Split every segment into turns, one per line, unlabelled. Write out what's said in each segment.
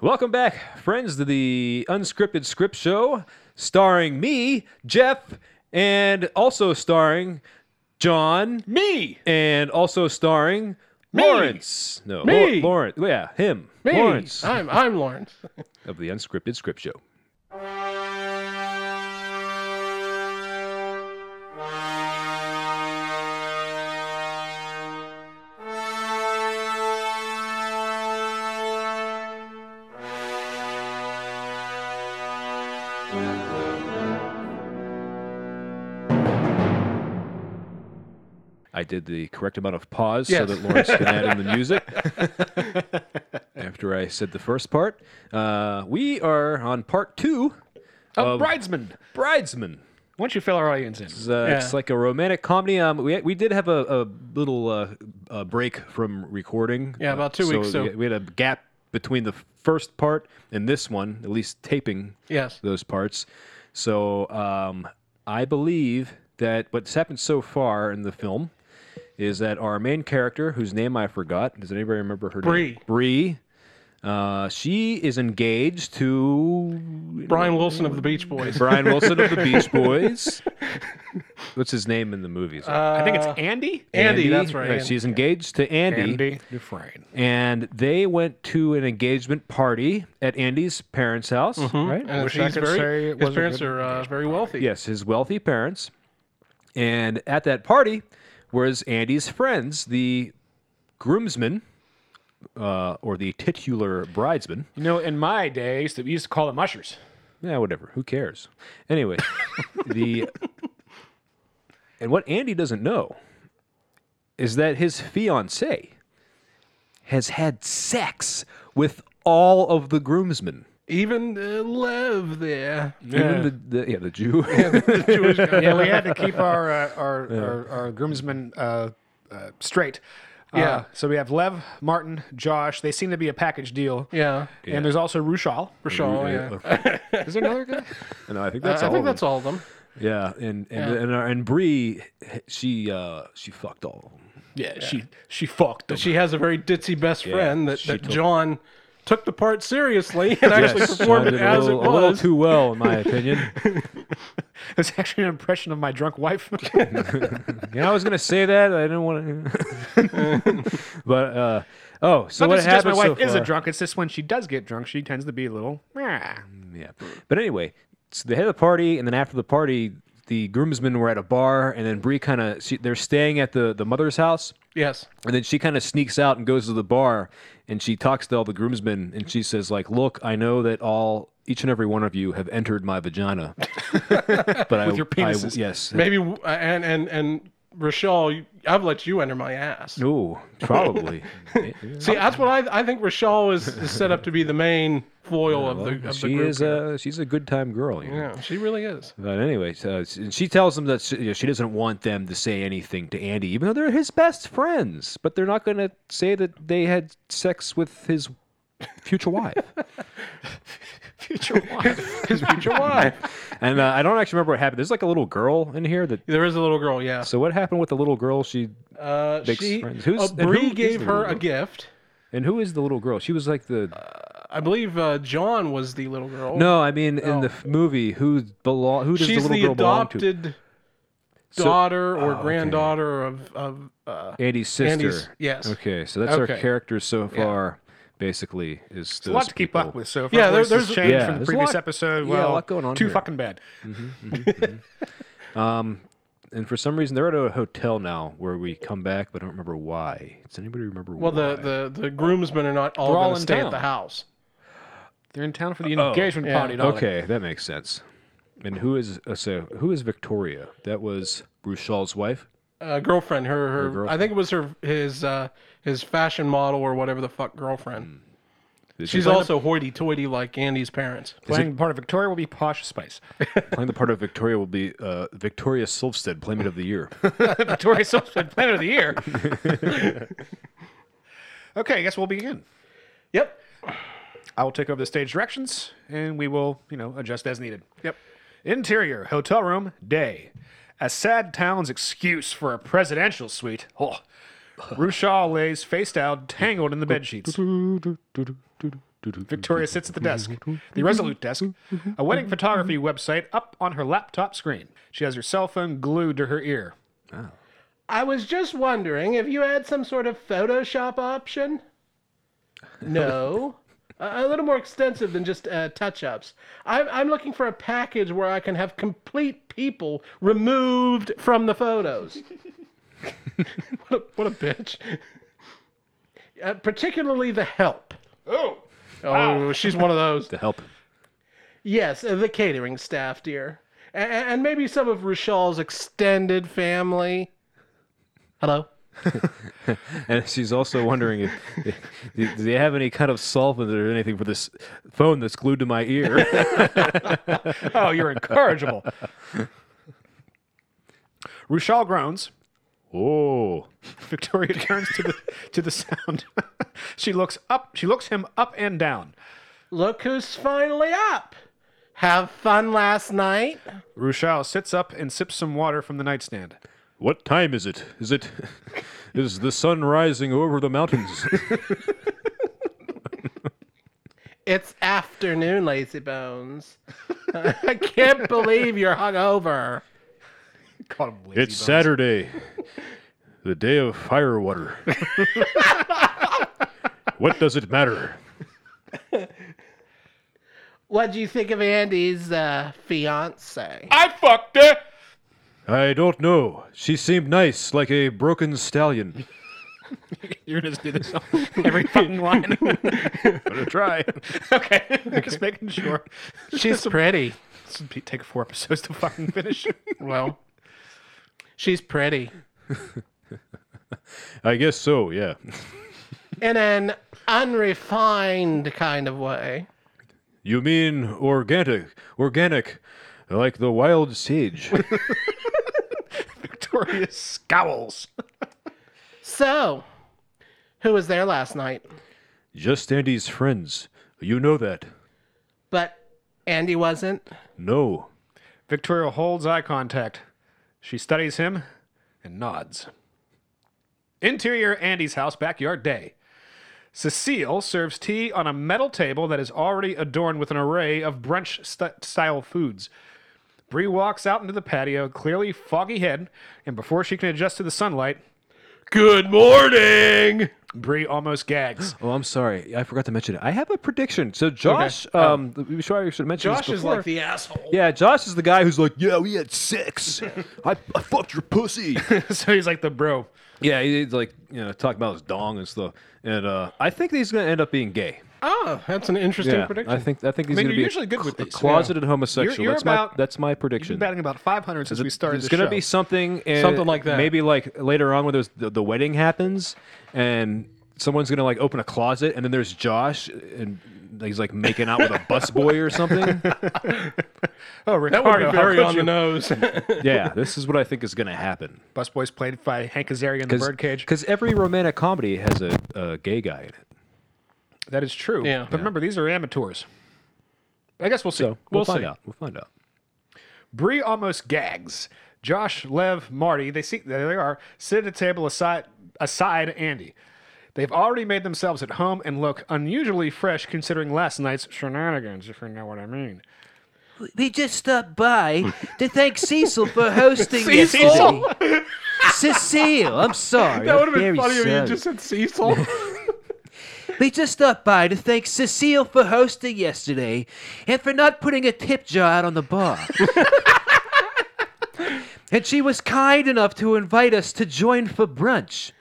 Welcome back, friends, to the Unscripted Script Show, starring me, Jeff, and also starring John,
Me.
and also starring
Me.
Lawrence. No,
Me.
Lawrence. Yeah, him.
Me.
Lawrence
I'm I'm Lawrence.
of the Unscripted Script Show. I did the correct amount of pause so
Yes.
that Lawrence can add in the music. After I said the first part, uh, we are on part two,
A
Um,
bridesman.
Bridesman.
Why don't you fill our audience in?
It's, uh, it's like a romantic comedy. Um, we, we did have a, a little uh, uh break from recording.
Yeah, about two
Uh,
weeks, so-
we- we had a gap between the first part and this one, at least taping
yes.
those parts. So um, I believe that what's happened so far in the film is that our main character, whose name I forgot, does anybody remember her name?
Bree.
Bree. Uh, she is engaged to
Brian Wilson of the Beach Boys.
Brian Wilson of the Beach Boys. What's his name in the movies?
I think it's Andy.
Uh, Andy, that's right.
Uh, She's engaged to Andy,
Dufresne.
and they went to an engagement party at Andy's parents' house, right?
And
Which
his parents
he's
very-
very-
his
was a
parents
good-
are uh, very wealthy.
Yes, his wealthy parents. And at that party was Andy's friends, the groomsmen, uh, or the titular bridesman.
You know, in my day, I used to, we used to call them ushers.
Yeah, whatever. Who cares? Anyway, the and what Andy doesn't know is that his fiance has had sex with all of the groomsmen,
Even uh, Lev there.
even the, the yeah the Jew.
Jewish guy.
yeah, we had to keep our uh, our, our our groomsmen uh, uh, straight. Uh,
Yeah.
so we have Lev, Martin, Josh. They seem to be a package deal.
Yeah.
And there's also Rushal.
Rashawn, Oh, yeah.
Is there another guy?
no, I think that's
I
all.
think
of them.
that's all of them.
Yeah, and and and, our- and Bree, she uh, she fucked all. of them.
Yeah, she she fucked them.
She has a very ditzy best friend that,
she
that
took-
John took the part seriously and actually
Yes,
performed
John
it
did
as
a little,
it
a little
was.
too well, in my opinion.
That's actually an impression of my drunk wife.
yeah, I was gonna say that. I didn't want to, but uh, oh, so
Not
what
to suggest
happened?
my wife
so
is a
far-
drunk. It's just when she does get drunk, she tends to be a little. "Meh."
Yeah. But anyway, so they had the party, and then after the party, the groomsmen were at a bar, and then Bree kind of they're staying at the the mother's house,
Yes.
and then she kind of sneaks out and goes to the bar, and she talks to all the groomsmen, and she says like, "Look, I know that all." Each and every one of you have entered my vagina, but with I,
your penises.
I, yes,
Maybe w- uh, and and and Rochelle, you- I've let you enter my ass.
ooh, probably.
See, that's what I I think Rochelle is, is set up to be the main foil of the of the
she
group.
is uh, a she's a good time girl. You know?
yeah, she really is.
But anyway, so s- and she tells him that she, you know, she doesn't want them to say anything to Andy, even though they're his best friends. But they're not going to say that they had sex with his future wife.
Future wife.
His future wife.
and uh, I don't actually remember what happened. There's like a little girl in here that.
There is a little girl. Yeah.
So what happened with the little girl? She
Uh,
Makes
she
friends. Who's-
uh,
and who
Bree
is the
gave
little
her a
girl?
gift.
and who is the little girl? She was like the.
I believe uh, John was the little
Oh,
girl.
no, I mean in the f- movie, who belong? Who does
she's
the
the,
little girl belong
adopted
So-
daughter or granddaughter of of uh,
to? Andy's sister.
Andy's. Yes.
Okay, so that's our
Okay.
characters so far. Basically, is
It's a lot to keep up with. So if
Yeah,
yeah,
there-
there's,
there's-
changed
Yeah,
from
there's
the
a
previous
lot-
episode,
yeah, a
well,
lot going on
too
here.
fucking bad.
and for some reason they're at a hotel now where we come back, but I don't remember why. Does anybody remember
Well,
why?
the, the the groomsmen are not all
They're all
going to
in
stay at
town.
the house.
They're in town for the engagement
yeah.
party. darling.
Oh. okay, that makes sense. And who is uh, so? Who is Victoria? That was Bruchel's wife.
uh, girlfriend. Her, her, I
girlfriend.
think it was her, his, uh, his fashion model or whatever the fuck girlfriend.
Is she
Mm. She's also hoity-toity like Andy's parents.
Playing part of Victoria will be Posh Spice.
playing the part of Victoria will be uh, Victoria Silvstedt, Playmate of the Year.
Victoria Silverman Planet of the Year. okay, I guess we'll begin.
Yep.
I will take over the stage directions, and we will, you know, adjust as needed. Yep. Interior hotel room day. A sad town's excuse for a presidential suite. Oh. Ruchal lays face down, tangled in the bed sheets. Victoria sits at the desk, the Resolute desk, a wedding photography website up on her laptop screen. She has her cell phone glued to her ear.
I was just wondering if you had some sort of Photoshop option. No. a a little more extensive than just uh, touch ups. I'm, I'm looking for a package where I can have complete people removed from the photos. what, a, what a bitch. Uh, particularly the help.
Oh!
Oh, she's one of those.
to help.
Yes, uh, the catering staff, dear. A- a- And maybe some of Rashal's extended family. Hello?
And she's also wondering if, do do they have any kind of solvent or anything for this phone that's glued to my ear?
Oh, you're incorrigible. Rushal groans.
oh,
Victoria turns to the to the sound. she looks up. She looks him up and down.
Look who's finally up. Have fun last night.
Rushal sits up and sips some water from the nightstand.
what time is it? Is it is the sun rising over the mountains?
It's afternoon, lazy bones. I can't believe you're hungover.
Call him lazy
It's
bones.
Saturday, the day of fire water. what does it matter?
What do you think of Andy's uh, fiance?
I fucked it.
I don't know. She seemed nice, like a broken stallion.
You're gonna just do this on every fucking line.
Gonna try.
okay, just making sure.
She's pretty.
This would be, take four episodes to fucking finish.
Well, she's pretty.
I guess so. Yeah.
In an unrefined kind of way.
You mean organic? Organic, like the wild sage.
Victoria scowls.
So, who was there last night?
Just Andy's friends. You know that.
But Andy wasn't.
No.
Victoria holds eye contact. She studies him and nods. Interior Andy's house, backyard day. Cecile serves tea on a metal table that is already adorned with an array of brunch st- style foods. Bree walks out into the patio, clearly foggy head, and before she can adjust to the sunlight,
Good morning.
Bree almost gags.
Oh, I'm sorry. I forgot to mention it. I have a prediction. So Josh, um, we sure I should mention
Oh. Josh is like the asshole.
yeah, Josh is the guy who's like, yeah, we had sex. I, I fucked your pussy.
so he's like the bro.
yeah, he's like, you know, talking about his dong and stuff. And uh, I think that he's gonna end up being gay.
Oh, that's an interesting
Yeah,
prediction.
I think I think he's
mean,
gonna
you're
be a
usually good
cl-
with
a
these.
closeted homosexual.
You're- you're
that's my
about-
that's my
He's been
prediction.
batting about 500 since we started
It's
this
gonna
show.
be something, and
Something like that.
Maybe like later on when there's the, the wedding happens, and someone's gonna like open a closet, and then there's Josh, and he's like making out with a busboy or something.
oh,
that would
Ricardo,
be
how
very
could
on
you?
the nose.
Yeah, this is what I think is gonna happen.
Busboys played by Hank Azaria in the Birdcage.
Because every romantic comedy has a, a gay guy in it.
That is true.
Yeah.
But remember, these are amateurs. I guess we'll see.
So we'll,
we'll
find
see.
out. We'll find out.
Bree almost gags. Josh, Lev, Marty, they see there they are, sit at a table aside aside Andy. They've already made themselves at home and look unusually fresh considering last night's shenanigans, if you know what I mean.
We just stopped by to thank Cecil for hosting
Cecil?
yesterday. Cecile, I'm sorry.
that would have been
Very
funny if you
sorry.
just said Cecil.
We just stopped by to thank Cecile for hosting yesterday and for not putting a tip jar out on the bar. and she was kind enough to invite us to join for brunch.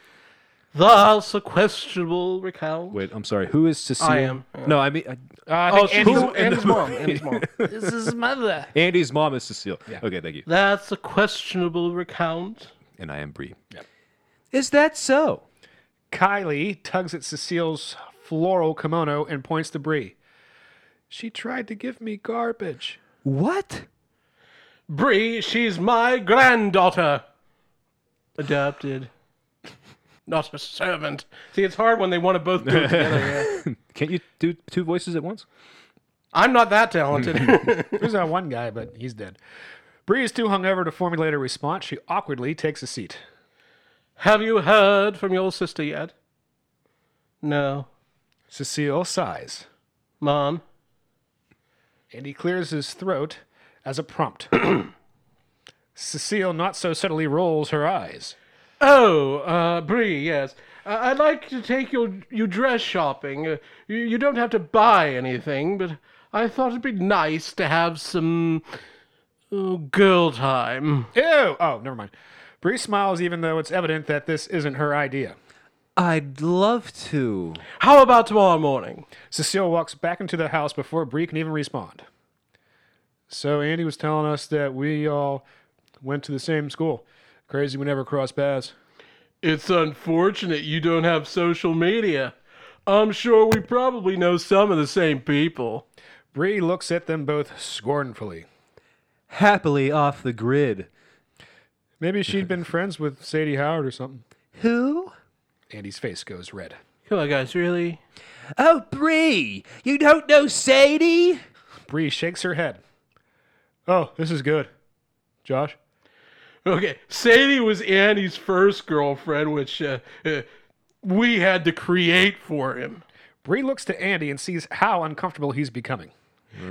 Thus, a questionable recount.
Wait, I'm sorry. Who is Cecile?
I am,
No, I mean I,
Uh, I
Oh,
think
she's
Andy's-
who, Andy's mom. Andy's mom.
This is mother.
Andy's mom is Cecile. Okay, thank you.
That's a questionable recount.
And I am Brie.
Is that so?
Kylie tugs at Cecile's floral kimono and points to Bree. She tried to give me garbage.
What?
Bree, she's my granddaughter. Adopted. Not a servant. See, it's hard when they want to both do it together. yeah.
Can't you do two voices at once?
I'm not that talented.
There's that one guy, but he's dead. Bree is too hungover to formulate a response. She awkwardly takes a seat.
Have you heard from your sister yet? No.
Cecile sighs.
Mom.
Andy clears his throat as a prompt. Cecile not so subtly rolls her eyes.
Oh, uh, Bree, yes. Uh, I'd like to take your you dress shopping. Uh, you, you don't have to buy anything, but I thought it'd be nice to have some uh, girl time.
Ew! Oh, never mind. Bree smiles even though it's evident that this isn't her idea.
I'd love to.
How about tomorrow morning?
Cecile walks back into the house before Bree can even respond. So Andy was telling us that we all went to the same school. Crazy we never crossed paths.
It's unfortunate you don't have social media. I'm sure we probably know some of the same people.
Bree looks at them both scornfully.
Happily off the grid.
Maybe she'd been friends with Sadie Howard or something.
Who?
Andy's face goes red.
Come on, guys, really?
Oh, Bree! You don't know Sadie?
Bree shakes her head. Oh, this is good. Josh?
Okay, Sadie was Annie's first girlfriend, which uh, uh, we had to create for him.
Bree looks to Andy and sees how uncomfortable he's becoming.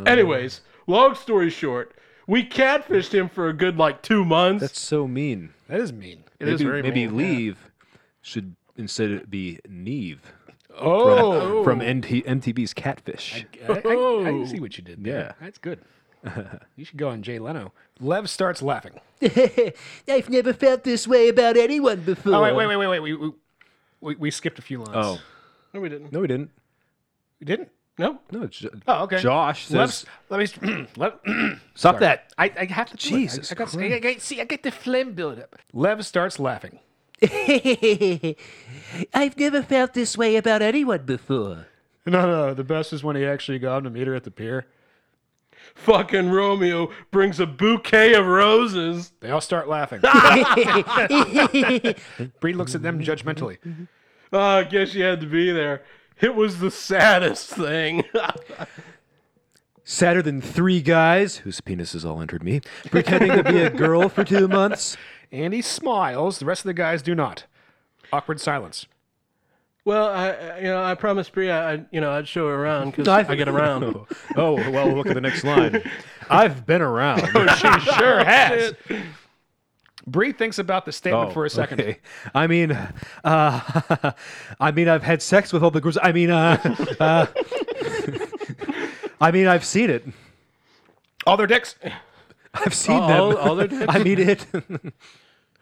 Anyways, long story short, we catfished him for a good like two months.
That's so mean.
That is mean.
Maybe,
very
maybe
mean, yeah.
leave should instead it be Neve
Oh,
from NT- MTV's Catfish.
I, I, I see what you did there.
Yeah.
That's good. you should go on Jay Leno. Lev starts laughing.
I've never felt this way about anyone before.
Oh, wait, wait, wait, wait, wait. We, we, we, we skipped a few lines.
Oh
no, we didn't.
no, we didn't.
We didn't?
No,
No, it's Jo-
Oh, okay.
Josh
Lev's,
says
let me. Lev,
stop that.
I, I have to.
Jesus
I, I, got, I, I, see, I get the phlegm buildup. Lev starts laughing.
I've never felt this way about anyone before.
No, no, the best is when he actually got him to meet her at the pier.
fucking Romeo brings a bouquet of roses.
They all start laughing. Bree looks at them judgmentally.
Oh, I guess you had to be there. It was the saddest thing.
Sadder than three guys whose penises all entered me, pretending to be a girl for two months.
Andy smiles. The rest of the guys do not. Awkward silence.
well, I, I- you know, I promised Bria, I, you know, I'd show her around because I get around.
Oh well, look at the next line. I've been around.
Oh, Sure has. Bree thinks about the statement
Oh,
for a second.
okay. I mean, uh, I mean, I've had sex with all the girls. I mean, uh, uh, I mean, I've seen it.
All their dicks.
I've seen
all-
them.
all their dicks?
I mean it.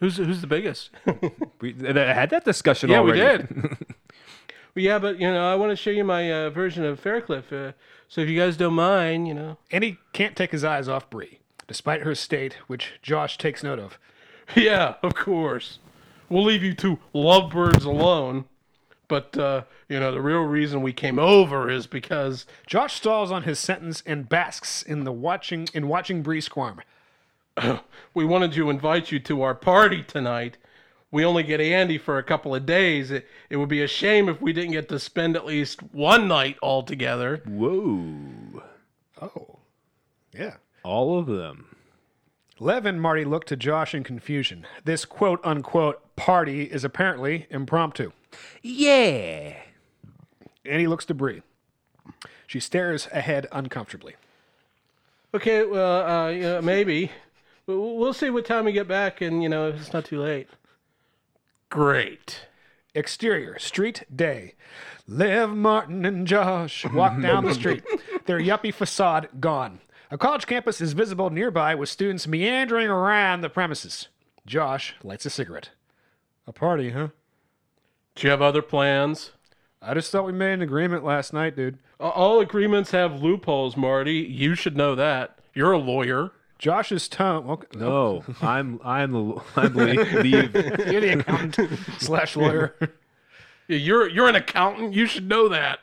Who's who's the biggest?
we th- I had that discussion
Yeah, we
already.
did. well, yeah, but you know, I want to show you my uh, version of Faircliff. Uh, so if you guys don't mind, you know.
Andy can't take his eyes off Bree, despite her state, which Josh takes note of.
Yeah, of course. We'll leave you two lovebirds alone. But uh, you know, the real reason we came over is because
Josh stalls on his sentence and basks in the watching in watching Bree squirm.
we wanted to invite you to our party tonight. We only get Andy for a couple of days. It, it would be a shame if we didn't get to spend at least one night all together.
Whoa!
Oh, yeah.
All of them.
Lev and Marty look to Josh in confusion. This quote unquote party is apparently impromptu.
Yeah.
Andy looks to Bree. She stares ahead uncomfortably.
Okay, well, uh, you know, maybe. We'll we'll see what time we get back, and you know, if it's not too late. Great.
Exterior, street day. Liv, Martin, and Josh walk down the street. Their yuppie facade gone. A college campus is visible nearby with students meandering around the premises. Josh lights a cigarette. A party, huh?
Do you have other plans?
I just thought we made an agreement last night, dude.
A- All agreements have loopholes, Marty. You should know that. You're a lawyer.
Josh's tone. Well,
No, Oh, I'm I'm the I'm the, the
You're the accountant slash lawyer.
You're you're an accountant. You should know that.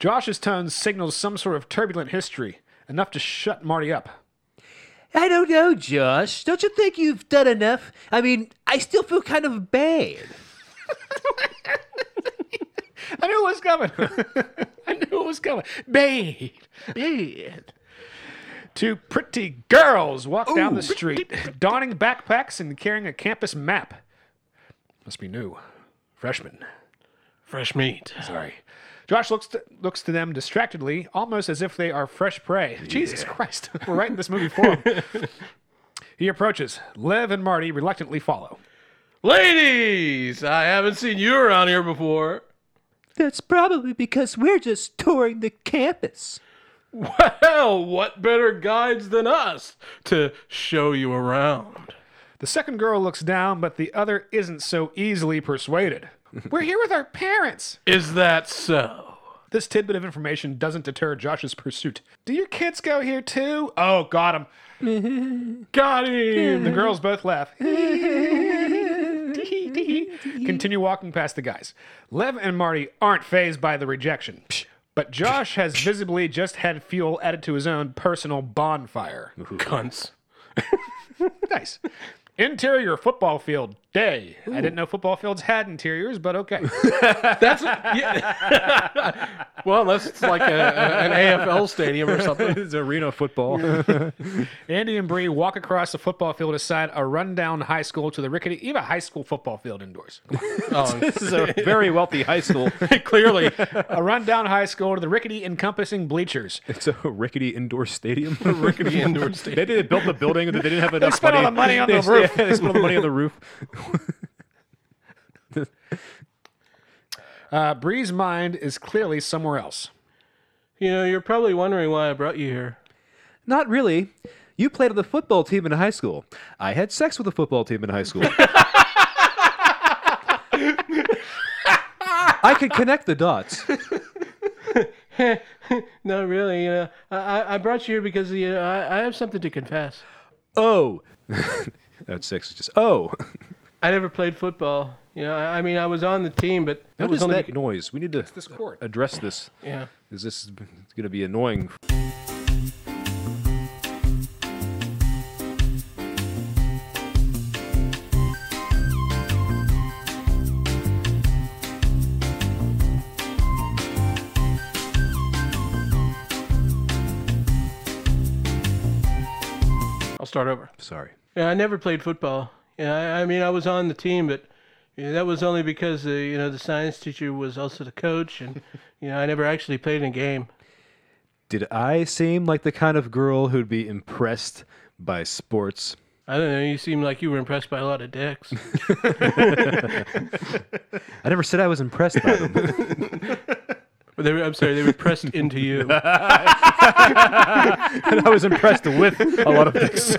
Josh's tone signals some sort of turbulent history, enough to shut Marty up.
I don't know, Josh. Don't you think you've done enough? I mean, I still feel kind of bad.
I knew it was coming. I knew it was coming. Bad. Bad. Two pretty girls walk down the street, donning backpacks and carrying a campus map. Must be new. Freshmen.
Fresh meat.
Sorry. Josh looks to, looks to them distractedly, almost as if they are fresh prey. Jesus Christ, we're writing this movie for him. he approaches. Lev and Marty reluctantly follow.
Ladies, I haven't seen you around here before.
That's probably because we're just touring the campus.
Well, what better guides than us to show you around?
The second girl looks down, but the other isn't so easily persuaded. We're here with our parents.
Is that so?
This tidbit of information doesn't deter Josh's pursuit. Do your kids go here too? Oh, got him.
Got him.
The girls both laugh. Continue walking past the guys. Lev and Marty aren't phased by the rejection, but Josh has visibly just had fuel added to his own personal bonfire.
Cunts.
Nice. Interior football field day. I didn't know football fields had interiors, but okay.
That's yeah. well, unless it's like a, a- an AFL stadium or something.
It's arena football.
Andy and Bree walk across the football field aside a rundown high school to the rickety, even a high school football field indoors.
Oh,
this is a very wealthy high school.
clearly,
a rundown high school to the rickety encompassing bleachers.
It's a rickety indoor stadium.
rickety indoor
They
stadium.
did build the building, but they didn't have enough
spent all
money.
the money on the
They-
roof.
yeah, they spent all the money on the roof.
Uh, Bree's mind is clearly somewhere else.
You know, you're probably wondering why I brought you here.
Not really. You played on the football team in high school.
I had sex with a football team in high school.
I could connect the dots.
No, really, you know, I, I- I brought you here because you know, I, I have something to confess.
Oh, that's sex. It's just oh.
I never played football. You know, I, I mean, I was on the team, but that
What
was
is
only
that noise? We need to
this cord.
address this.
yeah.
Is this going to be annoying?
I'll start over.
Sorry.
Yeah, I never played football. Yeah, I, I mean, I was on the team, but you know, that was only because uh, you know the science teacher was also the coach, and you know, I never actually played in a game.
Did I seem like the kind of girl who'd be impressed by sports?
I don't know. You seem like you were impressed by a lot of dicks.
I never said I was impressed by them.
But they were, I'm sorry, they were pressed into you.
I was impressed with a lot of things.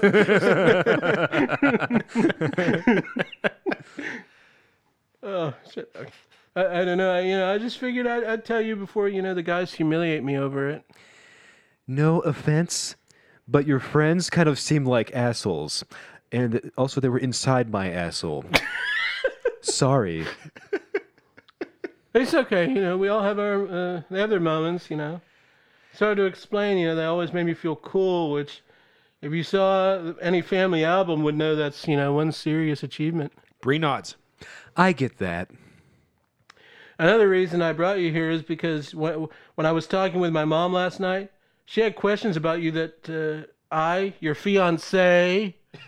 Oh shit! Okay. I, I don't know. I, you know, I just figured I'd, I'd tell you before you know the guys humiliate me over it.
No offense, but your friends kind of seemed like assholes. And also, they were inside my asshole. Sorry.
It's okay. You know, we all have our uh, they have their moments. You know. So to explain, you know, they always made me feel cool, which. If you saw any family album, would know that's you know one serious achievement.
Bree nods.
I get that.
Another reason I brought you here is because when, when I was talking with my mom last night, she had questions about you that uh, I, your fiance,
really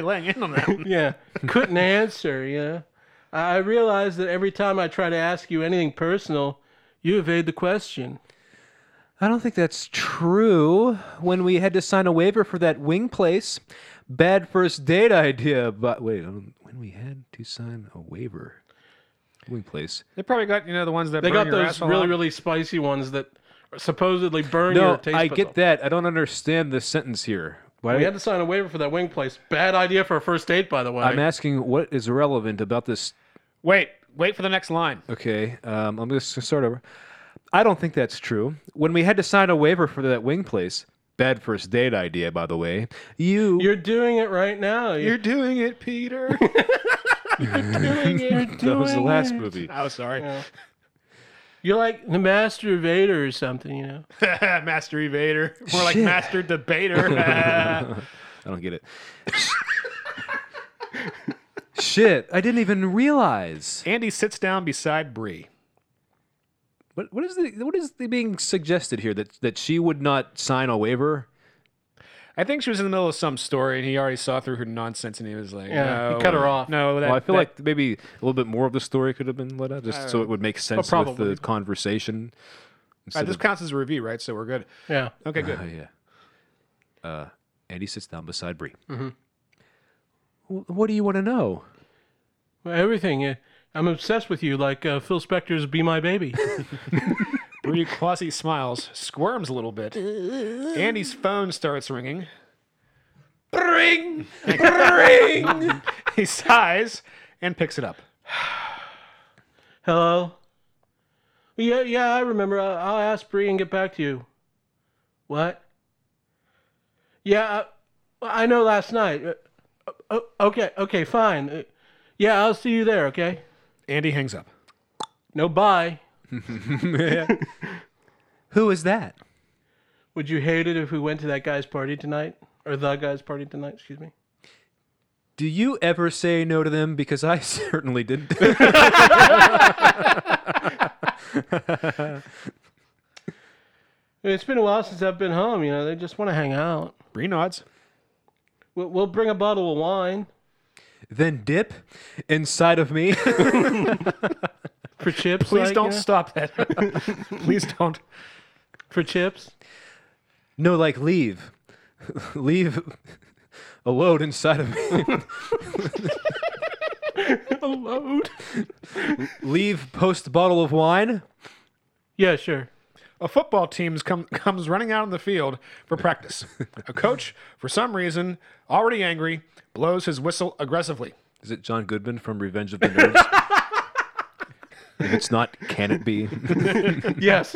laying in on that.
yeah, couldn't answer. You know, I I realized that every time I try to ask you anything personal, you evade the question.
I don't think that's true. When we had to sign a waiver for that wing place, bad first date idea. But wait, um,
When we had to sign a waiver, wing place.
They probably got you know the ones that
They got
burn your
those
asshole
really,
out.
really spicy ones that supposedly burn your
No,
taste
I
buds
get
off.
that. I don't understand this sentence here. Why
We had to sign a waiver for that wing place. Bad idea for a first date, by the way.
I'm asking what is relevant about this.
Wait, wait for the next line.
Okay, um, I'm going to start over. I don't think that's true. When we had to sign a waiver for that wing place, bad first date idea, by the way. You
You're doing it right now. You're
doing it, Peter.
doing it.
that was the last movie.
oh, sorry,
You're like the Master Vader or something, you know.
Master Evader. More like Master Debater.
I don't get it.
shit, I didn't even realize.
Andy sits down beside Bree.
What what is the what is the being suggested here that that she would not sign a waiver?
I think she was in the middle of some story, and he already saw through her nonsense, and he was like,
Yeah, he
"No,
cut her off."
No, that,
Well, I feel
that- Uh,
like maybe a little bit more of the story could have been let out, just so it would make sense with
probably.
the conversation.
All right,
instead
this
of-
counts as a review, right? So we're good.
Yeah.
Okay, good.
Oh, yeah. Uh, Andy sits down beside Bree.
Mm-hmm.
What do you want to know?
Well, everything. uh, I'm obsessed with you, like uh, Phil Spector's "Be My Baby."
Bree quasi smiles, squirms a little bit. Andy's phone starts ringing.
Ring.
He sighs and picks it up.
Hello. Yeah, yeah, I remember. I'll, I'll ask Bree and get back to you. What? Yeah, uh, I, I know. Last night. Uh, o- okay, okay, fine. Uh, yeah, I'll see you there. Okay.
Andy hangs up.
No, bye.
Who is that?
Would you hate it if we went to that guy's party tonight, or the guy's party tonight? Excuse me.
Do you ever say no to them? Because I certainly didn't.
It's been a while since I've been home. You know, they just want to hang out.
Bree nods.
We'll, we'll bring a bottle of wine
then dip inside of me.
for chips.
Please
like,
don't
you know,
stop that. Please don't.
for chips.
no, like leave. leave a load inside of me.
A load.
leave post bottle of wine.
Yeah, sure.
A football team come, comes running out on the field for practice. A coach, for some reason, already angry, blows his whistle aggressively.
Is it John Goodman from Revenge of the Nerds? if it's not, can it be?
Yes.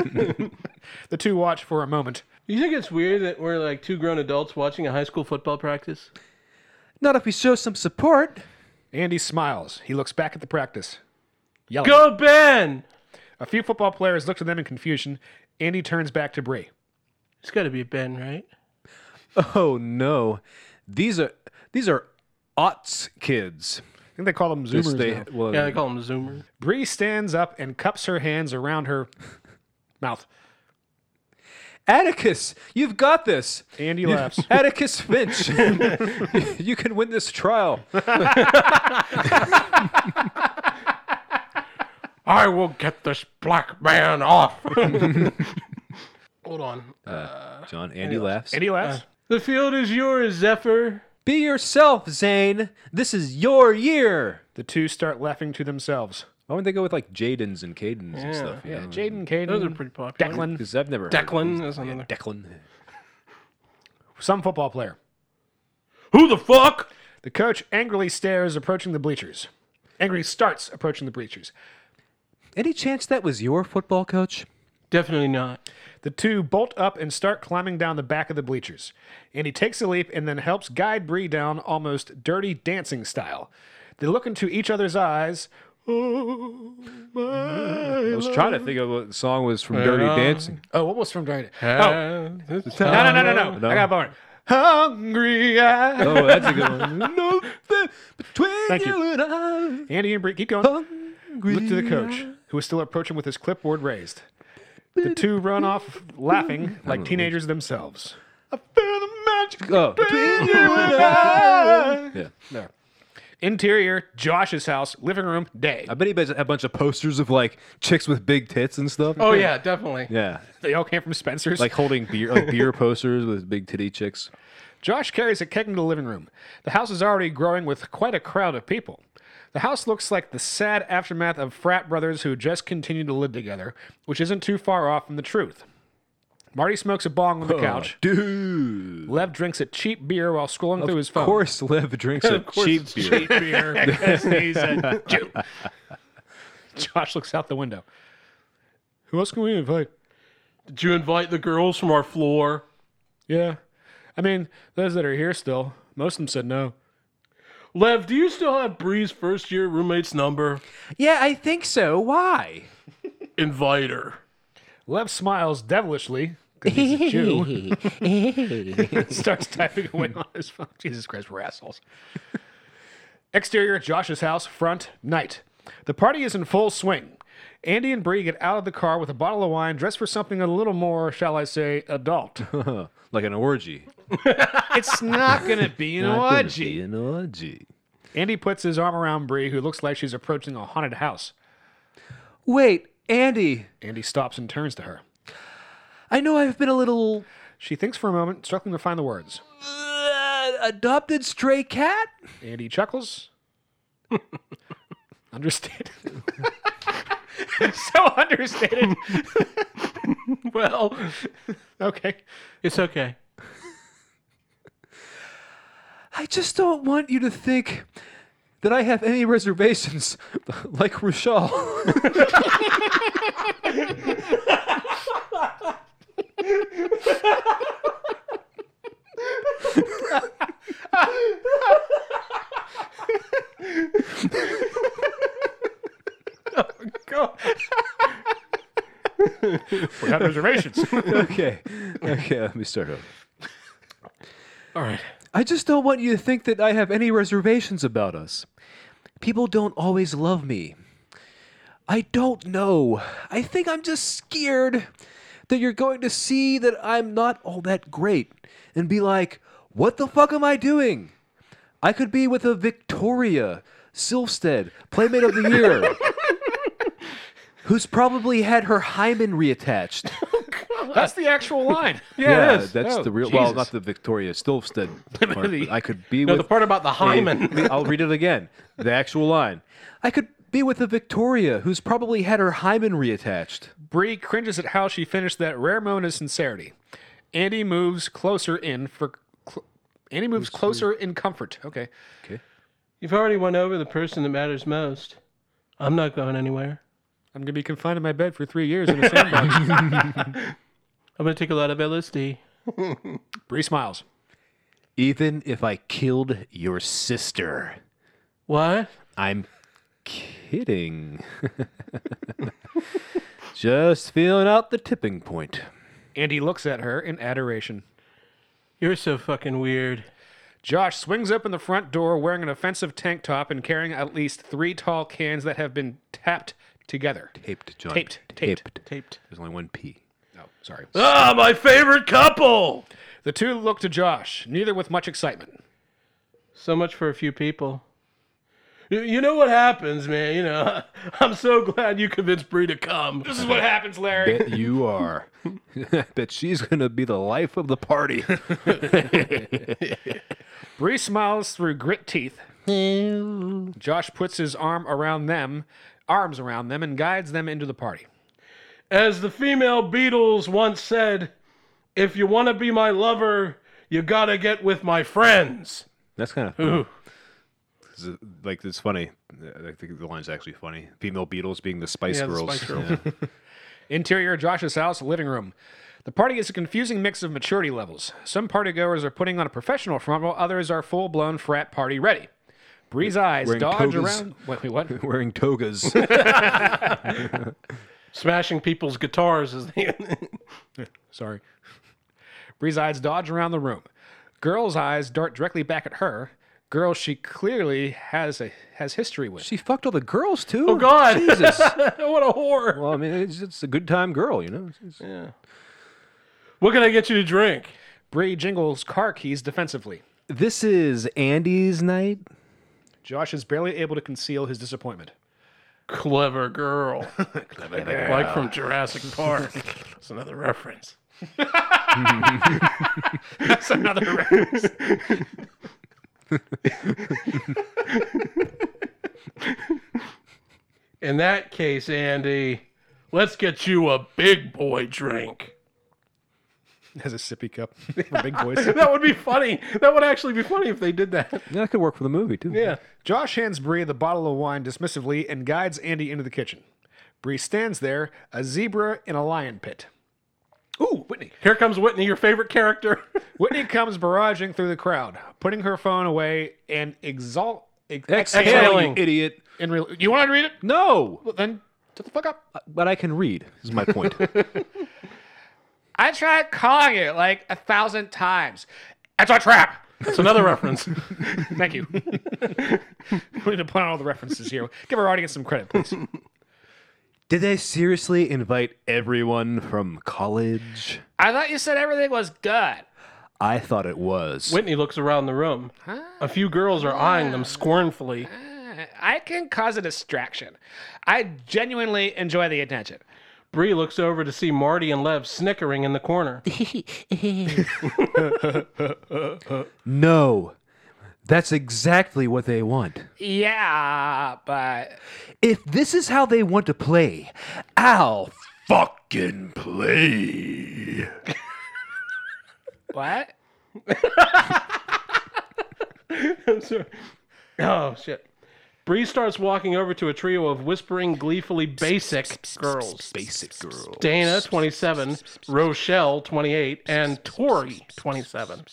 The two watch for a moment.
You think it's weird that we're like two grown adults watching a high school football practice?
Not if we show some support.
Andy smiles. He looks back at the practice. Yelling.
Go, Ben!
A few football players look to them in confusion. Andy turns back to Bree.
It's got to be Ben, right?
Oh no, these are these are aughts kids.
I think they call them
Yes,
Zoomers.
they-
now.
well,
Yeah, they call him Zoomer.
Bree stands up and cups her hands around her mouth.
Atticus, you've got this.
Andy laughs.
Atticus Finch, you can win this trial.
I will get this black man off. Hold on.
John, Andy laughs.
Andy laughs.
Uh, The field is yours, Zephyr.
Be yourself, Zane. This is your year.
The two start laughing to themselves. Um,
Why would not they go with like Jaden's and Caden's and stuff?
Yeah, Jaden, Caden,
Those are pretty popular.
Declan,
Because I've never heard of
Declan is
these. Yeah,
another.
Declan.
some football player.
Who the fuck?
The coach angrily stares, approaching the bleachers. Angrily starts approaching the bleachers.
Any chance that was your football coach?
Definitely not.
The two bolt up and start climbing down the back of the bleachers. Andy takes a leap and then helps guide Bree down almost dirty dancing style. They look into each other's eyes. Oh,
I
my.
was trying to think of what the song was from Dirty Dancing.
Oh, what was from Dirty? Oh,
Uh, it's
no,
time.
no, no, no, no. I got born. Hungry eyes.
Oh, that's a good one.
Nothing between
Thank you.
and I.
Andy and Bree, keep going. Look to the coach, who is still approaching with his clipboard raised. The two run off laughing like teenagers themselves. I feel the magic
Oh,
between you and I.
Yeah.
There. Interior, Josh's house, living room, day.
I bet he has a bunch of posters of like chicks with big tits and stuff.
Oh, yeah, definitely.
Yeah.
They all came from Spencer's.
Like holding beer, like beer posters with big titty chicks.
Josh carries a keg into the living room. The house is already growing with quite a crowd of people. The house looks like the sad aftermath of frat brothers who just continue to live together, which isn't too far off from the truth. Marty smokes a bong on the couch.
Dude.
Lev drinks a cheap beer while scrolling through his phone.
Of course, Liv drinks a cheap
it's
beer.
cheap beer.
He's a Jew. Josh looks out the window. Who else can we invite?
Did you invite the girls from our floor?
Yeah. I mean, those that are here still. Most of them said no.
Lev, do you still have Bree's first year roommate's number?
Yeah, I think so. Why?
Invite her.
Lev smiles devilishly because he's a Jew. Starts typing away on his phone. Jesus Christ, we're assholes. Exterior, Josh's house, front, night. The party is in full swing. Andy and Bree get out of the car with a bottle of wine, dressed for something a little more, shall I say, adult.
Like an orgy.
It's not going to be an orgy.
An orgy.
Andy puts his arm around Bree, who looks like she's approaching a haunted house.
Wait, Andy,
Andy stops and turns to her.
I know I've been a little
She thinks for a moment, struggling to find the words.
uh, adopted stray cat.
Andy chuckles. Understated. so understated.
Well,
Okay.
it's okay.
I just don't want you to think that I have any reservations like Rochelle.
Without reservations.
okay. Okay, let me start over.
All right.
I just don't want you to think that I have any reservations about us. People don't always love me. I don't know. I think I'm just scared that you're going to see that I'm not all that great and be like, what the fuck am I doing? I could be with a Victoria Silvstead, Playmate of the Year, who's probably had her hymen reattached.
That's the actual line.
Yeah,
Yeah, it is.
that's
Oh,
the real. Well,
Jesus.
not the Victoria Stilvstead. part,
the-
but I could be
No,
with
the part about the hymen.
Hey, I'll read it again. The actual line.
I could be with a Victoria who's probably had her hymen reattached.
Bree cringes at how she finished that rare moment of sincerity. Andy moves closer in for. Cl- Andy moves closer in comfort. Okay.
You've already won over the person that matters most. I'm not going anywhere.
I'm going to be confined in my bed for three years in a sandbox.
I'm going to take a lot of LSD.
Bree smiles.
Even if I killed your sister,
What?
I'm kidding. Just feeling out the tipping point.
Andy looks at her in adoration.
You're so fucking weird.
Josh swings open the front door wearing an offensive tank top and carrying at least three tall cans that have been tapped together.
Taped, John.
Taped, taped.
Taped.
There's only one P.
Oh, sorry.
Ah, my favorite couple!
The two look to Josh, neither with much excitement.
So much for a few people. You, you know what happens, man. You know, I'm so glad you convinced Bree to come.
This is what happens, Larry.
Bet you are. Bet she's gonna be the life of the party.
Bree smiles through grit teeth. Josh puts his arm around them, arms around them, and guides them into the party.
As the female Beatles once said, if you want to be my lover, you gotta get with my friends.
That's kind of like it's funny. I think the line's actually funny. Female Beatles being the Spice
Yeah, the
Girls.
Spice Girls.
Yeah.
Interior Josh's house, living room. The party is a confusing mix of maturity levels. Some partygoers are putting on a professional front, while others are full blown frat party ready. Bree's eyes
Wearing
dodge
togas.
around. Wait, wait, what?
Wearing togas.
Smashing people's guitars is the.
Sorry. Bree's eyes dodge around the room. Girl's eyes dart directly back at her. Girl, she clearly has a has history with.
She fucked all the girls too.
oh, God!
Jesus.
what a whore!
well, I mean, it's, it's a good time girl, you know. It's- it's-
What can I get you to drink?
Bree jingles car keys defensively.
This is Andy's night.
Josh is barely able to conceal his disappointment.
Clever girl. Like from Jurassic Park. That's another reference.
That's another reference.
In that case, Andy, let's get you a big boy drink.
Has a sippy cup for big boys.
That would be funny. That would actually be funny if they did that.
Yeah, that could work for the movie too.
Yeah.
Josh hands Bree the bottle of wine dismissively and guides Andy into the kitchen. Bree stands there, a zebra in a lion pit. Ooh, Whitney.
Here comes Whitney, your favorite character.
Whitney comes barraging through the crowd, putting her phone away and exalt. Ex-
Exhaling.
you idiot.
In real, you want to read it?
No,
Well, then shut the fuck up.
but I can read. Is my point.
I tried calling it like a thousand times. That's a trap.
That's another reference.
Thank you. we need to put on all the references here. Give our audience some credit, please.
Did they seriously invite everyone from college?
I thought you said everything was good.
I thought it was.
Whitney looks around the room. A few girls are eyeing them scornfully.
I can cause a distraction. I genuinely enjoy the attention.
Bree looks over to see Marty and Lev snickering in the corner.
No, that's exactly what they want.
Yeah, but
If this is how they want to play, I'll fucking play.
what?
I'm sorry. Oh shit. Bree starts walking over to a trio of whispering, gleefully basic girls.
Basic girl.
Dana, 27, Rochelle, 28, and Tori, 27.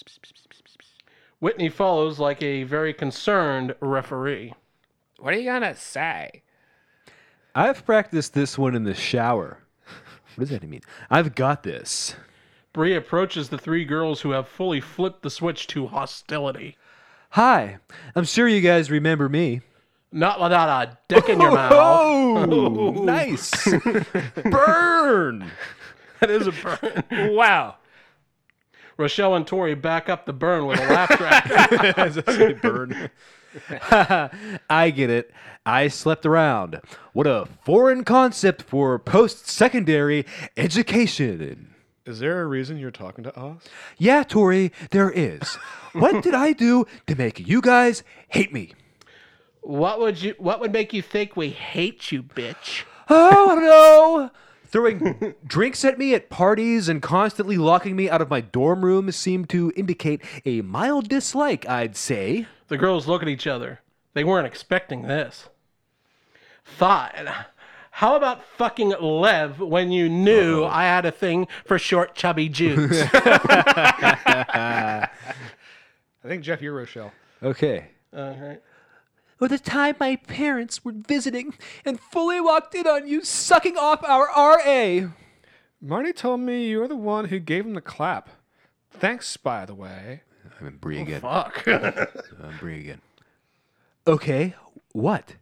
Whitney follows like a very concerned referee.
What are you gonna say?
I've practiced this one in the shower. What does that mean? I've got this.
Bree approaches the three girls who have fully flipped the switch to hostility.
Hi, I'm sure you guys remember me.
Not without a dick in your mouth.
Oh, nice. Burn.
That is a burn.
Wow.
Rochelle and Tori back up the burn with a laugh track.
Burn. I get it. I slept around. What a foreign concept for post secondary education.
Is there a reason you're talking to us?
Yeah, Tori, there is. What did I do to make you guys hate me?
what would you? What would make you think we hate you, bitch?
Oh no! Throwing drinks at me at parties and constantly locking me out of my dorm room seemed to indicate a mild dislike, I'd say.
The girls look at each other. They weren't expecting this. Fine. How about fucking Lev when you knew
Uh-huh.
I had a thing for short, chubby Jews?
I think Jeff, you're Rochelle.
Okay.
All right.
Or the time my parents were visiting and fully walked in on you sucking off our RA.
Marty told me you're the one who gave him the clap. Thanks, by the way. Oh,
I'm in Bree again.
Fuck.
I'm Bree again. Okay, what?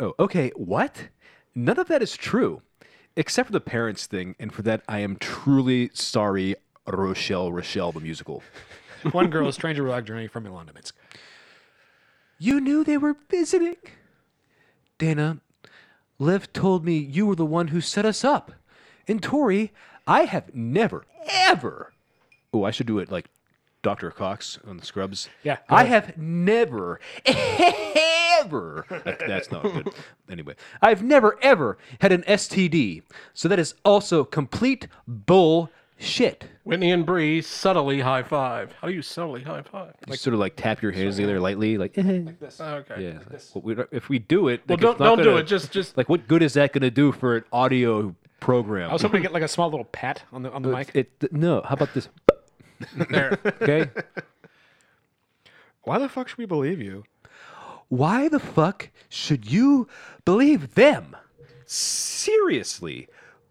Oh, okay, what? None of that is true. Except for the parents thing, and for that I am truly sorry, Rochelle Rochelle the musical.
One girl, a stranger rock journey from Milan to Minsk.
You knew they were visiting.
Dana, Liv told me you were the one who set us up. And Tori, I have never, ever. Oh, I should do it like Dr. Cox on the Scrubs.
Yeah, go
I have never, ever. That- That's not good. Anyway, I've never, ever had an STD. So that is also complete bullshit.
Whitney and Bree subtly high five. How do you subtly high five?
Like, sort of like tap your hands together lightly, like,
Okay.
Yeah. Well, we don't- if we do it,
Well,
like,
don't
it's not
don't do
gonna-
it. Just just
Like, what good is that going to do for an audio program?
I was hoping to get like a small little pat on the on the mic.
It, th- no, how about this?
there.
Okay.
Why the fuck should we believe you?
Why the fuck should you believe them? Seriously,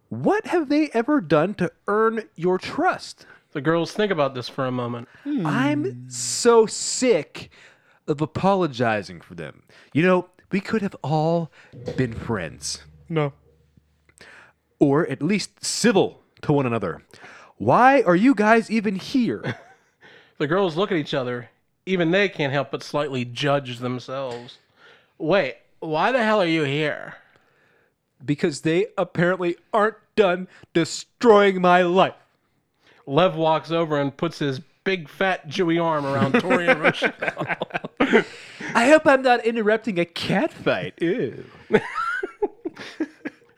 what have they ever done to earn your trust?
The girls think about this for a moment.
I'm so sick of apologizing for them. You know, we could have all been friends.
No.
or at least civil to one another. Why are you guys even here?
The girls look at each other. Even they can't help but slightly judge themselves. Wait, why the hell are you here?
because they apparently aren't done destroying my life.
Lev walks over and puts his big fat Jewy arm around Tori and Rochelle.
I hope I'm not interrupting a cat fight. Ew.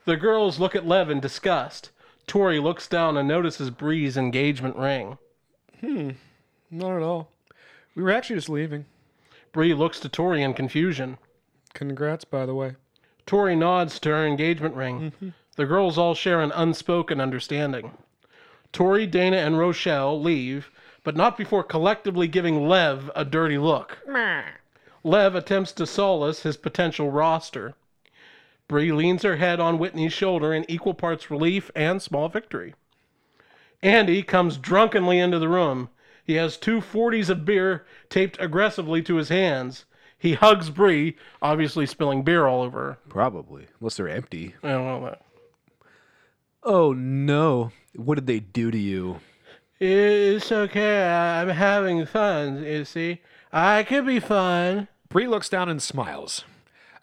The girls look at Lev in disgust. Tori looks down and notices Bree's engagement ring.
Not at all. We were actually just leaving.
Bree looks to Tori in confusion.
Congrats, by the way.
Tori nods to her engagement ring. The girls all share an unspoken understanding. Tori, Dana, and Rochelle leave, but not before collectively giving Lev a dirty look. Lev attempts to solace his potential roster. Bree leans her head on Whitney's shoulder in equal parts relief and small victory. Andy comes drunkenly into the room. He has two forties of beer taped aggressively to his hands. He hugs Bree, obviously spilling beer all over her.
Probably, unless they're empty.
I don't know that.
Oh no. What did they do to you?
It's okay. I- I'm having fun, you see. I could be fun.
Bree looks down and smiles.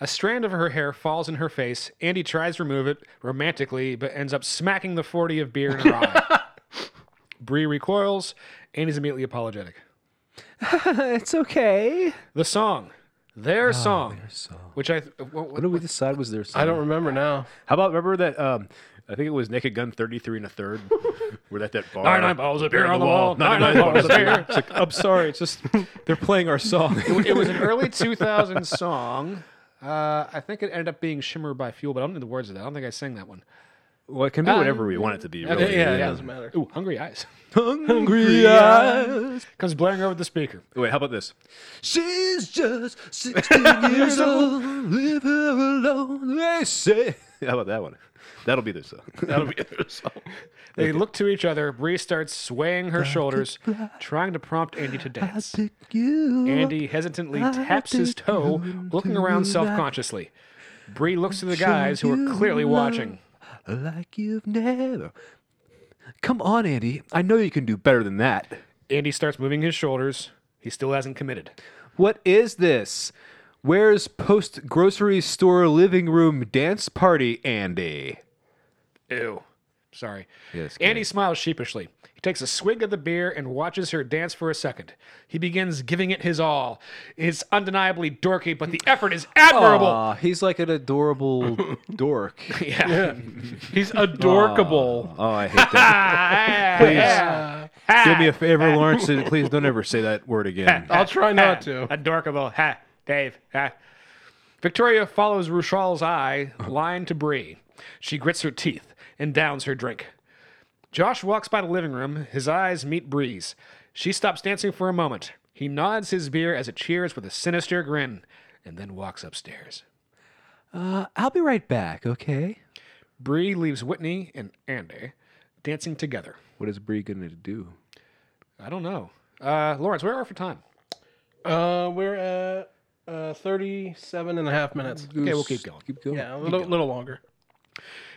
A strand of her hair falls in her face. Andy tries to remove it romantically, but ends up smacking the 40 of beer in her eye. Bree recoils. Andy's immediately apologetic.
It's okay.
The song, Ah, their, song, which I, th- what,
What did we decide was their song?
I don't remember now.
How about remember that? Um, I think it was Naked Gun 33 and a third. We're at that bar.
nine nine bottles of beer on the wall, nine nine bottles of beer. It's like, I'm sorry, it's just
They're playing our song.
it was an early 2000s song. Uh, I think it ended up being "Shimmer" by Fuel, but I don't know the words of that. I don't think I sang that one.
well, it can be whatever we want it to be, really.
yeah, it doesn't matter.
Ooh, "Hungry Eyes"
Hungry eyes.
comes blaring over the speaker.
Wait, how about this?
She's just 16 years old. Leave her alone. They say.
How about that one? That'll be their song.
That'll be their song.
They look to each other. Bree starts swaying her shoulders, trying to prompt Andy to dance.
You.
Andy hesitantly taps his toe, looking around self-consciously. Bree looks to the guys who are clearly watching.
like you've never. Come on, Andy. I know you can do better than that.
Andy starts moving his shoulders. He still hasn't committed.
What is this? Where's post grocery store living room dance party, Andy?
Ew. Sorry.
Yes,
Andy smiles sheepishly. He takes a swig of the beer and watches her dance for a second. He begins giving it his all. It's undeniably dorky, but the effort is admirable.
Aw, he's like an adorable dork.
Yeah.
He's adorable.
Oh, I hate that.
Ah,
Yeah.
Do me a favor, Lawrence, and please don't ever say that word again.
I'll try not to.
Adorkable. Ha. Dave. Ha. Victoria follows Rushal's eye, line to Bree. She grits her teeth and downs her drink. Josh walks by the living room. His eyes meet Bree's. She stops dancing for a moment. He nods his beer as it cheers with a sinister grin and then walks upstairs.
I'll be right back, okay?
Bree leaves Whitney and Andy dancing together.
What is Bree going to do?
I don't know. Uh, Lawrence, where are we for time?
Uh, we're at uh, 37 and a half minutes.
Okay, we'll keep going.
Keep going.
Yeah, a little, little longer.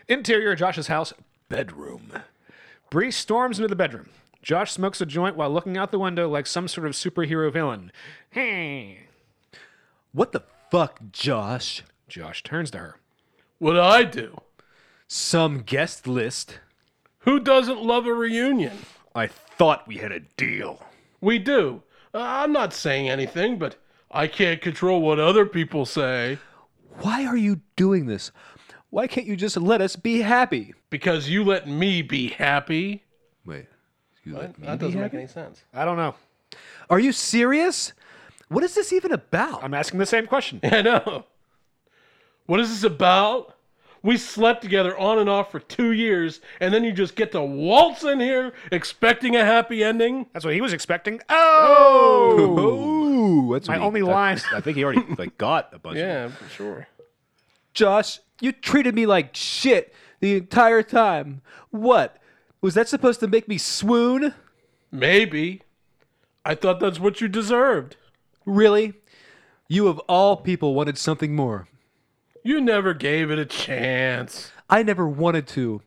Interior of Josh's house, bedroom. Bree storms into the bedroom. Josh smokes a joint while looking out the window like some sort of superhero villain. Hey.
What the fuck, Josh?
Josh turns to her.
What I do?
Some guest list.
Who doesn't love a reunion?
I thought we had a deal.
We do. Uh, I'm not saying anything, but I can't control what other people say
Why are you doing this? Why can't you just let us be happy?
because you let me be happy.
Wait, you let me
That
be
doesn't make
happy?
any sense.
I don't know.
Are you serious? What is this even about?
I'm asking the same question.
I know. What is this about? We slept together on and off for two years, and then you just get to waltz in here expecting a happy ending?
That's what he was expecting. Oh!
Ooh, that's
My
what he-
only
I-
line.
I think he already like got a bunch. Of,
Yeah, for sure.
Josh, you treated me like shit the entire time. What? Was that supposed to make me swoon?
Maybe. I thought that's what you deserved.
Really? You of all people wanted something more.
You never gave it a chance.
I never wanted to.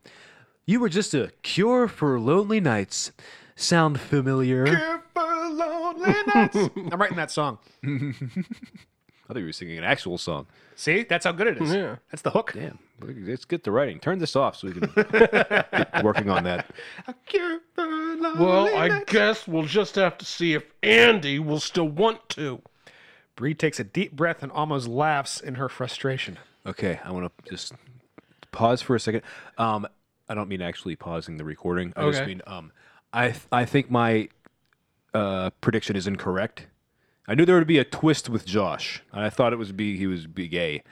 You were just a cure for lonely nights. Sound familiar?
For lonely nights. I'm writing that song.
I thought you were singing an actual song.
See, that's how good it is.
Yeah.
That's the hook.
Damn, let's get to writing. Turn this off so we can get working on that.
Cure for lonely
Well, I
nights.
guess we'll just have to see if Andy will still want to.
Bree takes a deep breath and almost laughs in her frustration.
Okay, I want to just pause for a second. Um, I don't mean actually pausing the recording. I just
Okay.
mean um, I th- I think my uh, prediction is incorrect. I knew there would be a twist with Josh. I thought it was be he was be gay,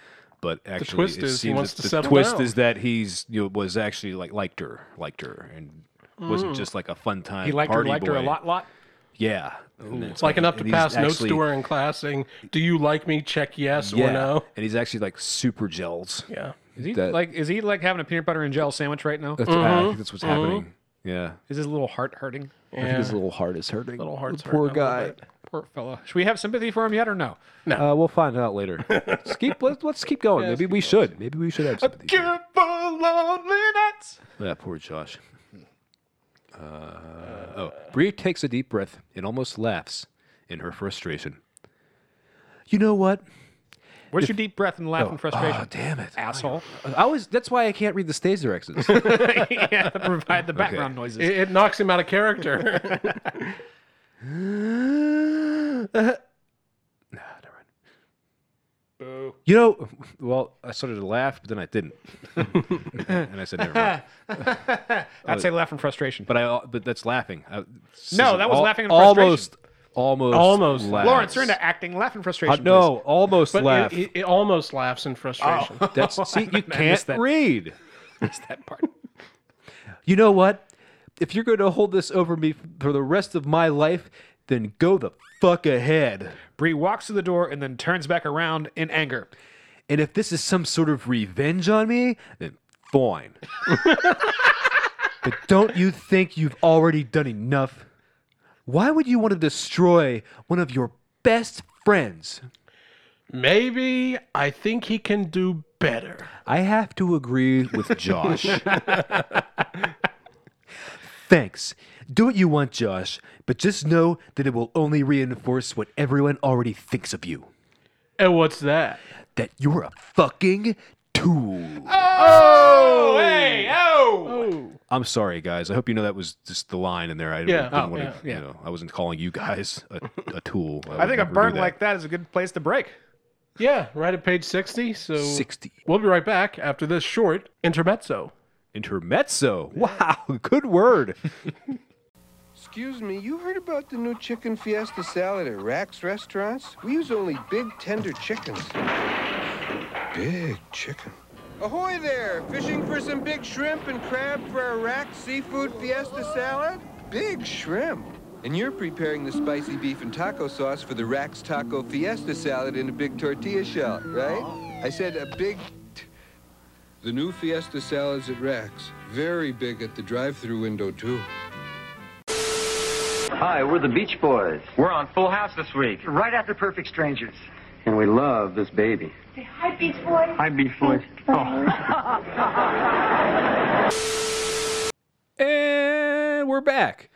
but actually,
twist
it
is he
seems
wants
that
to
the
settle
twist
down.
is that he's you know, was actually like liked her, liked her, and wasn't just like a fun time.
He liked her,
party
liked her a
boy.
lot, lot.
Yeah, And it's
It's like enough to
and he's
pass notes
actually-
to her in class saying, Do you like me? Check yes
Yeah,
or no.
and he's actually like super gels.
Yeah.
Is he
That- Uh,
like? Is he like having a peanut butter and gel sandwich right now?
That's, I think that's what's happening. Yeah.
Is his little heart hurting?
I think Mm-hmm. his little heart is hurting.
Little hearts
Poor
hurt a little
guy.
bit.
Poor fellow. Should we have sympathy for him yet or no?
Uh, we'll find out later. let's keep let's, let's keep going.
let's
Maybe we should. Maybe we should have sympathy.
Cure for loneliness.
Yeah, poor Josh. Uh, Oh, Bree takes a deep breath and almost laughs in her frustration. You know what?
Where's your deep breath and laugh and frustration?
Oh, damn it.
Asshole.
I always that's why I can't read the stage directions.
yeah, provide the background noises.
It, it knocks him out of character.
You know, well, I started to laugh, but then I didn't, and I said, "Never mind."
I'd say laugh and frustration.
But I, but that's laughing. I, this
No,
is
that was
al-
laughing and
almost, almost,
Almost.
laughs.
Lawrence, you're into acting. Laugh and
Uh,
frustration.
no, almost
but
laugh.
It, it, it almost laughs in frustration.
Oh.
that's see, you can't
missed that.
read.
please. that part.
You know what? If you're going to hold this over me for the rest of my life, then go the fuck ahead.
Bree walks to the door and then turns back around in anger.
And if this is some sort of revenge on me, then fine. but don't you think you've already done enough? Why would you want to destroy one of your best friends?
Maybe I think he can do better.
I have to agree with Josh. Thanks. Do what you want, Josh, but just know that it will only reinforce what everyone already thinks of you
And what's that?
that you're a fucking tool.
Oh, hey, oh!
Oh,
I'm sorry, guys. I hope you know that was just the line in there. I
Yeah.
didn't
Oh,
want to,
yeah.
you know, I wasn't calling you guys a, a tool.
I
would
think a
never do
burn like that is a good place to break.
yeah, right at page 60. So
60.
we'll be right back after this short intermezzo.
Intermezzo. Wow, good word.
Excuse me, you heard about the new chicken fiesta salad at Rack's Restaurants? We use only big, tender chickens. Big chicken. Ahoy there! Fishing for some big shrimp and crab for a Rack's seafood fiesta salad? Big shrimp! And you're preparing the spicy beef and taco sauce for the Rack's taco fiesta salad in a big tortilla shell, right? I said a big the new Fiesta salads at Rack's. Very big at the drive-through window, too.
Hi, we're the Beach Boys.
We're on Full House this week.
Right after Perfect Strangers. And we love this baby.
Hi, Beach Boy.
Hi, Beach Boys.
And we're back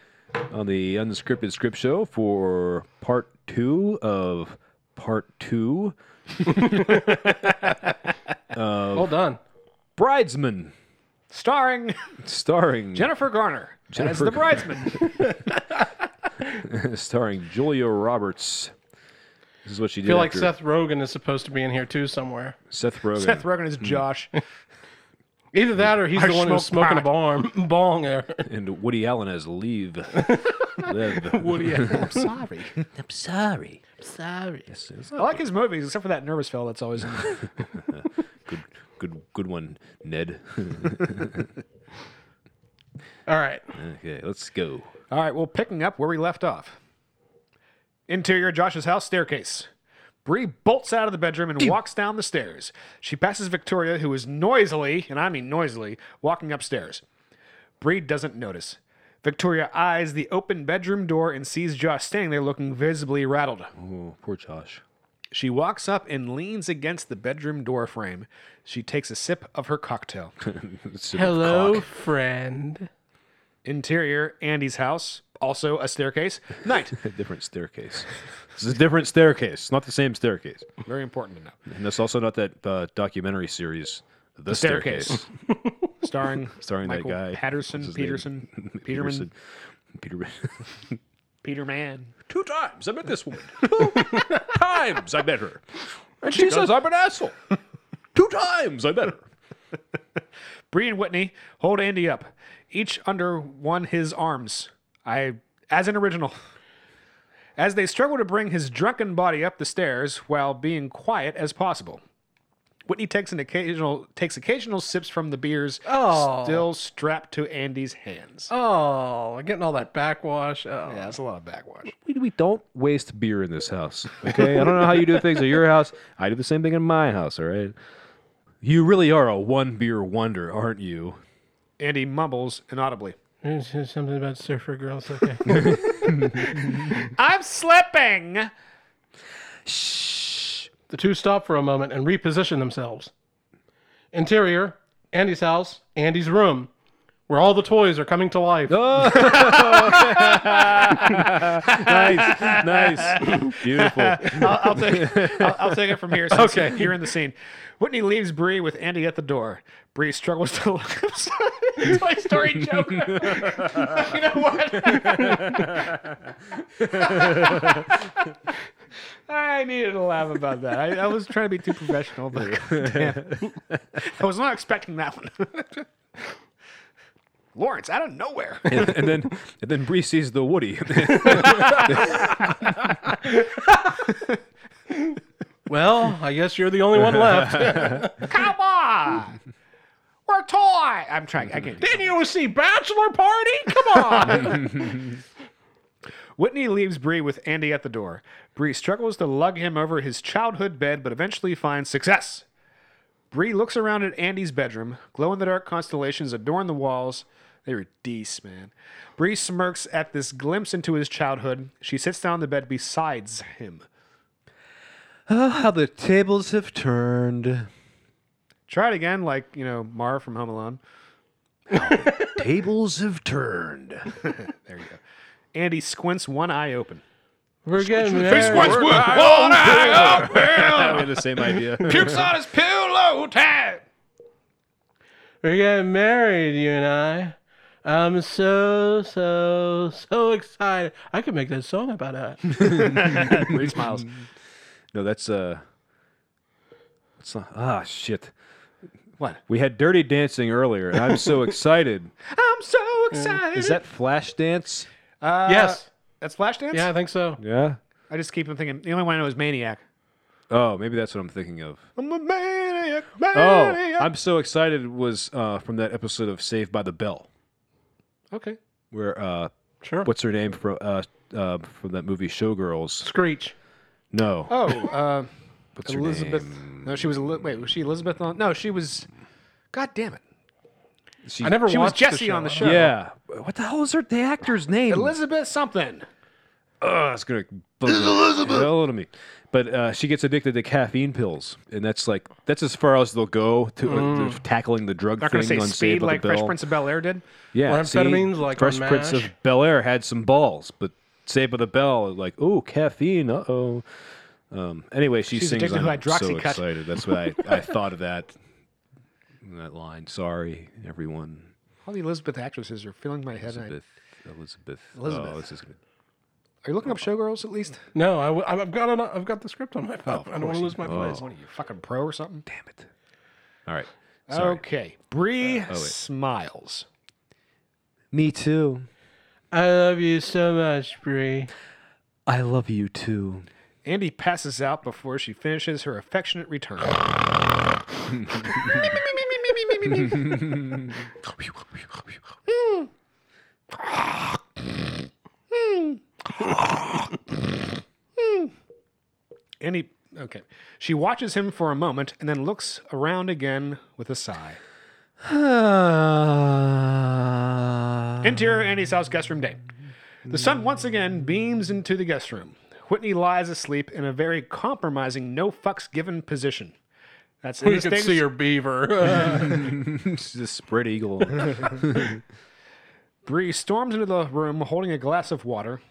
on the Unscripted Script Show for part two of part two
Hold on.
Bridesman,
Starring
starring
Jennifer Garner as
Jennifer
the
Garner.
bridesman.
starring Julia Roberts. This is what she did.
I feel like
after
Seth Rogen is supposed to be in here too somewhere.
Seth Rogen.
Seth Rogen is Josh.
Either that or he's
I
the one who's
smoke
smoking a bomb. bong there.
and Woody Allen as Leave. Lev.
Woody Allen.
I'm sorry.
I'm sorry.
Sorry.
I like his movies, except for that nervous fella that's always in it.
Good, good, good one, Ned.
All right.
okay, let's go.
All right, well, picking up where we left off. Interior Josh's house staircase. Bree bolts out of the bedroom and walks down the stairs. She passes Victoria, who is noisily, and I mean noisily, walking upstairs. Bree doesn't notice. Victoria eyes the open bedroom door and sees Josh standing there looking visibly rattled.
Oh, poor Josh.
She walks up and leans against the bedroom door frame. She takes a sip of her cocktail.
Sip of
Hello,
cock.
friend.
Interior Andy's house, also a staircase. Night.
A different staircase. This is a different staircase. It's not the same staircase.
Very important to know.
And that's also not that uh, documentary series, The,
Staircase.
Staircase.
starring
Starring
Michael
that guy.
Patterson,
What's his name?
Peterson, Peterman,
Peterson. Peter.
Peterman.
Two times I met this woman. Two times I met her. And she says I'm an asshole. Two times I met her.
Bree and Whitney hold Andy up, each under one his arms. I as an original. As they struggle to bring his drunken body up the stairs while being quiet as possible. Whitney takes an occasional takes occasional sips from the beers still strapped to Andy's hands.
Oh, getting all that backwash. Oh.
Yeah, that's a lot of backwash.
we, we don't waste beer in this house. Okay, I don't know how you do things at your house. I do the same thing in my house. All right. You really are a one beer wonder, aren't you?
Andy mumbles inaudibly.
There's just Something about surfer girls. Okay.
I'm slipping.
the two stop for a moment and reposition themselves. Interior Andy's house, Andy's room. where all the toys are coming to life.
Oh. nice, nice, beautiful.
I'll, I'll take I'll, I'll take it from here. Since okay, you're in the scene. Whitney leaves Bree with Andy at the door. Bree struggles to look upside. Toy Story joke. you know what? I needed to laugh about that. I, I was trying to be too professional, but goddamn. I was not expecting that one. Lawrence, out of nowhere.
And, and then, and then Bree sees the Woody.
well, I guess you're the only one left.
Come on. We're toy. I'm trying. I can't.
Didn't you see Bachelor Party? Come on.
Whitney leaves Bree with Andy at the door. Bree struggles to lug him over his childhood bed, but eventually finds success. Bree looks around at Andy's bedroom. Glow in the dark constellations adorn the walls. They were dece, man. Bree smirks at this glimpse into his childhood. She sits down on the bed beside him.
Oh, how the tables have turned.
Try it again, like, you know, Mar from Home Alone.
Tables have turned.
There you go. Andy squints one eye open.
We're getting there.
we had the same idea.
We're getting married, you and I. I'm so, so, so excited. I could make that song about that.
Bree smiles.
No, that's uh, that's not. Ah, shit.
What?
We had Dirty Dancing earlier, and I'm so excited.
I'm so excited.
Is that Flash Dance?
Uh,
yes.
That's Flashdance?
Yeah, I think so.
Yeah.
I just keep on thinking. The only one I know is Maniac.
Oh, maybe that's what I'm thinking of.
I'm a maniac.
Oh,
maniac.
I'm so excited was uh, from that episode of Saved by the Bell,
okay.
where uh,
Sure.
what's her name from uh, uh, from that movie Showgirls?
Screech.
No,
Oh, uh,
what's her
Elizabeth.
name?
No, she was. Eli- Wait, was she Elizabeth? On- no, she was. God damn it.
She-
I never
She was
watched
Jesse on the show. Hmm.
Yeah, what the hell is her the actor's name?
Elizabeth something.
Ugh, it's gonna Elizabeth. hell out of me. But uh, she gets addicted to caffeine pills, and that's like that's as far as they'll go to, uh, to tackling the drug
Mm. Not
thing
gonna say
on
speed
Saved by
like
the
Fresh
Bell.
Prince of Bel Air did.
Yeah,
Or amphetamines,
see,
like
Fresh
on
Prince of
MASH.
Bel Air had some balls, but Saved by the Bell, like, oh, caffeine, uh oh. Um, anyway, she
She's
sings.
addicted
I'm
to
so
hydroxycut.
excited. That's why I, I thought of that. That line. Sorry, everyone.
All the Elizabeth actresses are filling my head.
Elizabeth. Elizabeth.
Elizabeth.
Oh, this is good.
Are you looking up Showgirls at least?
No, I, have got it. I've got the script on my phone. I don't want to lose my place.
What are you fucking pro or something?
Damn it. All right. Sorry.
Okay. Bree smiles.
Me too.
I love you so much, Bree.
I love you too.
Andy passes out before she finishes her affectionate return. Andy, okay. She watches him for a moment and then looks around again with a sigh.
Uh-huh.
Interior Andy's house guest room day. The sun once again beams into the guest room. Whitney lies asleep in a very compromising, no fucks given position. That's
You can see her beaver.
It's just spread eagle.
Bree storms into the room holding a glass of water.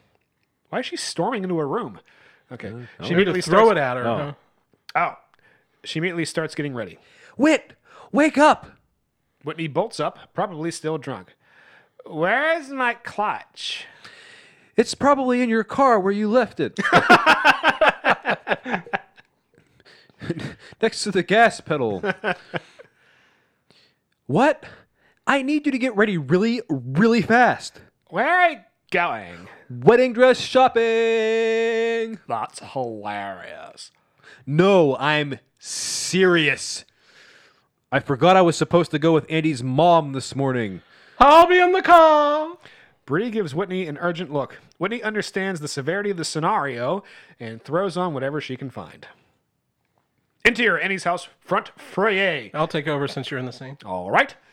Why is she storming into a room? Okay. She immediately
Uh, Throw
starts,
it at her. huh?
out. She immediately starts getting ready.
Wit, wake up.
Whitney bolts up, probably still drunk. Where's my clutch?
It's probably in your car where you left it.
Next to the gas pedal.
What? I need you to get ready really, really fast.
Where are you going?
Wedding dress shopping.
That's hilarious.
No, I'm serious. I forgot I was supposed to go with Andy's mom this morning.
I'll be in the car.
Bree gives Whitney an urgent look. Whitney understands the severity of the scenario and throws on whatever she can find. Interior Annie's house, front foyer.
I'll take over since you're in the scene.
All right.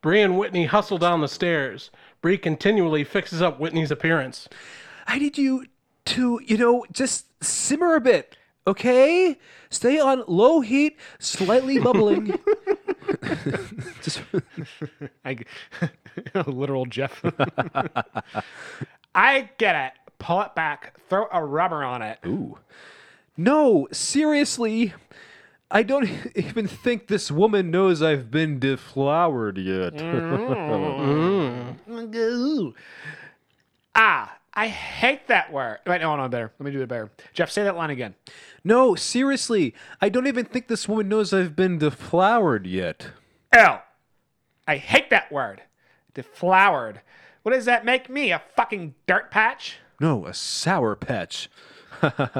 Bree and Whitney hustle down the stairs. Bree continually fixes up Whitney's appearance.
I need you to, you know, just simmer a bit.
Okay? Stay on low heat, slightly bubbling. Just
I, literal Jeff. I get it. Pull it back. Throw a rubber on it.
No, seriously. I don't even think this woman knows I've been deflowered yet.
Ooh. Ah, I hate that word. Wait, no, no, better. Let me do it better. Jeff, say that line again.
No, seriously. I don't even think this woman knows I've been deflowered yet.
L. I hate that word. Deflowered. What does that make me? A fucking dirt patch?
No, Oh, a sour patch.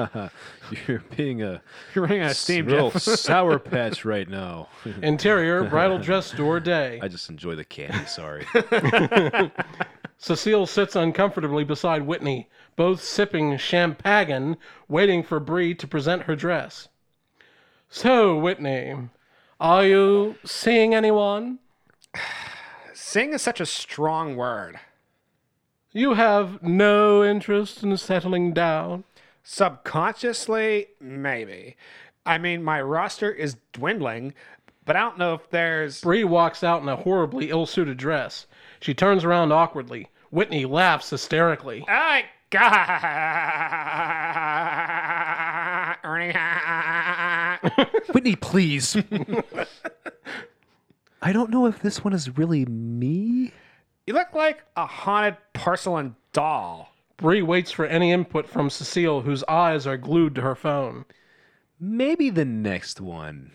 You're being a
You're running out of steam,
real
Jeff.
sour patch right now.
Interior, bridal dress store day.
I just enjoy the candy, sorry.
Cecile sits uncomfortably beside Whitney, both sipping champagne, waiting for Bree to present her dress. So, Whitney, are you seeing anyone?
Sing is such a strong word.
You have no interest in settling down.
Subconsciously, maybe. I mean, my roster is dwindling, but I don't know if there's.
Bree walks out in a horribly ill suited dress. She turns around awkwardly. Whitney laughs hysterically.
I God, Ernie.
Whitney, please. I don't know if this one is really me.
you look like a haunted porcelain doll.
Bree waits for any input from Cecile, whose eyes are glued to her phone.
Maybe the next one.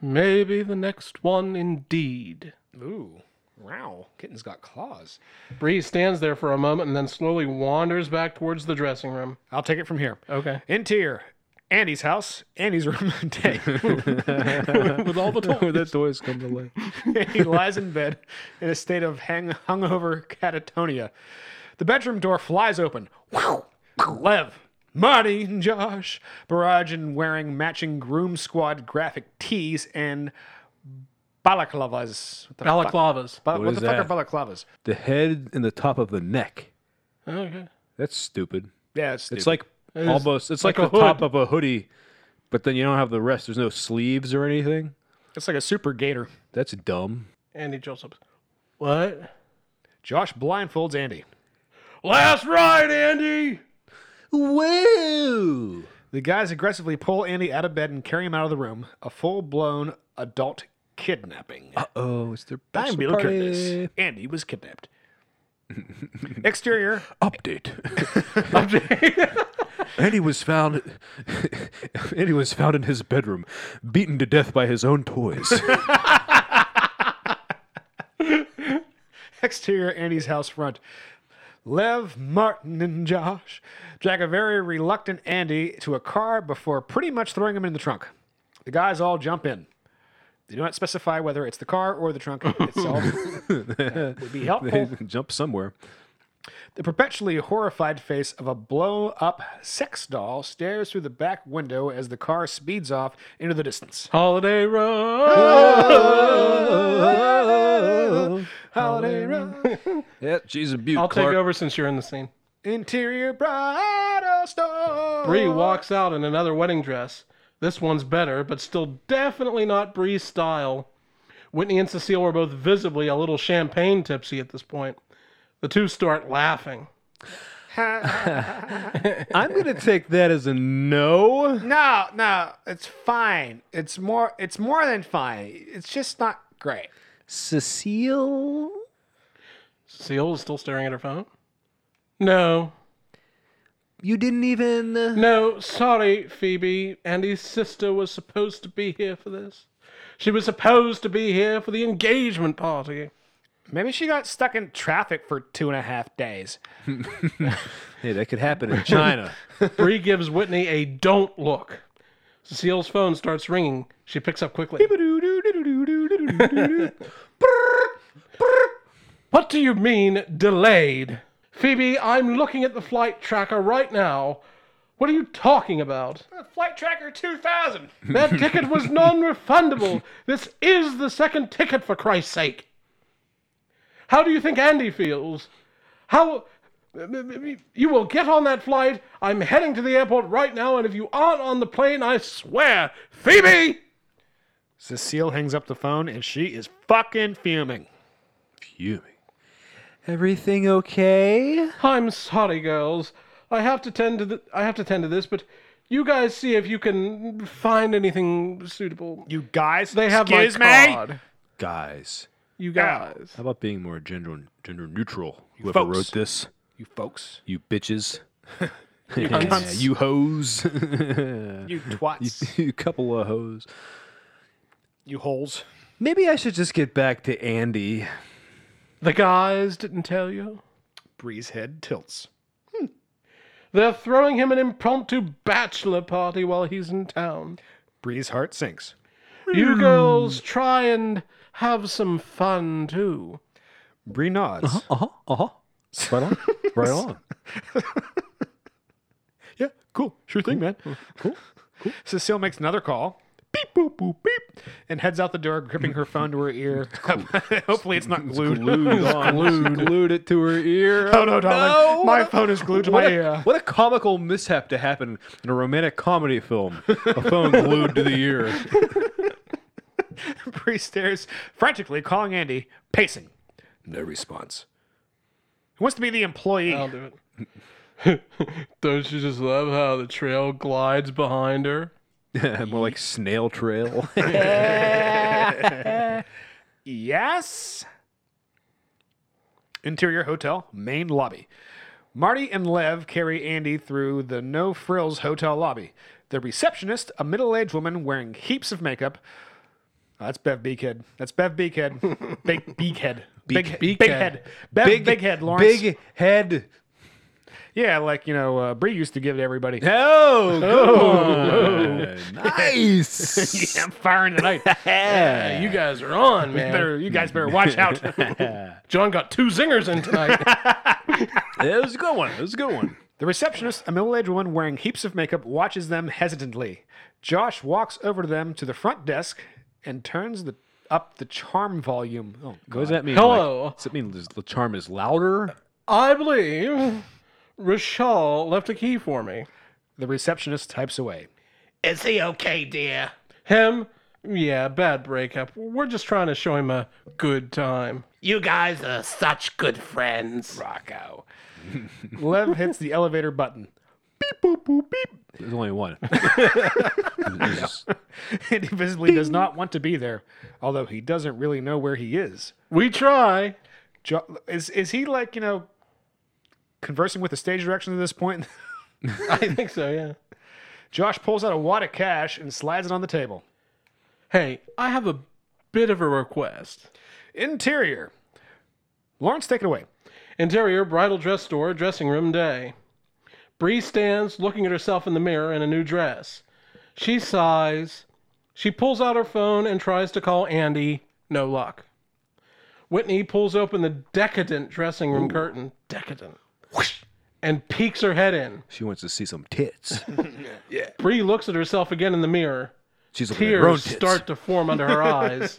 Maybe the next one, indeed.
Ooh, wow! Kitten's got claws.
Bree stands there for a moment and then slowly wanders back towards the dressing room.
I'll take it from here.
Okay.
Interior, Andy's house, Andy's room. Day.
With all the
Where that toys come to life.
he lies in bed in a state of hang- hungover catatonia. The bedroom door flies open. Wow! Lev, Marty, and Josh, Barrage, and wearing matching groom squad graphic tees and balaclavas. What the
balaclavas.
Fuck? Ba- what
is
the fuck
that?
are balaclavas?
The head and the top of the neck.
Okay.
That's stupid.
Yeah, it's,
It's
stupid.
like almost. It's like,
like a
the top
hood.
of a hoodie, but then you don't have the rest. There's no sleeves or anything.
it's like a super gator.
That's dumb.
Andy Josephs. What?
Josh blindfolds Andy.
Last ride, Andy!
Whoa!
The guys aggressively pull Andy out of bed and carry him out of the room. A full-blown adult kidnapping.
Oh, it's their
I'm
bachelor
Bill Curtis.
party.
Andy was kidnapped. Exterior,
Update. Andy was found. Andy was found in his bedroom, beaten to death by his own toys.
exterior Andy's house front. Lev, Martin, and Josh drag a very reluctant Andy to a car before pretty much throwing him in the trunk. The guys all jump in. They do not specify whether it's the car or the trunk itself. That would be helpful.
Jump somewhere.
The perpetually horrified face of a blow up sex doll stares through the back window as the car speeds off into the distance.
Holiday Road!
Holiday Road,
Yeah, she's a beaut,
I'll take
Clark.
over since you're in the scene.
interior bridal store.
Bree walks out in another wedding dress. This one's better, but still definitely not Bree's style. Whitney and Cecile are both visibly a little champagne tipsy at this point. The two start laughing.
I'm gonna take that as a no.
No, no, it's fine. It's more. It's more than fine. It's just not great.
Cecile.
Cecile is still staring at her phone. No.
You didn't even.
No, sorry, Phoebe. Andy's sister was supposed to be here for this. She was supposed to be here for the engagement party.
Maybe she got stuck in traffic for two and a half days.
Hey, that could happen in China.
Bree gives Whitney a don't look. Cecile's phone starts ringing. She picks up quickly. What do you mean, delayed? Phoebe, I'm looking at the flight tracker right now. What are you talking about?
Flight Tracker 2000.
That ticket was non refundable. This is the second ticket, for Christ's sake. How do you think Andy feels? How. You will get on that flight. I'm heading to the airport right now, and if you aren't on the plane, I swear, Phoebe!
Cecile hangs up the phone and she is fucking fuming.
Fuming.
Everything okay?
I'm sorry, girls. I have to tend to th- I have to tend to this, but you guys see if you can find anything suitable.
You guys,
They have
excuse
my
me.
card.
Guys,
You guys.
how about being more gender gender neutral? Whoever
folks.
wrote this,
You folks,
you bitches,
you
Yeah,
cunts,
you hoes,
you twats,
you couple of hoes.
you holes.
Maybe I should just get back to Andy.
The guys didn't tell you.
Bree's head tilts.
They're throwing him an impromptu bachelor party while he's in town.
Bree's heart sinks.
You girls try and have some fun too.
Bree nods.
Uh huh. Uh huh. Right on. Right on.
Yeah, cool. Sure thing, man. Cool. cool. Cecile makes another call. Beep, boop, boop, beep. And heads out the door, gripping her phone to her ear. Hopefully it's not glued.
Glued. glued it to her ear.
Oh, no, darling. my phone is glued to my
What a,
ear.
what a comical mishap to happen in a romantic comedy film. A phone glued to the ear.
Bree stares, frantically calling Andy, pacing. No response. He wants to be the employee.
I'll do it. Don't you just love how the trail glides behind her?
More like snail trail.
Yes. Interior hotel, main lobby. Marty and Lev carry Andy through the no frills hotel lobby. The receptionist, a middle aged woman wearing heaps of makeup. Oh, that's Bev Beakhead. That's Bev Beakhead. Big Beakhead. Big, big
Beakhead.
head. Bev Big, Head Lawrence.
Big head.
Yeah, like, you know, uh, Bree used to give to everybody.
Oh, good one. Oh, nice.
yeah, I'm firing tonight.
Hey, you guys are on, man.
better, you guys better watch out.
John got two zingers in tonight.
That was a good one. That was a good one.
The receptionist, a middle aged woman wearing heaps of makeup, watches them hesitantly. Josh walks over to them to the front desk and turns the, up the charm volume. Oh,
What does that mean?
Hello.
Like, does that mean this- the charm is louder?
I believe Rachel left a key for me.
the receptionist types away.
Is he okay, dear? Him? Yeah, bad breakup. We're just trying to show him a good time. You guys are such good friends.
Rocco. Lev hits the elevator button. Beep, boop, boop, beep.
There's only one.
And he visibly does not want to be there, although he doesn't really know where he is.
We try.
Jo- is, is he like, you know, conversing with the stage direction at this point?
I think so, yeah.
Josh pulls out a wad of cash and slides it on the table.
Hey, I have a bit of a request.
Interior. Lawrence, take it away.
Interior bridal dress store, dressing room day. Bree stands looking at herself in the mirror in a new dress. She sighs. She pulls out her phone and tries to call Andy. No luck. Whitney pulls open the decadent dressing room curtain. Decadent. And peeks her head in.
she wants to see some tits.
Bree looks at herself again in the mirror.
She's looking at her own
Tears
tits.
start to form under her eyes.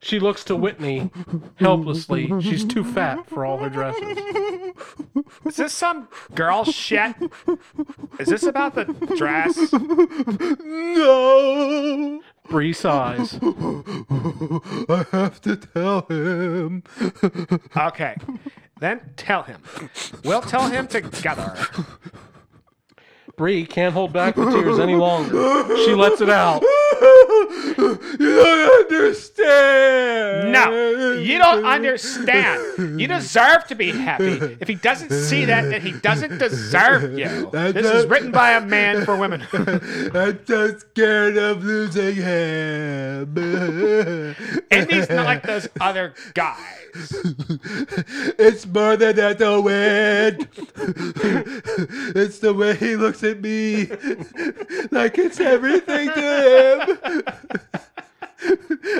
She looks to Whitney helplessly. She's too fat for all her dresses.
Is this some girl shit? Is this about the dress?
No.
Bree sighs.
I have to tell him.
Okay. Then tell him. We'll tell him together.
Bree can't hold back the tears any longer. She lets it out.
You don't understand.
No, you don't understand. You deserve to be happy. If he doesn't see that, then he doesn't deserve you. This is written by a man for women.
I'm so scared of losing him.
Andy's not like those other guys.
it's more than I know it. it's the way he looks at me. like it's everything to him.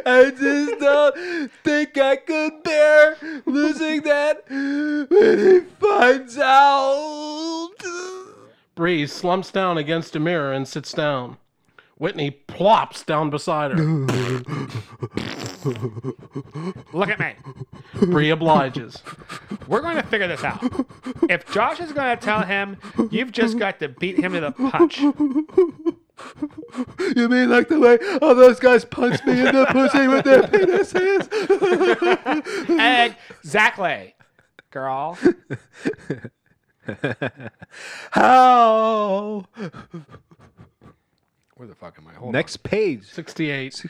I just don't think I could bear losing that when he finds out.
Bree slumps down against a mirror and sits down. Whitney plops down beside her.
Look at me.
Bree obliges.
We're going to figure this out. If Josh is going to tell him, you've just got to beat him to the punch.
You mean like the way all those guys punch me in the pussy with their penises?
Exactly, girl.
How?
Where the fuck am I? Hold
Next page.
68.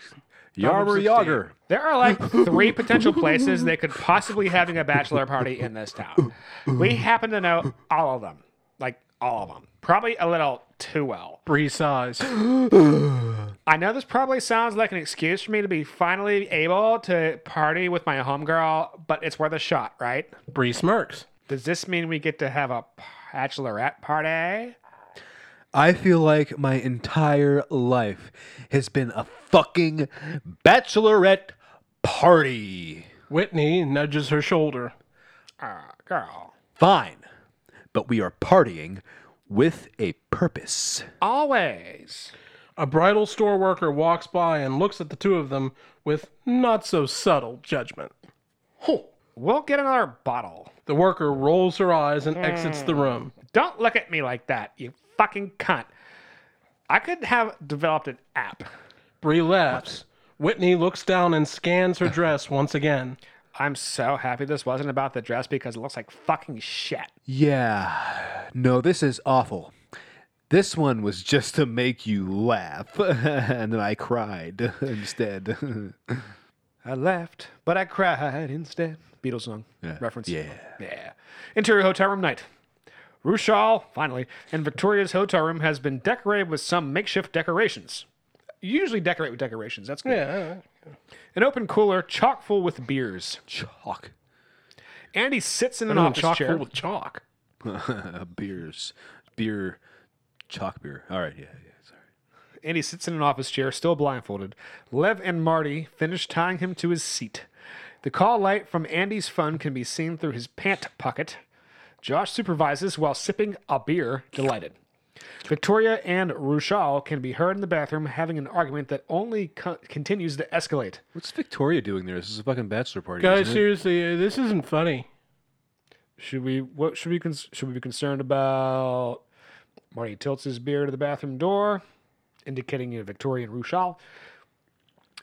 Yarmer Yager.
There are like three potential places they could possibly having a bachelor party in this town. We happen to know all of them, like all of them, probably a little too well.
Three size.
I know this probably sounds like an excuse for me to be finally able to party with my homegirl, but it's worth a shot, right?
Bree smirks.
Does this mean we get to have a bachelorette party?
I feel like my entire life has been a fucking bachelorette party.
Whitney nudges her shoulder.
Ah, girl.
Fine, but we are partying with a purpose.
Always.
A bridal store worker walks by and looks at the two of them with not so subtle judgment.
We'll get another bottle.
The worker rolls her eyes and exits the room.
Don't look at me like that, you fucking cunt. I could have developed an app.
Bree laughs. Whitney looks down and scans her dress once again.
I'm so happy this wasn't about the dress because it looks like fucking shit.
Yeah, no, this is awful. This one was just to make you laugh, and then I cried instead.
I laughed, but I cried instead. Beatles song reference.
yeah.
Yeah. Interior hotel room night. Rushal, finally, and Victoria's hotel room has been decorated with some makeshift decorations. You usually decorate with decorations. That's good.
Yeah.
An open cooler chock full with beers.
Chalk
Andy sits in an
Not
office
chock
chair.
full with chalk.
beers, beer, chalk beer. All right, yeah, yeah. Sorry.
Andy sits in an office chair, still blindfolded. Lev and Marty finish tying him to his seat. The call light from Andy's phone can be seen through his pant pocket. Josh supervises while sipping a beer, delighted. Victoria and Rushal can be heard in the bathroom having an argument that only co- continues to escalate.
What's Victoria doing there? This is a fucking bachelor party.
Guys,
isn't it?
seriously, uh, this isn't funny.
Should we? What should we? Cons- should we be concerned about? Marty tilts his beer to the bathroom door, indicating a Victorian Ruchal.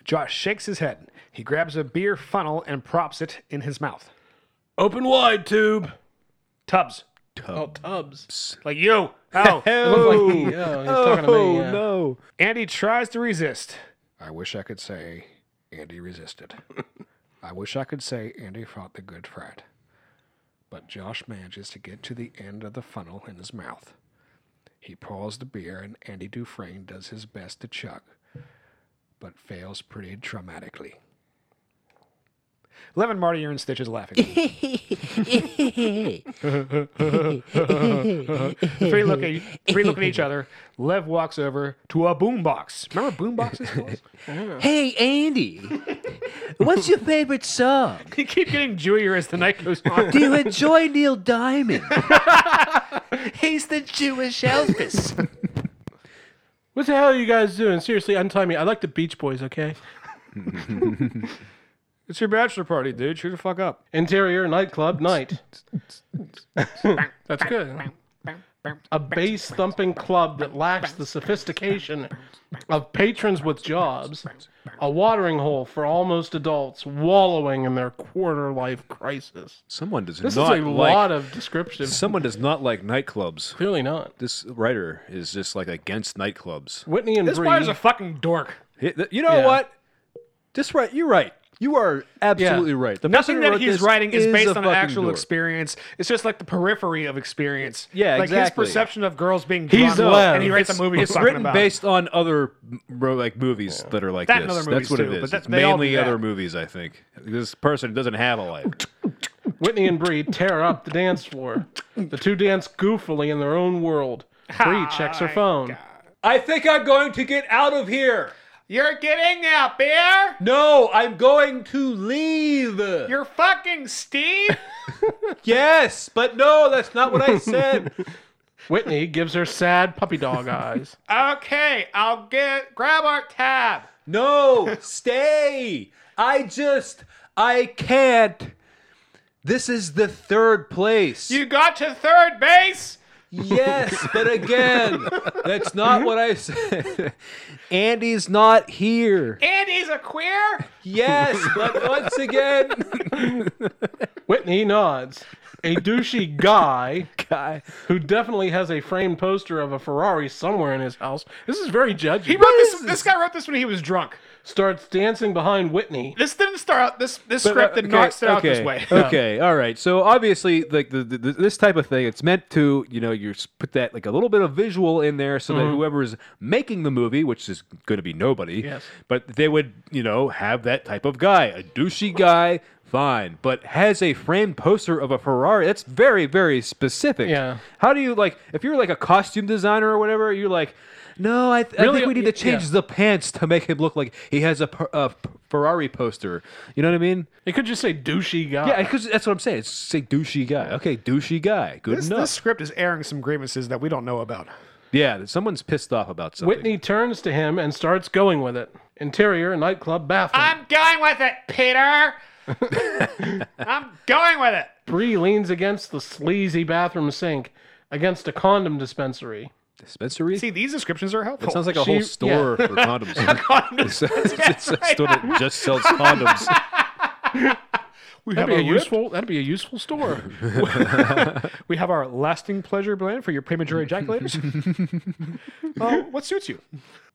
Josh shakes his head. He grabs a beer funnel and props it in his mouth.
Open wide, tube.
Tubbs,
Oh, tubs.
like you. Oh,
Oh, he's talking to me. yeah.
no.
Andy tries to resist. I wish I could say Andy resisted. I wish I could say Andy fought the good fight. But Josh manages to get to the end of the funnel in his mouth. He pours the beer, and Andy Dufresne does his best to chug, but fails pretty dramatically. Lev and Marty are in stitches laughing. the three look, at, e-, three look at each other. Lev walks over to a boombox. Remember boomboxes?
Hey, Andy, what's your favorite song?
they keep getting Jewier as the night goes on.
Do you enjoy Neil Diamond?
He's the Jewish Elvis.
What the hell are you guys doing? Seriously, untie me. I like the Beach Boys, okay?
it's your bachelor party, dude. Shut the fuck up.
Interior nightclub night. That's good. A bass thumping club that lacks the sophistication of patrons with jobs, a watering hole for almost adults wallowing in their quarter life crisis.
Someone does
This
not
is a
like.
lot of descriptions.
someone does not like nightclubs.
Clearly not.
This writer is just like against nightclubs.
Whitney and
This
Bree.
writer's a fucking dork.
Hey, th- You know
Yeah.
what? This right. You're right. You are absolutely right. The person
Nothing
who
that
wrote
he's
this
writing is,
a
based on
fucking
actual
dork.
experience. It's just like the periphery of experience.
Yeah,
like
exactly.
his perception of girls being
He's
drawn,
left.
and he writes
It's-
a movie he's
It's
talking
written
about.
based on other m- ro- like movies that are like
That and
this.
other movies
That's what
too,
it is.
but that-
it's
they all do
mainly
that.
other movies, I think. This person doesn't have a life.
Whitney and Bree tear up the dance floor. The two dance goofily in their own world. Bree checks her phone.
I think I'm going to get out of here.
You're getting out, beer.
No, I'm going to leave.
You're fucking Steve.
Yes, but no, that's not what I said.
Whitney gives her sad puppy dog eyes.
okay, I'll get grab our tab.
No, stay. I just, I can't This is the third place.
You got to third base.
Yes, but again, that's not what I said. Andy's not here.
Andy's a queer.
Yes, but once again,
Whitney nods. A douchey guy
guy.
who definitely has a framed poster of a Ferrari somewhere in his house. This is very judgy.
He wrote this, this. guy wrote this when he was drunk.
starts dancing behind Whitney.
This didn't start out. This this script did not start out
uh, okay,
this way.
Okay, all right. So obviously, like the, the, this type of thing, it's meant to you know you s- put that like a little bit of visual in there so that whoever is making the movie, which is going to be nobody,
Yes.
but they would you know have that type of guy, a douchey guy, fine, but has a framed poster of a Ferrari. That's very very specific.
Yeah.
How do you like if you're like a costume designer or whatever? You're like. No, I, th- I
Really,
think we need
yeah,
to change
yeah.
the pants to make him look like he has a, per- a p- Ferrari poster. You know what I mean?
It could just say douchey guy.
Yeah, because that's what I'm saying. It's say douchey guy. Okay, douchey guy. Good
This,
enough.
this script is airing some grievances that we don't know about.
Yeah, that someone's pissed off about something.
Whitney turns to him and starts going with it. Interior nightclub bathroom.
going with it, Peter. I'm going with it.
Bree leans against the sleazy bathroom sink against a condom dispensary.
dispensary.
See, these descriptions are helpful.
that sounds like a
she-
whole store for condoms.
Condoms.
it's it's a store that just sells condoms.
we
That'd
have
be
a
a
useful.
useful. That'd be a useful store.
We have our lasting pleasure plan for your premature ejaculators. uh, what suits you?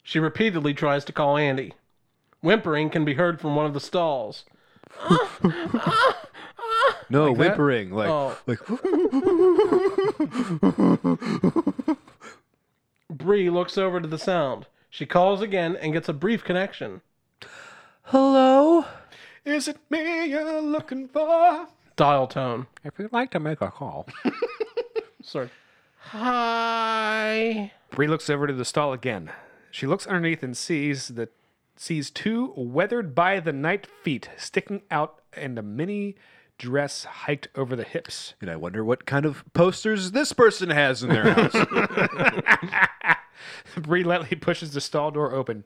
she repeatedly tries to call Andy. Whimpering can be heard from one of the stalls.
No, whimpering. Like,
Oh.
like
Bree looks over to the sound. She calls again and gets a brief connection.
hello?
Is it me you're looking for?
Dial tone.
If you'd like to make a call.
Sorry. Hi.
Bree looks over to the stall again. She looks underneath and sees the sees two weathered by the night feet sticking out and a mini dress hiked over the hips.
And I wonder what kind of posters this person has in their house.
Bree lightly pushes the stall door open.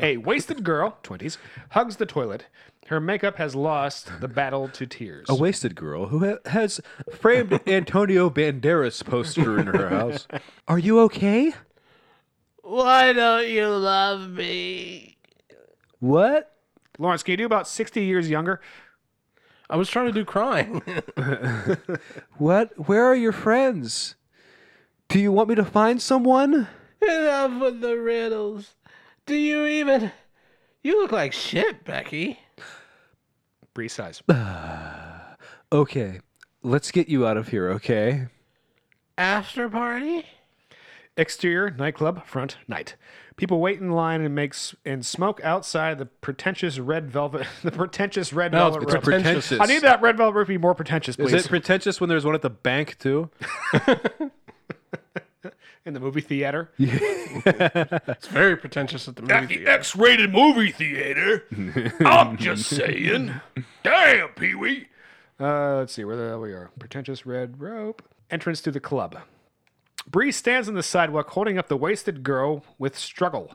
a wasted girl, 20s, hugs the toilet. Her makeup has lost the battle to tears.
a wasted girl who ha- has framed Antonio Banderas poster in her house. Are you okay?
Why don't you love me?
What?
Lawrence, can you do about 60 years younger?
I was trying to do crying.
What? Where are your friends? Do you want me to find someone?
Enough with the riddles. Do you even? You look like shit, Becky.
Bree sighs.
Okay, let's get you out of here, okay?
After party?
Exterior nightclub front night. People wait in line and makes and smoke outside the pretentious red velvet. The pretentious red velvet. rope.
pretentious.
I need that red velvet rope to be more pretentious,
Is
please.
it pretentious when there's one at the bank too?
in the movie theater.
It's very pretentious at the movie theater.
X-rated movie theater. I'm just saying. Damn, Pee Wee.
Uh, let's see where the hell we are. Pretentious red rope. Entrance to the club. Bree stands on the sidewalk holding up the wasted girl with struggle.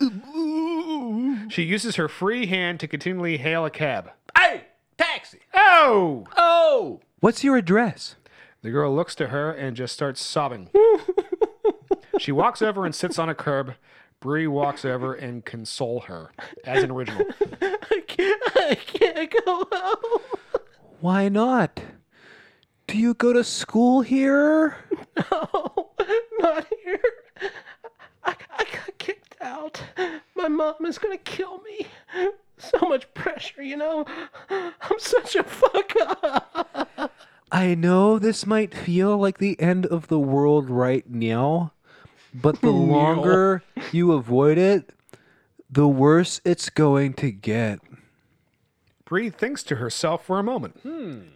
She uses her free hand to continually hail a cab.
Hey, taxi.
Oh!
Oh.
What's your address?
The girl looks to her and just starts sobbing. she walks over and sits on a curb. Bree walks over and console her as an original.
I can't, I can't go home.
Why not? Do you go to school here?
No, not here. I, I got kicked out. My mom is gonna kill me. So much pressure, you know. I'm such a fuck up.
I know this might feel like the end of the world right now, but the longer you avoid it, the worse it's going to get.
Bree thinks to herself for a moment,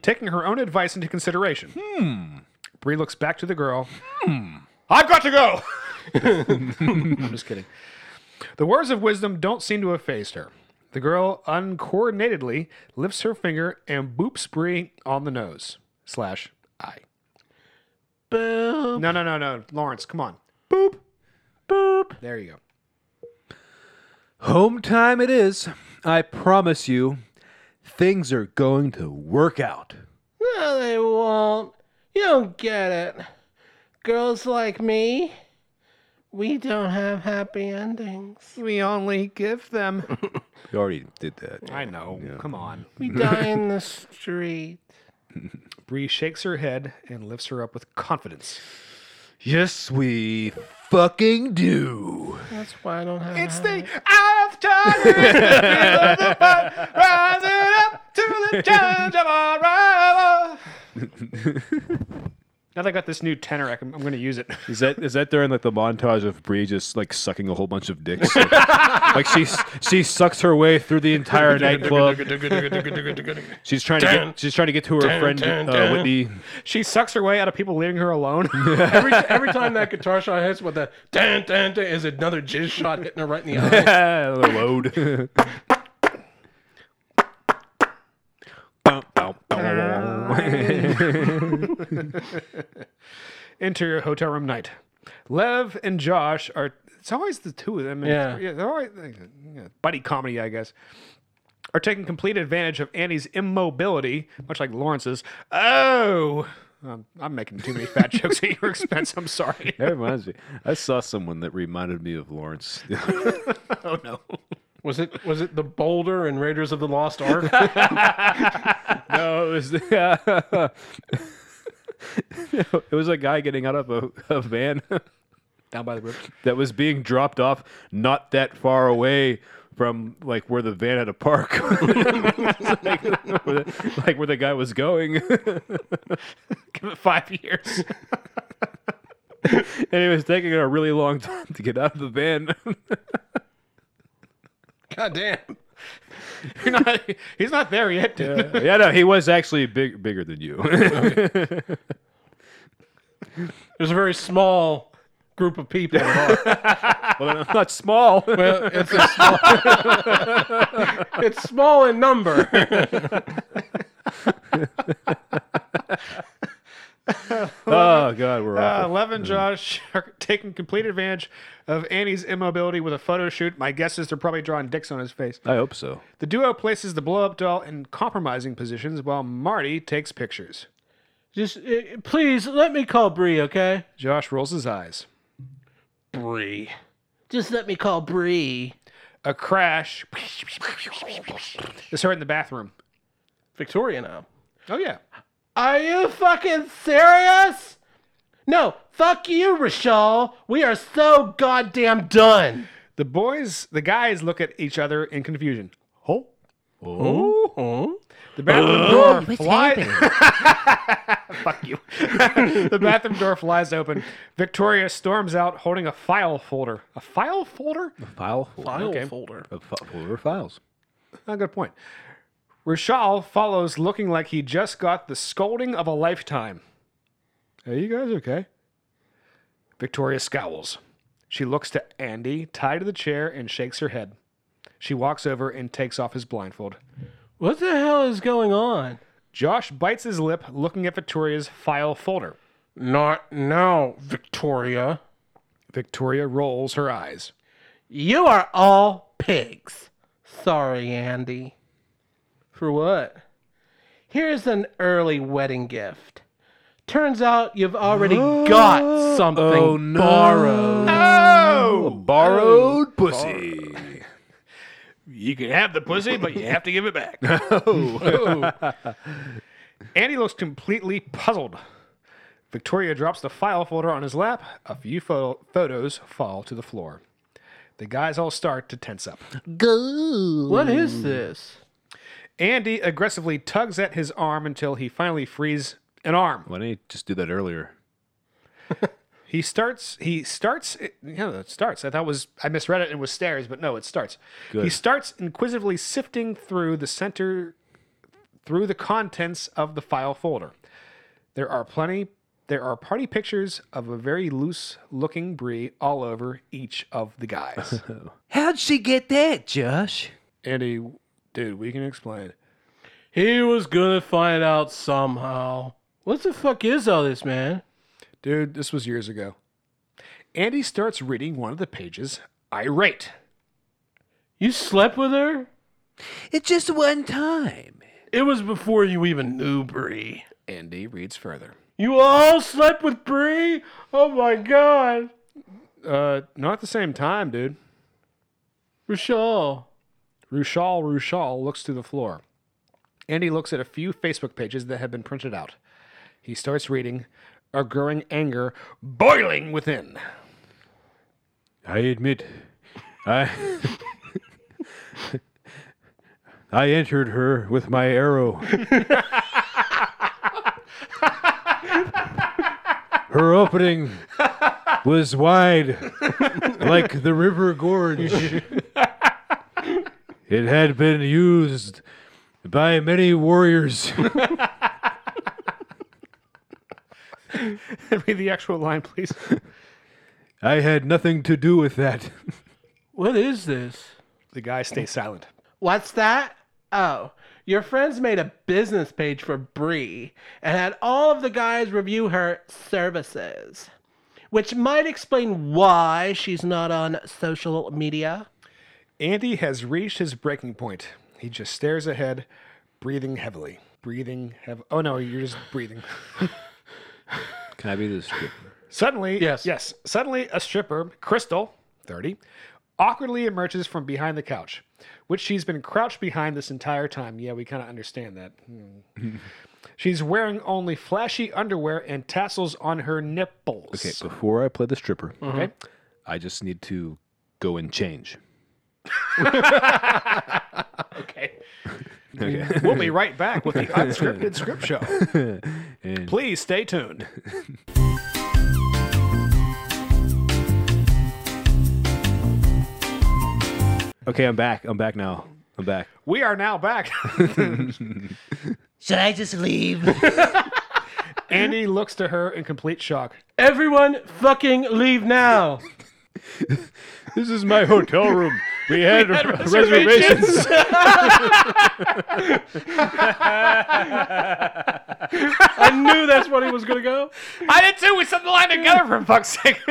taking her own advice into consideration. Hmm. Bree looks back to the girl. Hmm. I've got to go. I'm just kidding. The words of wisdom don't seem to have phased her. The girl uncoordinatedly lifts her finger and boops Bree on the nose slash eye.
Boop,
No, no, no, no, Lawrence, come on.
boop.
There you go.
Home time it is. I promise you, things are going to work out.
No, they won't. You don't get it. Girls like me, we don't have happy endings.
We only give them.
You already did that.
I know. Come on.
We die in the street.
Bree shakes her head and lifts her up with confidence.
Yes, we fucking do.
That's why I don't have.
It's the afternoon. feel the fire rising up to the challenge of our rival. now that I got this new tenor, I can- I'm going to use it.
Is that is that during like the montage of Bree just like sucking a whole bunch of dicks? like she s- she sucks her way through the entire nightclub. She's trying to get she's trying to get to her friend uh, Whitney.
She sucks her way out of people leaving her alone.
every, every time that guitar shot hits with the dun dun dun is another jizz shot hitting her right in the eye.
Ah, the load. Bum, bum, bum.
Enter your hotel room night. Lev and Josh are. It's always the two of them. and it's-
Yeah.
they're always, yeah, buddy comedy, I guess. Are taking complete advantage of Annie's immobility, much like Lawrence's. Oh, I'm, I'm making too many fat jokes at your expense. I'm sorry.
That reminds me. I saw someone that reminded me of Lawrence.
Oh no.
Was it was it the Boulder and Raiders of the Lost Ark?
no, it was it was a guy getting out of a, a van
Down by the river.
that was being dropped off not that far away from like where the van had a park, like, where the, like where the guy was going.
Give it five years.
and it was taking her a really long time to get out of the van.
God damn.
You're not, he's not there yet, dude.
yeah, no, he was actually big, bigger than you.
There's a very small group of people. involved.
well, I'm not small.
well, it's, a small, it's small in number.
oh God, we're
Uh,
awful.
Lev and Josh are taking complete advantage of Annie's immobility with a photo shoot. My guess is they're probably drawing dicks on his face.
I hope so.
The duo places the blow up doll in compromising positions while Marty takes pictures.
Just uh, please let me call Bree, okay?
Josh rolls his eyes.
Bree. Just let me call Bree.
A crash is heard in the bathroom.
Victoria now.
Oh, yeah.
Are you fucking serious? No, fuck you, Rochelle. We are so goddamn done.
The boys, the guys look at each other in confusion. Oh. The bathroom door flies. Fuck you. the bathroom door flies open. Victoria storms out holding a file folder. A file folder?
File folder.
Okay.
folder.
A fi- folder of files.
Oh, good point. Rishal follows looking like he just got the scolding of a lifetime. Are you guys okay? Victoria scowls. She looks to Andy, tied to the chair, and shakes her head. She walks over and takes off his blindfold.
What the hell is going on?
Josh bites his lip, looking at Victoria's file folder.
Not now, Victoria.
Victoria rolls her eyes.
You are all pigs. Sorry, Andy. For what? Here's an early wedding gift. Turns out you've already got something borrowed.
Oh!
Borrowed pussy.
You can have the pussy, but you have to give it back.
Oh.
Oh. Andy looks completely puzzled. Victoria drops the file folder on his lap. A few photo- photos fall to the floor. The guys all start to tense up.
What is this?
Andy aggressively tugs at his arm until he finally frees an arm.
Why didn't you just do that earlier?
He starts. He starts. Yeah, it starts. I thought it was I misread it. It was stairs, but no, it starts. He
Good.
starts inquisitively sifting through the center, through the contents of the file folder. There are plenty. There are party pictures of a very loose-looking Brie all over each of the guys.
How'd she get that, Josh?
Andy, dude, we can explain.
He was gonna find out somehow. What the fuck is all this, man?
Dude, this was years ago. Andy starts reading one of the pages, irate.
You slept with her?
It's just one time.
It was before you even knew Bree.
Andy reads further.
You all slept with Bree? Oh my god.
Uh, not at the same time, dude.
Rochelle.
Rushal Rushal looks to the floor. Andy looks at a few Facebook pages that have been printed out. He starts reading, a growing anger boiling within.
I admit, I I entered her with my arrow. her opening was wide, like the river gorge. It had been used by many warriors.
Read the actual line, please.
I had nothing to do with that.
What is this?
the guy stays silent.
What's that? Oh, your friends made a business page for Bree and had all of the guys review her services, which might explain why she's not on social media.
Andy has reached his breaking point. He just stares ahead, breathing heavily. Breathing heavily. Oh no, you're just breathing.
Can I be the stripper?
Suddenly,
Yes.
yes. Suddenly, a stripper, Crystal, thirty, awkwardly emerges from behind the couch, which she's been crouched behind this entire time. Yeah, we kind of understand that. Hmm. she's wearing only flashy underwear and tassels on her nipples.
Okay, before I play the stripper,
Okay.
I just need to go and change.
Okay. we'll be right back with the unscripted script show. Please stay tuned.
Okay, I'm back. I'm back now. I'm back.
We are now back.
Should I just leave?
Andy looks to her in complete shock.
Everyone fucking leave now.
This is my hotel room. We had,
reservations.
reservations.
I knew that's where he was going to go.
I did too. We set the line together for fuck's sake.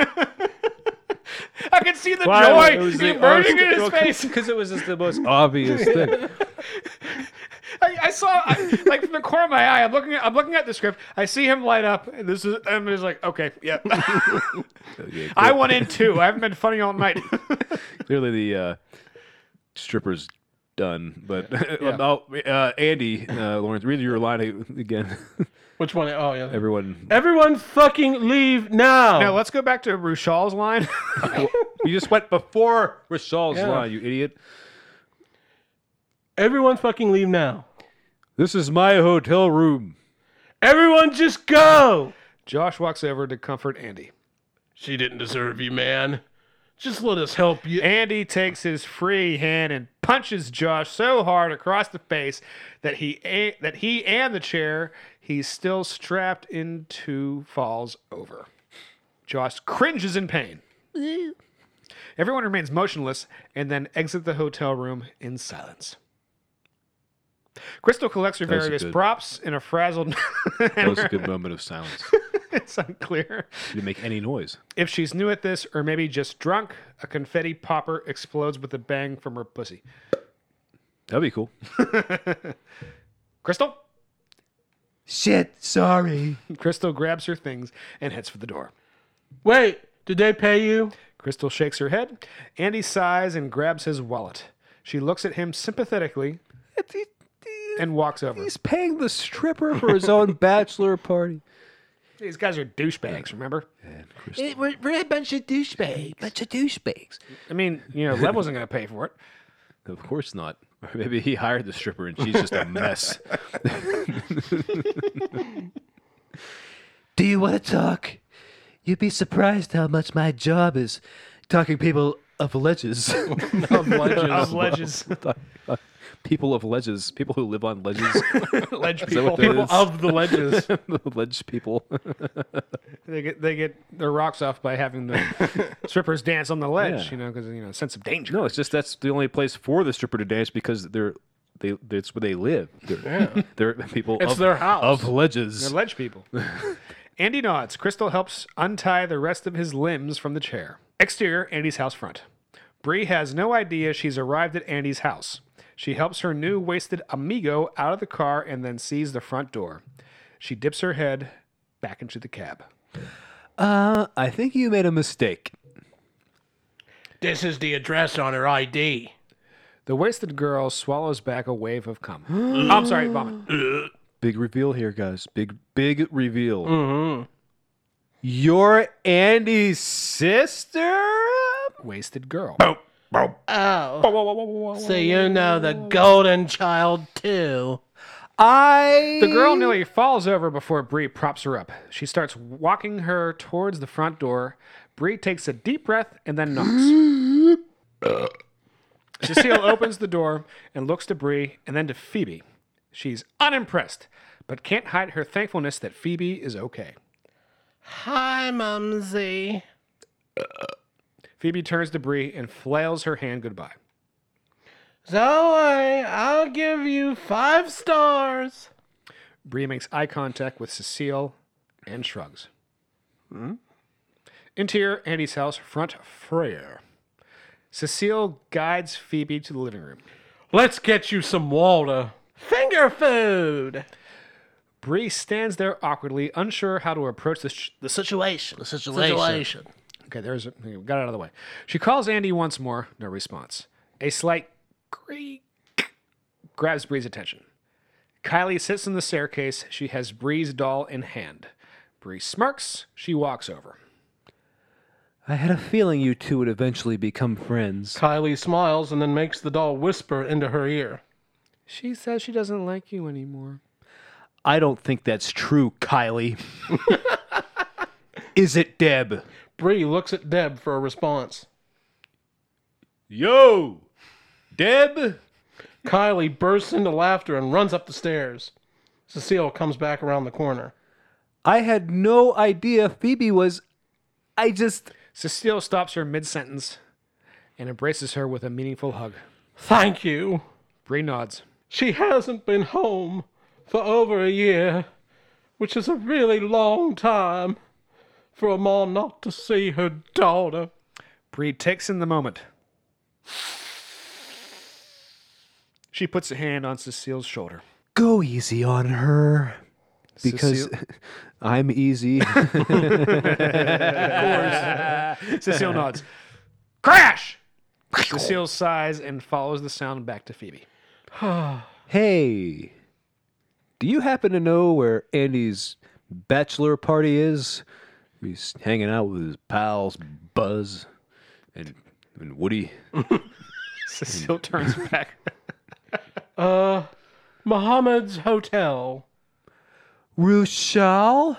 I could see the
Why? It
joy
was the
emerging in his
arse-
face.
Because it was just the most obvious thing.
I, I saw, I, like, from the corner of my eye, I'm looking, at, I'm looking at the script. I see him light up. And this is, I'm just like, okay, yeah. I went in too. I haven't been funny all night.
Clearly, the uh, stripper's done. But Oh, uh, Andy, uh, Lawrence, read your line again.
Which one? Oh, yeah.
Everyone,
Everyone fucking leave now.
now let's go back to Rushal's line.
you just went before Rachel's
Yeah.
line, you idiot.
Everyone fucking leave now.
this is my hotel room.
Everyone just go.
Josh walks over to comfort Andy.
She didn't deserve you, man. Just let us help you.
Andy takes his free hand and punches Josh so hard across the face that he a- that he and the chair he's still strapped into falls over. Josh cringes in pain. Everyone remains motionless and then exit the hotel room in silence. Crystal collects her
was
various
good.
props in a frazzled.
That was a good moment of silence.
it's unclear
She didn't make any noise.
if she's new at this or maybe just drunk. A confetti popper explodes with a bang from her pussy.
That'd be cool.
Crystal?
Shit, sorry.
Crystal grabs her things and heads for the door.
Wait, did they pay you?
Crystal shakes her head. Andy sighs and grabs his wallet. She looks at him sympathetically and walks over.
He's paying the stripper for his own bachelor party.
These guys are douchebags, remember?
We're, we're a bunch of douchebags. Bunch of douchebags.
I mean, you know, Lev wasn't going to pay for it.
Of course not. Or maybe he hired the stripper and she's just a mess.
Do you want to talk? You'd be surprised how much my job is talking people of ledges.
Of ledges.
people of ledges, people who live on ledges,
Ledge
that
people.
what that
people
is?
of the ledges.
ledge people.
they, get, they get their rocks off by having the strippers dance on the ledge,
Yeah.
you know, because, you know, sense of danger.
No, it's just that's the only place for the stripper to dance because they're they that's where they live. They're, they're people
It's
of,
their house.
of ledges.
They're ledge people. Andy nods. Crystal helps untie the rest of his limbs from the chair. Exterior, Andy's house front. Bree has no idea she's arrived at Andy's house. She helps her new wasted amigo out of the car and then sees the front door. She dips her head back into the cab.
Uh, I think you made a mistake.
This is the address on her ID.
The wasted girl swallows back a wave of cum. I'm sorry, vomit.
Big reveal here, guys. Big, big reveal. Mm-hmm. You're Andy's sister?
Wasted girl.
Oh. So you know the golden child too.
I.
The girl nearly falls over before Bree props her up. She starts walking her towards the front door. Bree takes a deep breath and then knocks. Cecile opens the door and looks to Bree and then to Phoebe. She's unimpressed, but can't hide her thankfulness that Phoebe is okay.
Hi, Mumsy.
Phoebe turns to Bree and flails her hand goodbye.
Zoe, I'll give you five stars.
Bree makes eye contact with Cecile and shrugs. Interior Andy's house, front foyer. Cecile guides Phoebe to the living room.
Let's get you some water. Finger food.
Bree stands there awkwardly, unsure how to approach the, sh- the situation.
Situation.
Okay, there's a, we got it out of the way. She calls Andy once more, no response. A slight creak grabs Bree's attention. Kylie sits in the staircase. She has Bree's doll in hand. Bree smirks. She walks over.
I had a feeling you two would eventually become friends.
Kylie smiles and then makes the doll whisper into her ear.
She says she doesn't like you anymore.
I don't think that's true, Kylie. Is it Deb?
Bree looks at Deb for a response.
Yo, Deb.
Kylie bursts into laughter and runs up the stairs. Cecile comes back around the corner.
I had no idea Phoebe was. I just.
Cecile stops her mid sentence and embraces her with a meaningful hug.
Thank you.
Bree nods.
She hasn't been home for over a year, which is a really long time for a mom not to see her daughter.
Bree takes in the moment. She puts a hand on Cecile's shoulder.
Go easy on her. Because
Cecile-
I'm easy.
Cecile nods. Crash! Cecile sighs and follows the sound back to Phoebe.
hey, do you happen to know where Andy's bachelor party is? He's hanging out with his pals, Buzz and, and Woody.
Cecile turns back.
Uh, Mohammed's Hotel.
Rushal?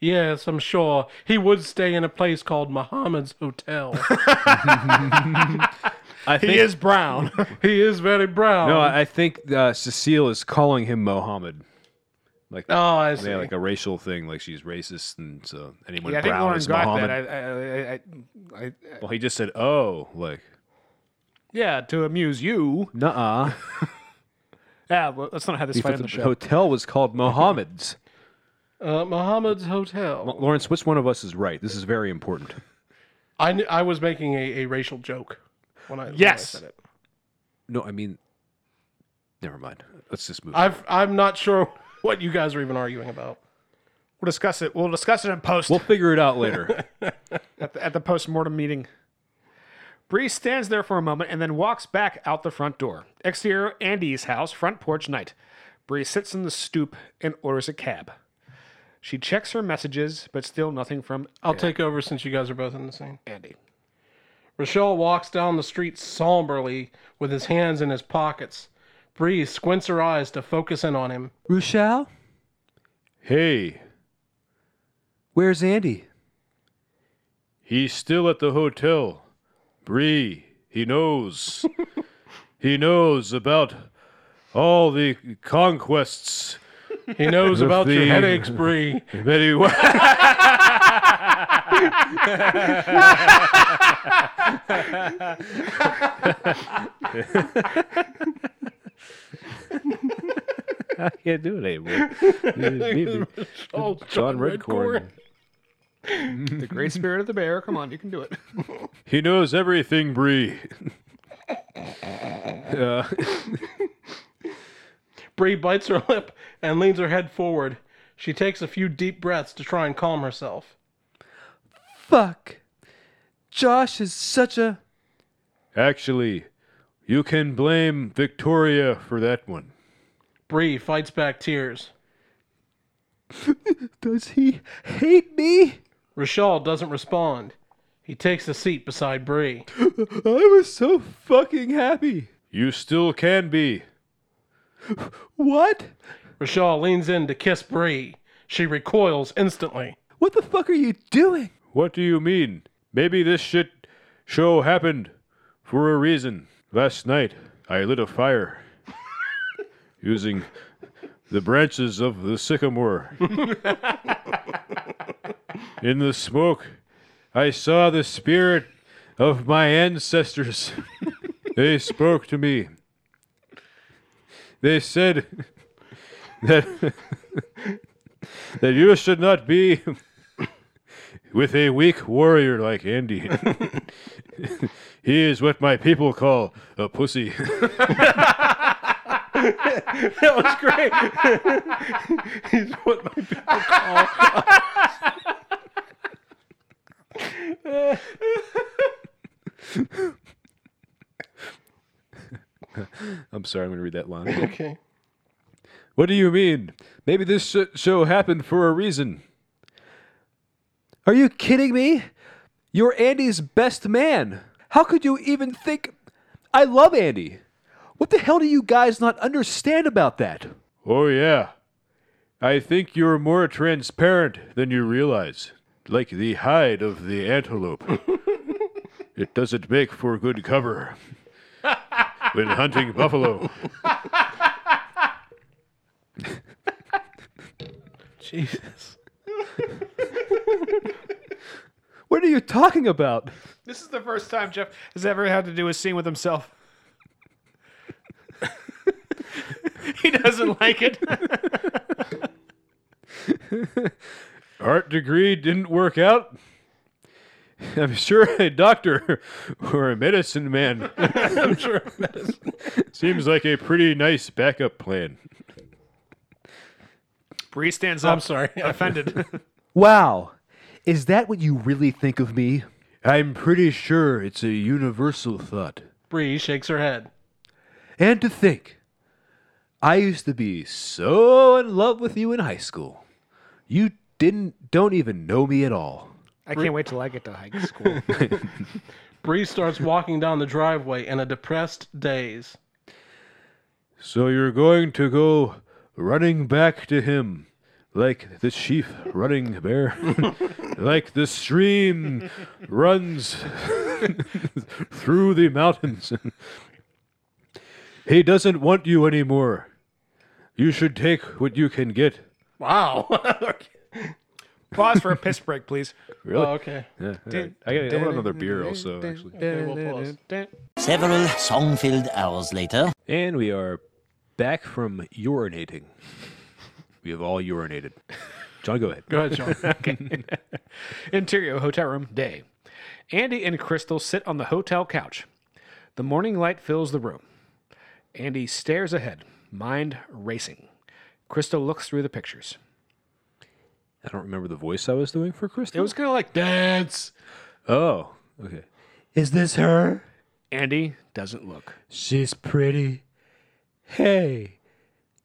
Yes, I'm sure. He would stay in a place called Mohammed's Hotel.
I think,
He is brown.
he is very brown.
No, I I think uh, Cecile is calling him Mohammed. Like,
oh, I see.
yeah, like a racial thing. Like she's racist, and so anyone
yeah, I think
brown
Lauren
is
got
Mohammed.
that. I, I, I, I, I,
Well, he just said, "Oh, like,
yeah, to amuse you.
nah."
Yeah, well, let's not have this fight on
the
the show.
hotel was called Mohammed's.
uh, Mohammed's Hotel.
Lawrence, which one of us is right? This is very important.
I, knew, I was making a, a racial joke when I, when I
Yes.
said it.
No, I mean, never mind. Let's just move. on.
I've, I'm not sure what you guys are even arguing about.
We'll discuss it. We'll discuss it in post
We'll figure it out later.
at the, at the post mortem meeting. Bree stands there for a moment and then walks back out the front door. Exterior Andy's house, front porch night. Bree sits on the stoop and orders a cab. She checks her messages, but still nothing from
I'll take over since you guys are both in the same.
Andy.
Rochelle walks down the street somberly with his hands in his pockets. Bree squints her eyes to focus in on him.
Rushal,
Hey,
where's Andy?
he's still at the hotel. Bree, he knows. he knows about all the conquests.
He knows about your
the-
headaches, Bree.
Many wa-
I can't do it anymore.
Oh,
John Redcorn.
The great spirit of the bear. Come on, you can do it.
he knows everything, Bree. Uh,
Bree bites her lip and leans her head forward. She takes a few deep breaths to try and calm herself.
Fuck. Josh is such a.
Actually, you can blame Victoria for that one.
Bree fights back tears.
Does he hate me?
Rashal doesn't respond. He takes a seat beside Bree.
I was so fucking happy.
You still can be.
What?
Rashal leans in to kiss Bree. She recoils instantly.
What the fuck are you doing?
What do you mean? Maybe this shit show happened for a reason. Last night, I lit a fire using the branches of the sycamore. In the smoke, I saw the spirit of my ancestors. They spoke to me. They said that, that you should not be with a weak warrior like Andy. he is what my people call a pussy.
That was great. He's what my people call.
I'm sorry, I'm going to read that line.
Okay.
what do you mean? Maybe this sh- show happened for a reason.
Are you kidding me? You're Andy's best man. How could you even think? I love Andy. What the hell do you guys not understand about that?
Oh, yeah. I think you're more transparent than you realize, like the hide of the antelope. it doesn't make for good cover when hunting buffalo.
Jesus.
What are you talking about?
This is the first time Jeff has ever had to do a scene with himself. he doesn't like it. Art degree didn't work out. I'm sure a doctor or a medicine man. I'm sure Seems like a pretty nice backup plan.
Bree stands up.
I'm sorry.
Offended.
Wow. Is that what you really think of me?
I'm pretty sure it's a universal thought.
Bree shakes her head.
And to think, I used to be so in love with you in high school. You didn't don't even know me at all.
I can't wait till I get to high school.
Bree starts walking down the driveway in a depressed daze.
So you're going to go running back to him like the sheep running bare, like the stream runs through the mountains. he doesn't want you anymore. You should take what you can get.
Wow.
Pause for a piss break, please.
oh, okay.
Yeah, yeah. I got I want another beer also, actually.
Okay, we'll pause.
Several song filled hours later.
And we are back from urinating. We have all urinated. John, go ahead.
Go ahead, Sean.
Interior hotel room day.
Andy and Crystal sit on the hotel couch. The morning light fills the room. Andy stares ahead, mind racing. Crystal looks through the pictures.
I don't remember the voice I was doing for Crystal.
It was kind of like dance.
oh, okay.
Is this her?
Andy doesn't look.
She's pretty. Hey,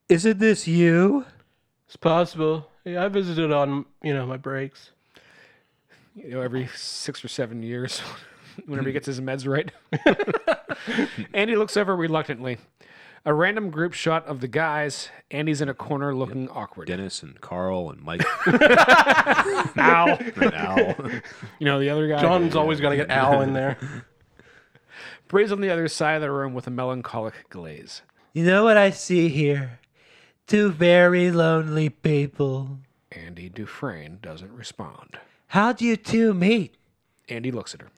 isn't this you?
It's possible. Yeah, I visited on, you know, my breaks.
You know, every six or seven years, whenever he gets his meds right. Andy looks over reluctantly. A random group shot of the guys. Andy's in a corner looking awkward.
Dennis and Carl and Mike
Ow.
and Al.
You know, the other guy.
John's always got to get Al in there.
Bree's on the other side of the room with a melancholic glaze.
You know what I see here? Two very lonely people.
Andy Dufresne doesn't respond.
How do you two meet?
Andy looks at her.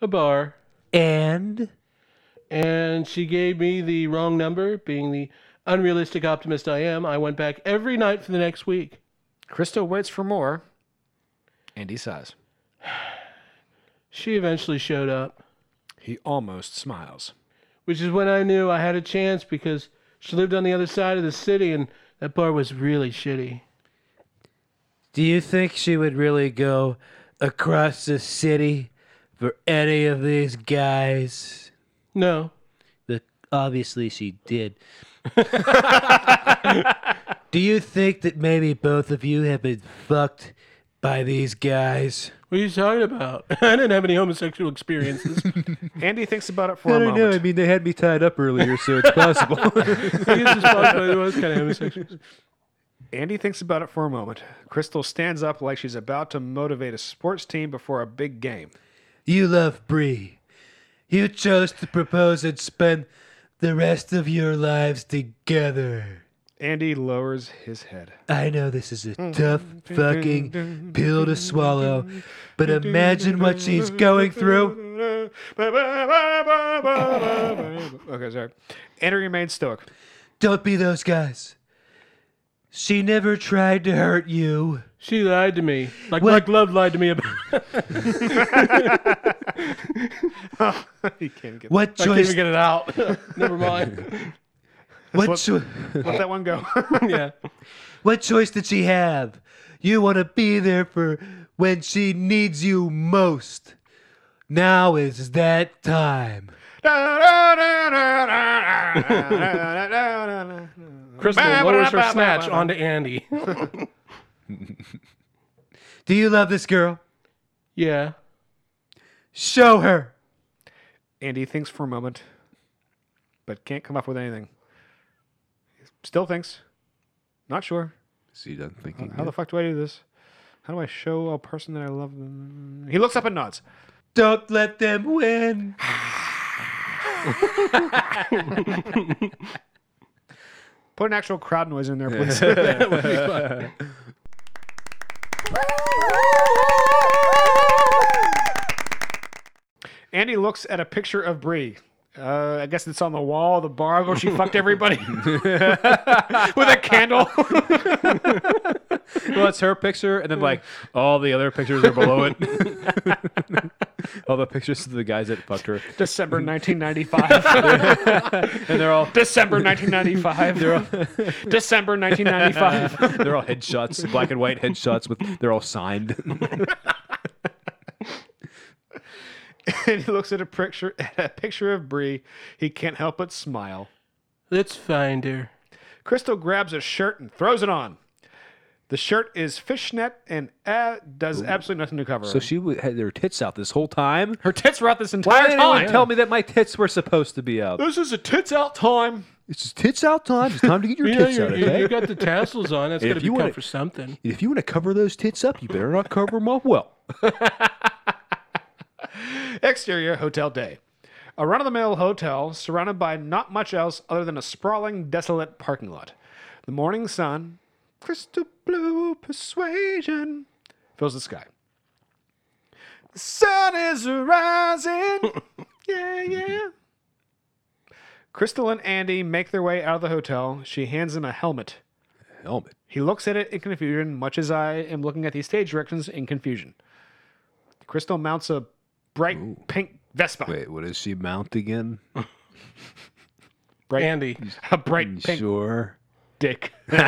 A bar.
And
And she gave me the wrong number, being the unrealistic optimist I am. I went back every night for the next week.
Crystal waits for more. Andy sighs.
She eventually showed up,
He almost smiles.
which is when I knew I had a chance because she lived on the other side of the city and that bar was really shitty.
Do you think she would really go across the city for any of these guys?
No.
But obviously she did. Do you think that maybe both of you have been fucked by these guys?
What are you talking about? I didn't have any homosexual experiences.
Andy thinks about it for a moment.
mean, they had me tied up earlier, so it's possible.
I guess it's possible I was kind of homosexual.
Andy thinks about it for a moment. Crystal stands up like she's about to motivate a sports team before a big game.
You love Bree. You chose to propose and spend the rest of your lives together.
Andy lowers his head.
I know this is
Mm.
a tough fucking pill to swallow, but imagine what she's going through.
okay, sorry. Andy remains stoic.
Don't be those guys. She never tried to hurt you.
She lied to me. Like
Well-
Mike Love lied to me about
he can't get
I
What
can't
choice?
even get it out. Never mind.
What, cho-
Let that one go.
yeah.
what choice did she have? You want to be there for when she needs you most. Now is that time.
Crystal lowers her snatch onto Andy.
Do you love this girl?
Yeah.
Show her.
Andy thinks for a moment, but can't come up with anything. Still thinks. Not sure.
See, I'm thinking.
How the fuck do I do this? How do I show a person that I love them? He looks up and nods.
Don't let them win.
Put an actual crowd noise in there, please. Andy looks at a picture of Bree. Uh, I guess it's on the wall of the bar where she fucked everybody with a candle.
Well, that's her picture, and then like all the other pictures are below it. all the pictures of the guys that fucked her,
December 1995.
and they're all
December 1995. December 1995.
they're all headshots, black and white headshots with they're all signed.
and he looks at a picture at a picture of Bree. He can't help but smile.
Let's find her.
Crystal grabs a shirt and throws it on. The shirt is fishnet and uh, does absolutely nothing to cover
So
her.
she w- had their tits out this whole time.
her tits were out this
Why
entire
didn't anyone
time.
tell me that my tits were supposed to be out?
this is a tits out time.
It's just tits out time. It's time to get your
You know,
tits
you
out,
eh?
okay?
you got the tassels on. That's
If
going to be
you wanna-
count for something.
If you want to cover those tits up, you better not cover them up well.
Exterior hotel day. A run of the mill hotel surrounded by not much else other than a sprawling, desolate parking lot. The morning sun, crystal blue persuasion, fills the sky. The sun is rising. yeah, yeah. Crystal and Andy make their way out of the hotel. She hands him a helmet.
Helmet.
He looks at it in confusion, much as I am looking at these stage directions in confusion. Crystal mounts a bright pink Vespa.
Wait, what does she mount again?
Right.
Andy.
A bright pink
Sure.
dick.
Pink.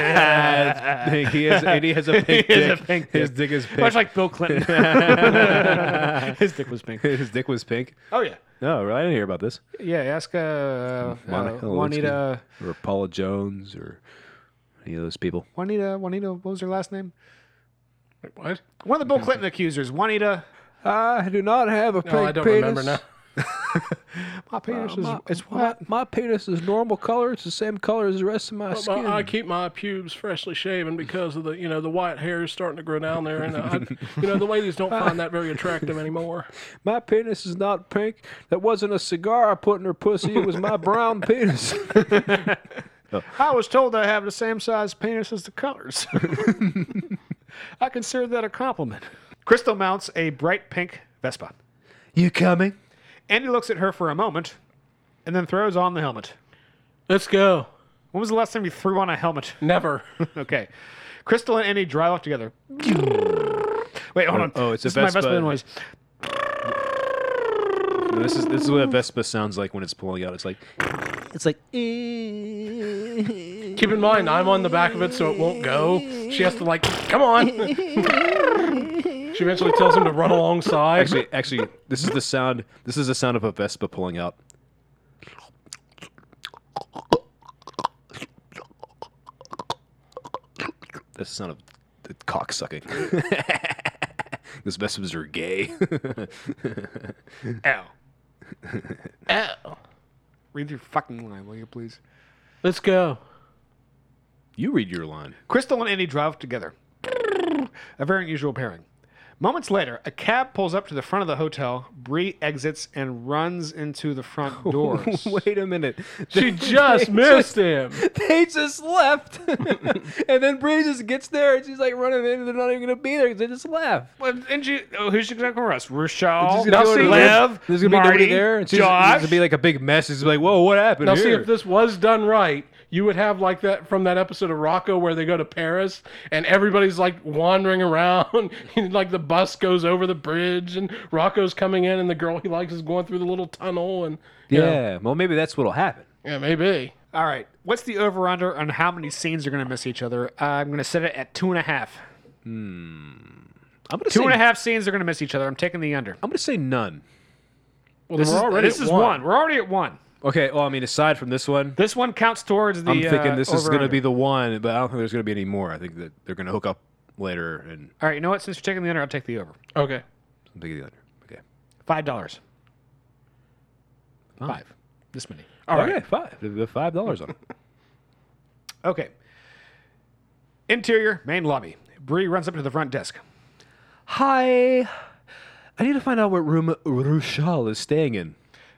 He has, and he has a pink
He
dick.
has a pink
His
dick.
dick is pink.
Much like Bill Clinton. His dick was pink.
His dick was pink.
Oh, yeah.
No, really, I didn't hear about this.
Yeah, ask uh, uh,
Monica Lewinsky.
Juanita,
Or Paula Jones or any of those people.
Juanita, Juanita, what was her last name?
What?
One of the Bill Clinton accusers, Juanita.
I do not have a pink
No, Oh, I don't remember now.
My penis is, it's
My, penis is normal color. It's the same color as the rest of my
Well,
skin.
I keep my pubes freshly shaven because of the, you know, the white hair is starting to grow down there, and I, you know, the ladies don't find that very attractive anymore.
my penis is not pink. That wasn't a cigar I put in her pussy. It was my brown penis.
I was told I have the same size penis as the colors. I consider that a compliment. Crystal mounts a bright pink Vespa.
You coming?
Andy looks at her for a moment and then throws on the helmet.
Let's go.
When was the last time you threw on a helmet?
Never.
Okay. Crystal and Andy drive off together. Wait, hold on.
oh, it's a
this is my
Vespa.
Vespa noise.
this is this is what a Vespa sounds like when it's pulling out. It's like
It's like. Keep
Keep in mind, I'm on the back of it, so it won't go. She has to like, come on. she eventually tells him to run alongside.
Actually, actually, this is the sound. This is the sound of a Vespa pulling out. That's the sound of the cock sucking. Those Vespas are gay.
Ow.
Ow.
Read your fucking line, will you please?
Let's go.
you read your line.
Crystal and Andy drive together. A very unusual pairing. Moments later, a cab pulls up to the front of the hotel. Bree exits and runs into the front doors.
Wait a minute.
She just missed him.
They just left, and then Bree just gets there and she's like running in, and they're not even gonna be there because they just left.
Well, and she, oh, who's she going to arrest? Rochelle,
She's gonna go to
Liv,
There's gonna
Marty,
be nobody there. And she's,
Josh.
there's gonna be like a big mess. It's like, whoa, what happened
Now, see,
here?
if this was done right, you would have like that from that episode of Rocco where they go to Paris and everybody's like wandering around. and, like the bus goes over the bridge and Rocco's coming in and the girl he likes is going through the little tunnel. And you know,
Yeah. Well, maybe that's what'll happen.
yeah, maybe.
All right. What's the over under on how many scenes are going to miss each other? Uh, I'm going to set it at two and a half.
I'm gonna
Two
say.
and a half scenes are going to miss each other. I'm taking the under.
I'm gonna say none.
Well, this
we're
is,
already
this
at
is
one.
one. We're already at one.
Okay. Well, I mean, aside from this one,
This one counts towards the.
I'm
uh,
thinking this is
over
going to
under.
be the one, but I don't think there's going to be any more. I think that they're going to hook up later and
All right. You know what? Since you're taking the under, I'll take the over.
Okay.
I'm thinking the other. Okay.
Five dollars. Five. This many.
All right. Five. The- the Five dollars on it.
Okay. Interior main lobby. Bree runs up to the front desk.
Hi, I need to find out what room Rushal is staying in.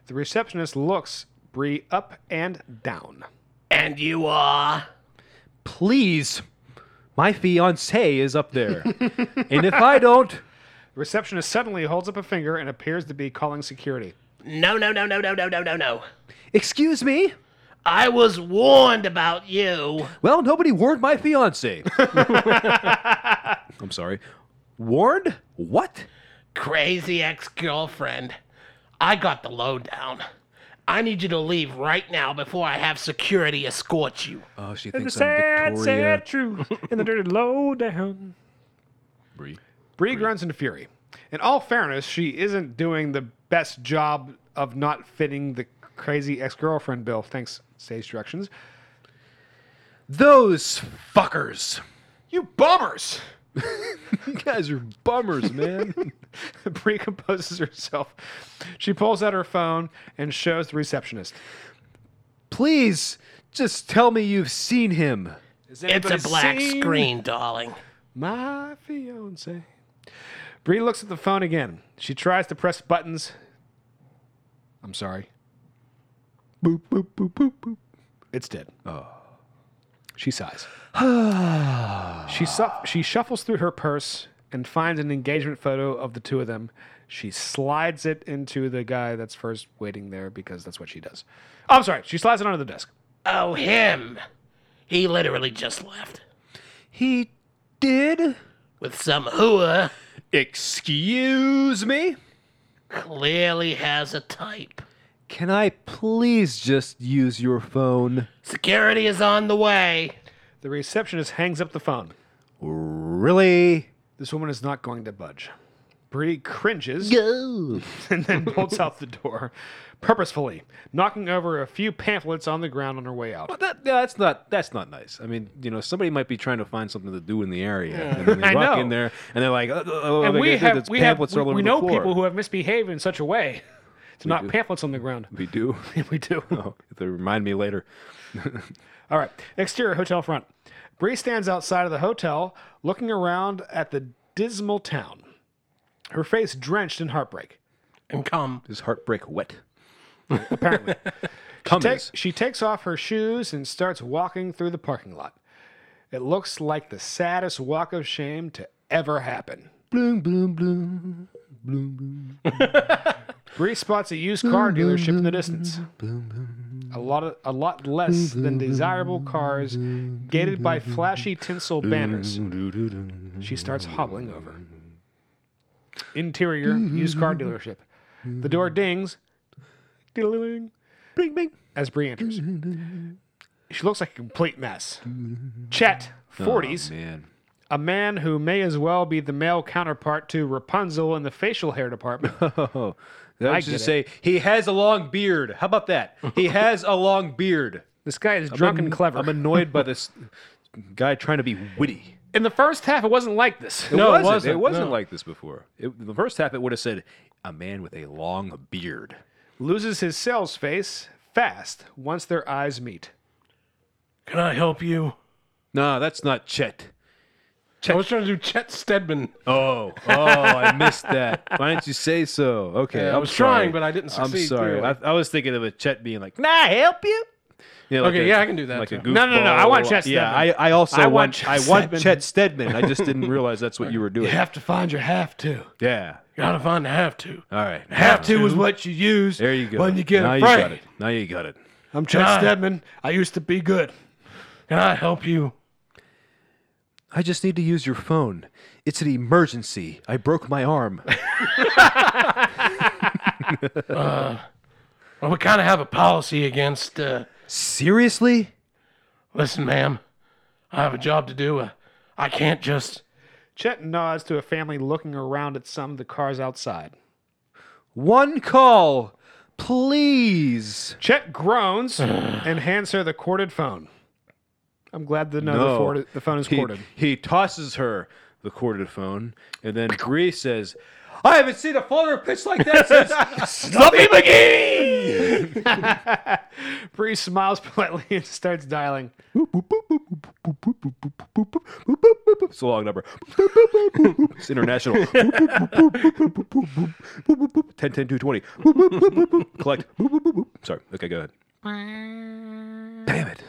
The receptionist looks Bree up and down.
And you are.
Please, my fiance is up there, and if I don't,
The receptionist suddenly holds up a finger and appears to be calling security.
No, no, no, no, no, no, no, no, no.
excuse me.
I was warned about you.
Well, nobody warned my fiance.
I'm sorry. Warned? What?
Crazy ex girlfriend. I got the lowdown. I need you to leave right now before I have security escort you.
Oh, she thinks I'm Victoria.
truth in the dirty lowdown.
Bree.
Bree grunts into fury. In all fairness, she isn't doing the best job of not fitting the crazy ex-girlfriend bill. Thanks, stage directions.
Those fuckers.
You bummers!
You guys are bummers, man.
Bree composes herself. She pulls out her phone and shows the receptionist.
Please, just tell me you've seen him.
It's a black
seen
screen, darling.
My fiance. Bree looks at the phone again. She tries to press buttons. I'm sorry. Boop, boop, boop, boop, boop. It's dead. Oh. She sighs. she, su- she shuffles through her purse and finds an engagement photo of the two of them. She slides it into the guy that's first waiting there because that's what she does. Oh, I'm sorry. She slides it under the desk.
Oh, him. He literally just left
He did?
with some hooah.
Excuse me?
Clearly has a type.
Can I please just use your phone?
Security is on the way.
The receptionist hangs up the phone.
Really?
This woman is not going to budge. Bree cringes.
Go.
and then bolts out the door purposefully, knocking over a few pamphlets on the ground on her way out.
But that, yeah, that's not that's not nice. I mean, you know, somebody might be trying to find something to do in the area, and then they
I
walk
know.
in there, and they're like, oh, oh,
And we have,
it's
we, have,
pamphlets
we,
all over
we
the
know
floor.
people who have misbehaved in such a way to knock
do.
pamphlets on the ground.
we do.
we do.
Oh, they remind me later.
All right. Exterior hotel front. Bree stands outside of the hotel, looking around at the dismal town, her face drenched in heartbreak.
And come.
Is heartbreak wet?
Apparently,
Come
Ta- she takes off her shoes and starts walking through the parking lot. It looks like the saddest walk of shame to ever happen.
Bloom, bloom, bloom.
Bree spots a used car dealership in the distance. A lot of, a lot less than desirable cars, gated by flashy tinsel banners. She starts hobbling over. Interior used car dealership. The door dings. Ding.
Bing, bing.
as Bree enters. She looks like a complete mess. Chet, 40s,
Oh,
Man.
a man who may as well be the male counterpart to Rapunzel in the facial hair department.
I was
get
just say he has a long beard. How about that? He has a long beard.
This guy is drunk and clever.
I'm annoyed by this guy trying to be witty.
in the first half, it wasn't like this.
No,
it wasn't.
It wasn't
no.
like this before. It, the first half, it would have said, a man with a long beard.
Loses his sales face fast once their eyes meet.
Can I help you?
No, that's not Chet.
I was trying to do Chet Stedman.
Oh, oh, I missed that. Why didn't you say so? Okay,
Yeah, I
I'm
was trying,
sorry.
but I didn't
I'm
succeed,
sorry. I,
clearly.
I was thinking of a Chet being like, "Nah, help you." Yeah, like
Okay,
a-
yeah, I can do that
Like a
too.
goofball.
No, no, no, I want Chet
Yeah, I,
Stedman.
I also
I want
want.
Chet
I want
Stedman.
Chet Stedman. I just didn't realize that's what you were doing.
Have to find your have to.
Yeah.
Gotta find the have to.
All right.
Have to is what you use
There you go.
when you get
now
afraid.
you got it. Now you got it.
I'm Chet Stedman. I used to be good. Can I help you?
I just need to use your phone. It's an emergency. I broke my arm.
Well, we kind of have a policy against. Uh,
Seriously?
Listen, ma'am, I have a job to do. Uh, I can't just.
Chet nods to a family looking around at some of the cars outside.
One call, please.
Chet groans and hands her the corded phone. I'm glad to know the,
No.
ford- the phone is
He,
corded.
he tosses her the corded phone, and then Bree says, "I haven't seen a flutter pitch like that since."
Fluffy McGee!
Bree smiles politely and starts dialing.
it's a long number. it's international. Ten ten two twenty. Collect. Sorry. Okay, go ahead. Damn it.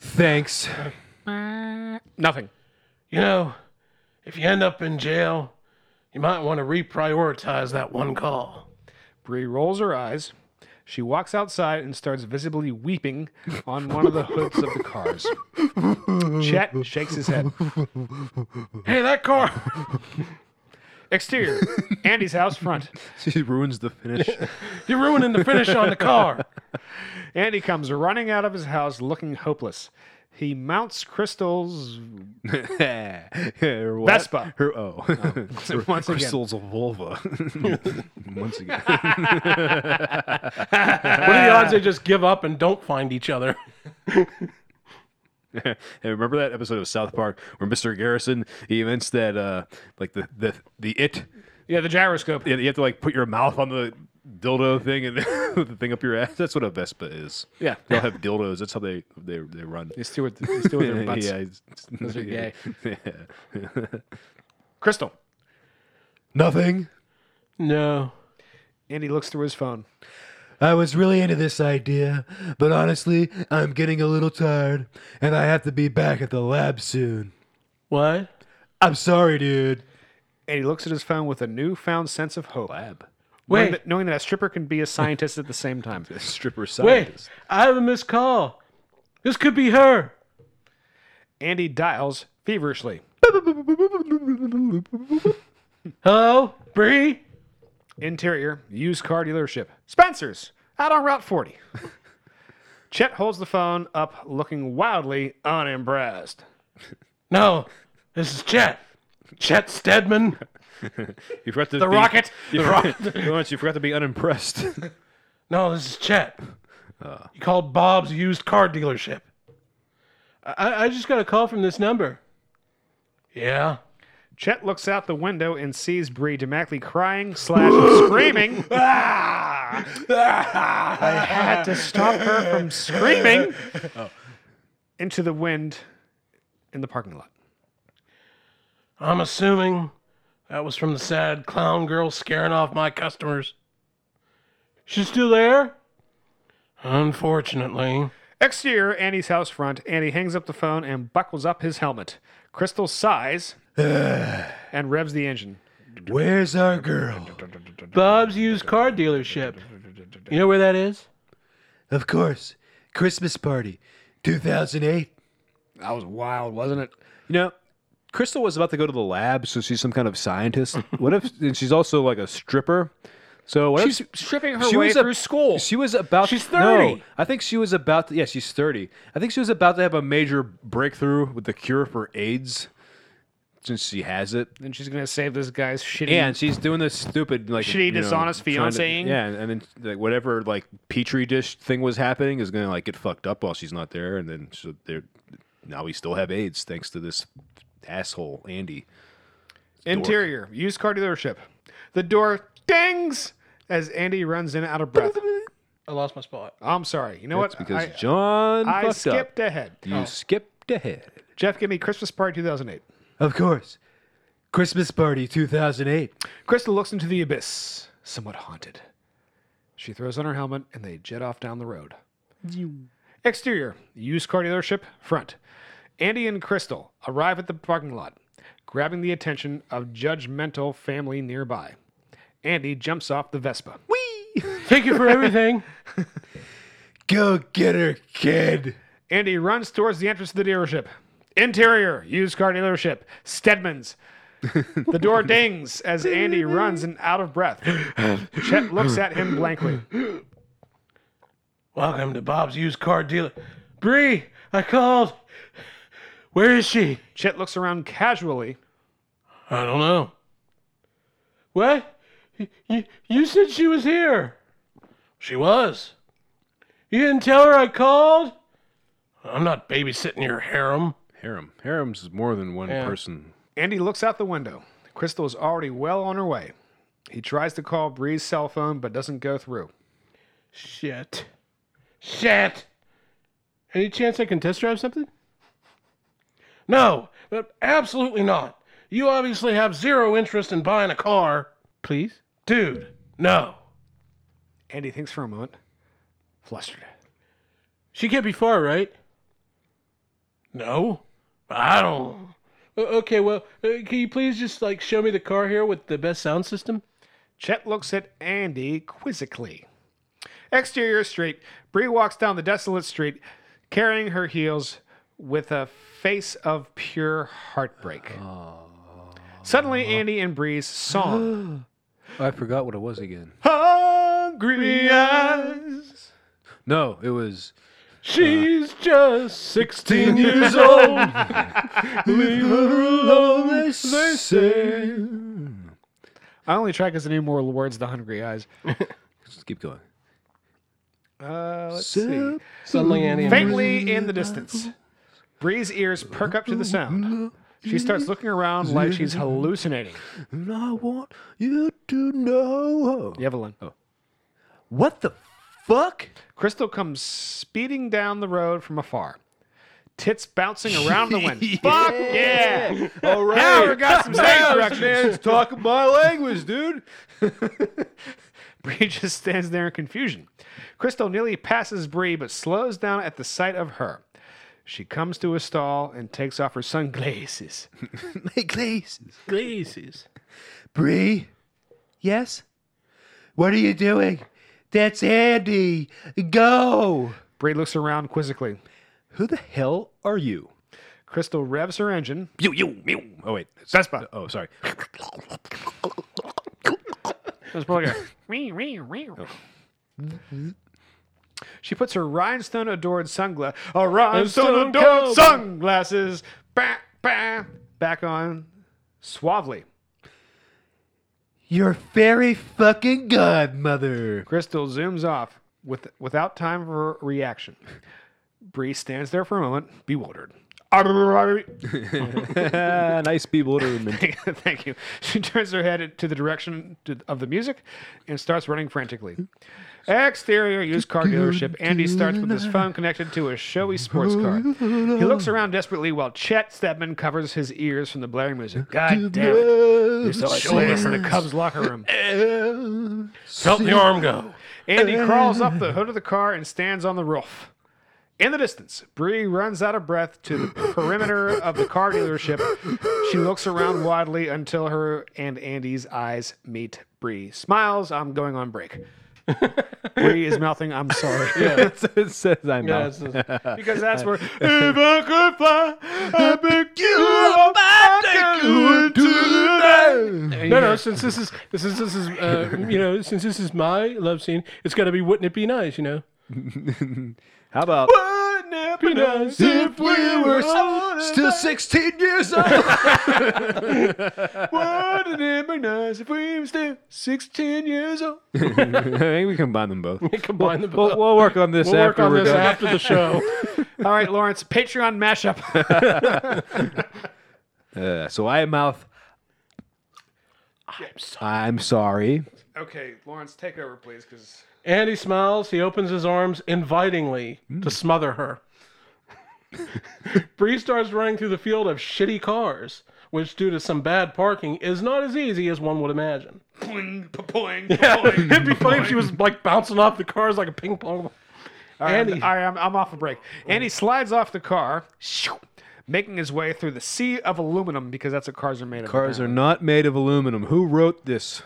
Thanks.
Nothing.
You know, if you end up in jail, you might want to reprioritize that one call.
Bree rolls her eyes. She walks outside and starts visibly weeping on one of the hoods of the cars. Chet shakes his head.
Hey, that car.
Exterior, Andy's house front.
She ruins the finish.
You're ruining the finish on the car.
Andy comes running out of his house looking hopeless. He mounts Crystal's
Her what?
Vespa.
Her oh. Her-
Once again.
Crystal's vulva. Once again.
What are the odds they just give up and don't find each other?
Hey, remember that episode of South Park where Mr. Garrison he invents that uh like the the the it
Yeah, the gyroscope.
you have to like put your mouth on the dildo thing and the thing up your ass. That's what a Vespa is.
Yeah.
They all have dildos. That's how they they, they run.
He's still with, he's still with their butts.
yeah, it's-
Those are gay.
yeah.
Crystal.
Nothing.
No.
Andy looks through his phone.
I was really into this idea, but honestly, I'm getting a little tired, and I have to be back at the lab soon.
What?
I'm sorry, dude.
Andy looks at his phone with a newfound sense of hope. Lab.
Wait,
Knowing that, knowing that a stripper can be a scientist at the same time.
Stripper
wait.
scientist.
I have a missed call. This could be her.
Andy dials feverishly.
Hello, Bree.
Interior, used car dealership. Spencer's, out on Route 40. Chet holds the phone up, looking wildly unimpressed.
No, this is Chet. Chet Stedman.
You forgot to
The rocket!
You forgot, Lawrence, you forgot to be unimpressed.
No, this is Chet. you called Bob's used car dealership. I, I just got a call from this number. Yeah.
Chet looks out the window and sees Bree dramatically crying slash screaming. I had to stop her from screaming Oh. into the wind in the parking lot.
I'm assuming that was from the sad clown girl scaring off my customers. She's still there? Unfortunately.
Exterior, Annie's house front. Annie hangs up the phone and buckles up his helmet. Crystal sighs and revs the engine.
Where's our girl?
Bob's used car dealership. You know where that is?
Of course, Christmas party, 2008.
That was wild, wasn't it?
You know, Crystal was about to go to the lab, so she's some kind of scientist. What if and she's also like a stripper? So what
She's stripping her way
a-
through school.
She was about.
She's
no,
30.
I think she was about. To, yeah, she's thirty. I think she was about to have a major breakthrough with the cure for AIDS, since she has it.
and she's gonna save this guy's shitty.
Yeah, and she's doing this stupid like
Shitty,
you know,
dishonest
trying to-
fiancéing.
Yeah, and, and then like whatever like petri dish thing was happening is gonna like get fucked up while she's not there, and then so there. Now we still have AIDS thanks to this asshole Andy.
Interior, used car dealership. The door dings as Andy runs in out of breath.
I lost my spot.
I'm sorry. You know
That's
what?
because
I,
John
I
fucked up.
skipped Oh. ahead.
You skipped ahead.
Jeff, give me Christmas Party 2008.
Of course. Christmas Party 2008.
Crystal looks into the abyss, somewhat haunted. She throws on her helmet and they jet off down the road. Exterior, used car dealership, front. Andy and Crystal arrive at the parking lot, grabbing the attention of judgmental family nearby. Andy jumps off the Vespa.
Thank you for everything.
Go get her, kid.
Andy runs towards the entrance of the dealership. Interior, used car dealership, Stedman's. the door dings as Andy runs and out of breath. Chet looks at him blankly.
Welcome to Bob's used car dealer. Bree, I called. Where is she?
Chet looks around casually.
I don't know. What? You, you said she was here. She was. You didn't tell her I called? I'm not babysitting your harem.
Harem. Harem's more than one person.
Andy looks out the window. Crystal is already well on her way. He tries to call Bree's cell phone but doesn't go through.
Shit. Shit. Any chance I can test drive something? No, but absolutely not. You obviously have zero interest in buying a car. Please? Dude, no.
Andy thinks for a moment, flustered.
She can't be far, right? No. I don't. O- Oh, Okay, well, uh, can you please just like show me the car here with the best sound system?
Chet looks at Andy quizzically. Exterior street. Bree walks down the desolate street, carrying her heels with a face of pure heartbreak. Suddenly, Andy and Bree's song.
Oh, I forgot what it was again.
Hungry eyes.
No, it was
She's just 16 years
old.
I only try because I knew more words than Hungry Eyes.
Just keep going.
Uh, let's see.
Suddenly, Annie and
Faintly in the distance. Bree's ears perk up to the sound. She starts looking around like she's hallucinating.
And I want you to know.
Evelyn.
What the fuck?
Crystal comes speeding down the road from afar. Tits bouncing around the wind. Fuck yeah!
All right.
Now we got some stage
man.
directions.
It's talking my language, dude.
Bree just stands there in confusion. Crystal nearly passes Bree, but slows down at the sight of her. She comes to a stall and takes off her sunglasses.
My glasses.
Glaces.
Bree? Yes? What are you doing? That's Andy. Go.
Bree looks around quizzically.
Who the hell are you?
Crystal revs her engine.
You, you, you. Oh, wait. It's-
Vespa.
Oh, sorry.
That's probably like a wee, wee, wee. Mm-hmm. She puts her rhinestone adored sunglasses, a rhinestone adored sunglasses, bah, bah, back on suavely.
Your fairy fucking godmother.
Crystal zooms off with without time for reaction. Bree stands there for a moment, bewildered.
nice bewilderment.
Thank you. She turns her head to the direction to- of the music and starts running frantically. Exterior used car dealership. Andy starts with his phone connected to a showy sports car. He looks around desperately while Chet Stedman covers his ears from the blaring music. God damn it. You're so shoeless in the Cubs locker room.
Help the arm go.
Andy crawls up the hood of the car and stands on the roof. In the distance, Bree runs out of breath to the perimeter of the car dealership. She looks around widely until her and Andy's eyes meet. Bree smiles, I'm going on break. Bree is mouthing, I'm sorry.
it says I'm
Yeah,
not.
it's just-
Because that's where, if I could fly, I'd pick you up, I'd take you into the night."
no, no, it's since this is this is this is uh, you know since this is my love scene, it's got to be wouldn't it be nice, you know?
How about
Wouldn't it be nice if we were so-
still 16 years old?
Wouldn't it be nice if we were still 16 years old?
I think we combine them both.
combine them
We'll,
both.
we'll work on this
We'll work
after
on
we're
this
done.
after the show.
All right, Lawrence, Patreon mashup.
Uh, so I mouth. I'm sorry.
okay, Lawrence, take over, please, because
Andy smiles. He opens his arms invitingly to smother her. Bree starts running through the field of shitty cars, which, due to some bad parking, is not as easy as one would imagine.
Poing, poing,
Yeah, it'd be funny if she was like bouncing off the cars like a ping pong. ball. Andy,
All right, I'm, I'm off a break. And he slides off the car, shoo, making his way through the sea of aluminum because that's what cars are made of.
Cars are not made of aluminum. Who wrote this?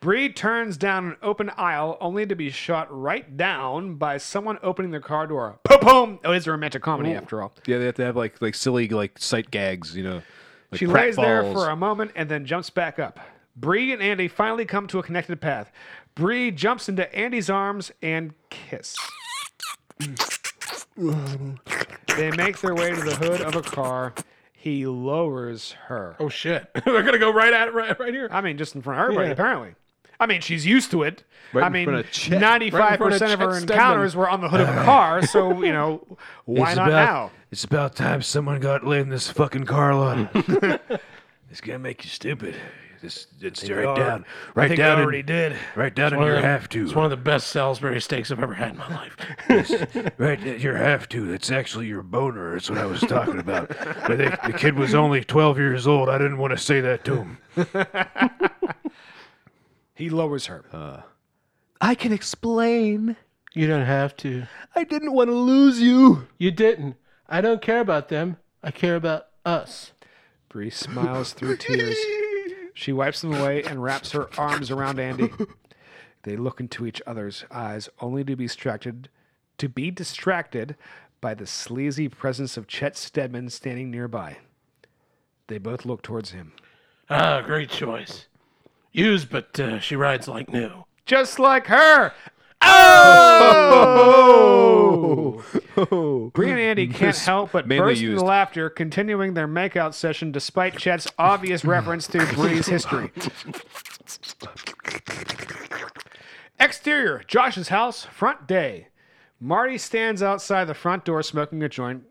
Bree turns down an open aisle only to be shot right down by someone opening their car door. Boom! boom. Oh, it's a romantic comedy after all.
Yeah, they have to have like like silly like sight gags, you know. Like
She
prat
lays there
balls.
for a moment and then jumps back up. Bree and Andy finally come to a connected path. Bree jumps into Andy's arms and kiss. they make their way to the hood of a car. He lowers her.
oh shit, they're gonna go right at it right, right here.
I mean, just in front of everybody, apparently. I mean, she's used to it. I
in
mean,
front of Chet.
Right in
ninety-five
front of
percent of
Chet
her
Stedman.
encounters were on the hood of a car. So you know, why not now?
It's about time someone got laid in this fucking car lot. it's gonna make you stupid. Just, just right down, right down, already in, did. right down in your have to.
It's one of the best Salisbury steaks I've ever had in my life.
Right, that your have to. That's actually your boner. That's what I was talking about. but they, the kid was only 12 years old. I didn't want to say that to him.
He lowers her.
I can explain.
you don't have to.
I didn't want to lose you.
You didn't. I don't care about them. I care about us.
Bree smiles through tears. She wipes them away and wraps her arms around Andy. They look into each other's eyes, only to be distracted, to be distracted by the sleazy presence of Chet Stedman standing nearby. They both look towards him.
Ah, great choice. Used, but uh, she rides like new.
just like her. Oh! Bree and Andy can't help but
Mainly
burst
used.
into laughter, continuing their makeout session despite Chet's obvious reference to Bree's history. Exterior, Josh's house, front day. Marty stands outside the front door smoking a joint.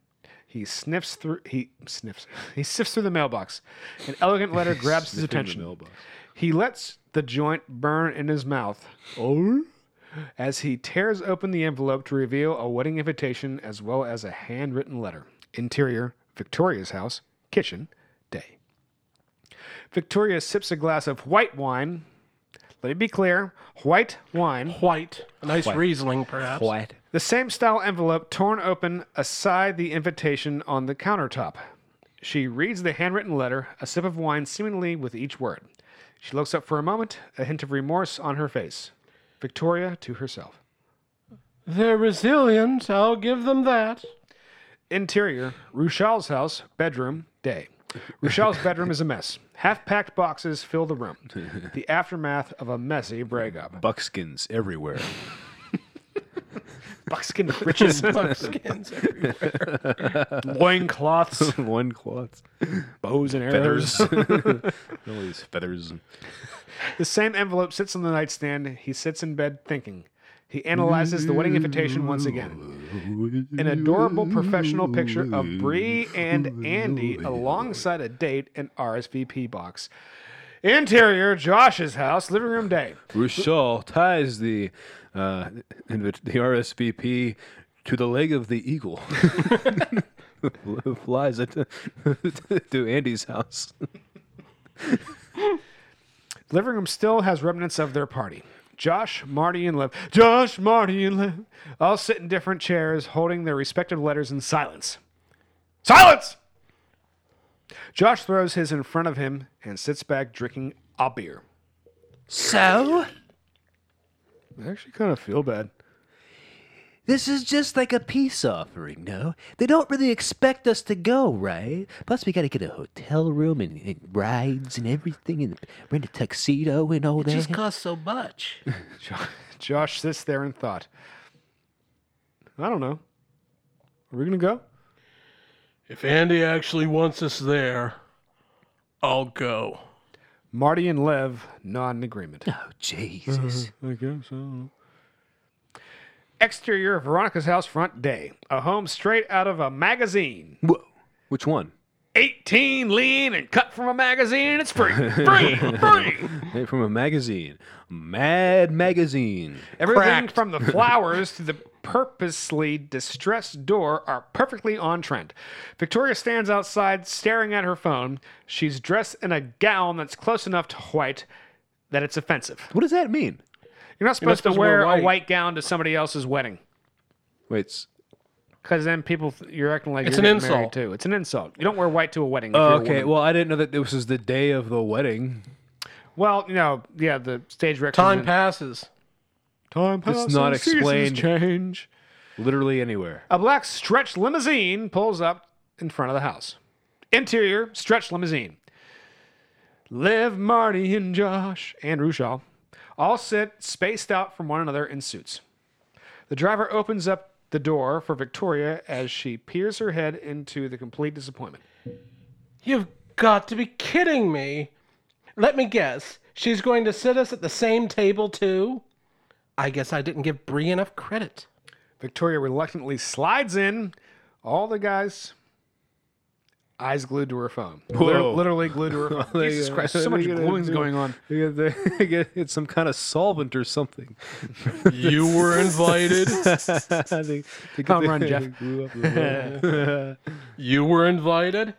He sniffs through he sniffs. He sifts through the mailbox. An elegant letter grabs his attention. He lets the joint burn in his mouth. Oh. As he tears open the envelope to reveal a wedding invitation as well as a handwritten letter. Interior, Victoria's house, kitchen, day. Victoria sips a glass of white wine. Let me be clear, white wine.
White. A nice Riesling, perhaps. White.
The same style envelope torn open aside the invitation on the countertop. She reads the handwritten letter, a sip of wine seemingly with each word. She looks up for a moment, a hint of remorse on her face. Victoria to herself.
They're resilient. I'll give them that.
Interior, Ruchel's house, bedroom, day. Ruchel's bedroom is a mess. Half packed boxes fill the room. The aftermath of a messy breakup.
Buckskins everywhere.
Buckskin riches,
Buckskins everywhere.
loincloths,
One cloth.
bows and arrows.
Feathers. All these feathers.
The same envelope sits on the nightstand. He sits in bed thinking. He analyzes the wedding invitation once again. An adorable professional picture of Bree and Andy alongside a date and RSVP box. Interior, Josh's house, living room day.
Ruchel ties the uh, invit- the RSVP to the leg of the eagle. Flies it to, to Andy's house.
Living room still has remnants of their party. Josh, Marty, and Liv. Josh, Marty, and Liv all sit in different chairs, holding their respective letters in silence. Silence! Josh throws his in front of him and sits back drinking a beer.
So?
I actually kind of feel bad.
This is just like a peace offering, no? They don't really expect us to go, right? Plus, we got to get a hotel room and, and rides and everything and rent a tuxedo and all
It
that.
just costs so much.
Josh sits there and thought. I don't know. Are we gonna go?
If Andy actually wants us there, I'll go.
Marty and Lev nod in agreement.
Oh, Jesus.
I guess so. Exterior of Veronica's house front day. A home straight out of a magazine.
Whoa. Which one?
18 lean and cut from a magazine and it's free. Free! free!
Hey, From a magazine. Mad Magazine.
Everything
Cracked.
from the flowers to the purposely distressed door are perfectly on trend. Victoria stands outside staring at her phone. She's dressed in a gown that's close enough to white that it's offensive.
What does that mean?
You're not supposed,
supposed
to
to wear
wear a
white.
white gown to somebody else's wedding.
Wait, s-
Because then people, th- you're acting like
It's
you're
an
getting married
insult.
too. It's an insult. You don't wear white to a wedding. If you're a
Okay,
woman.
well, I didn't know that this was the day of the wedding.
well, you know, yeah, the stage direction.
Time passes.
Time
It's not
passes, seasons
explained.
Change.
Literally anywhere.
A black stretch limousine pulls up in front of the house. Interior stretch limousine. Liv, Marty, and Josh and Rushal all sit spaced out from one another in suits. The driver opens up the door for Victoria as she peers her head into the complete disappointment.
You've got to be kidding me. Let me guess. She's going to sit us at the same table, too? I guess I didn't give Bree enough credit.
Victoria reluctantly slides in. All the guys, eyes glued to her phone. Liter-
Whoa.
literally glued to her phone. Jesus Christ, so much gluing's going on.
You got the- you got- It's some kind of solvent or something.
You were invited.
they, they get
Home
the-
run, Jeff.
glue up the-
you were invited.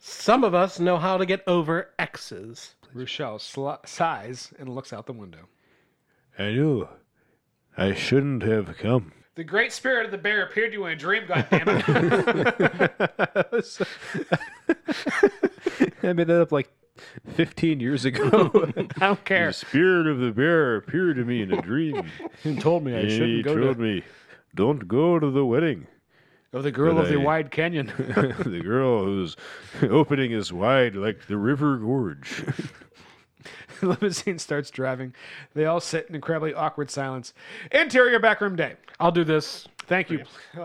Some of us know how to get over exes.
Rochelle sli- sighs and looks out the window.
I knew. I shouldn't have come.
The great spirit of the bear appeared to you in a dream, goddammit.
I made that up like 15 years ago.
I don't care.
spirit of the bear appeared to me in a dream.
He told me I shouldn't go to
me, don't go to the wedding.
oh, the girl of the
I-
wide canyon.
the girl whose opening is wide like the river gorge.
the limousine starts driving. They all sit in incredibly awkward silence. Interior backroom day.
I'll do this.
Thank you.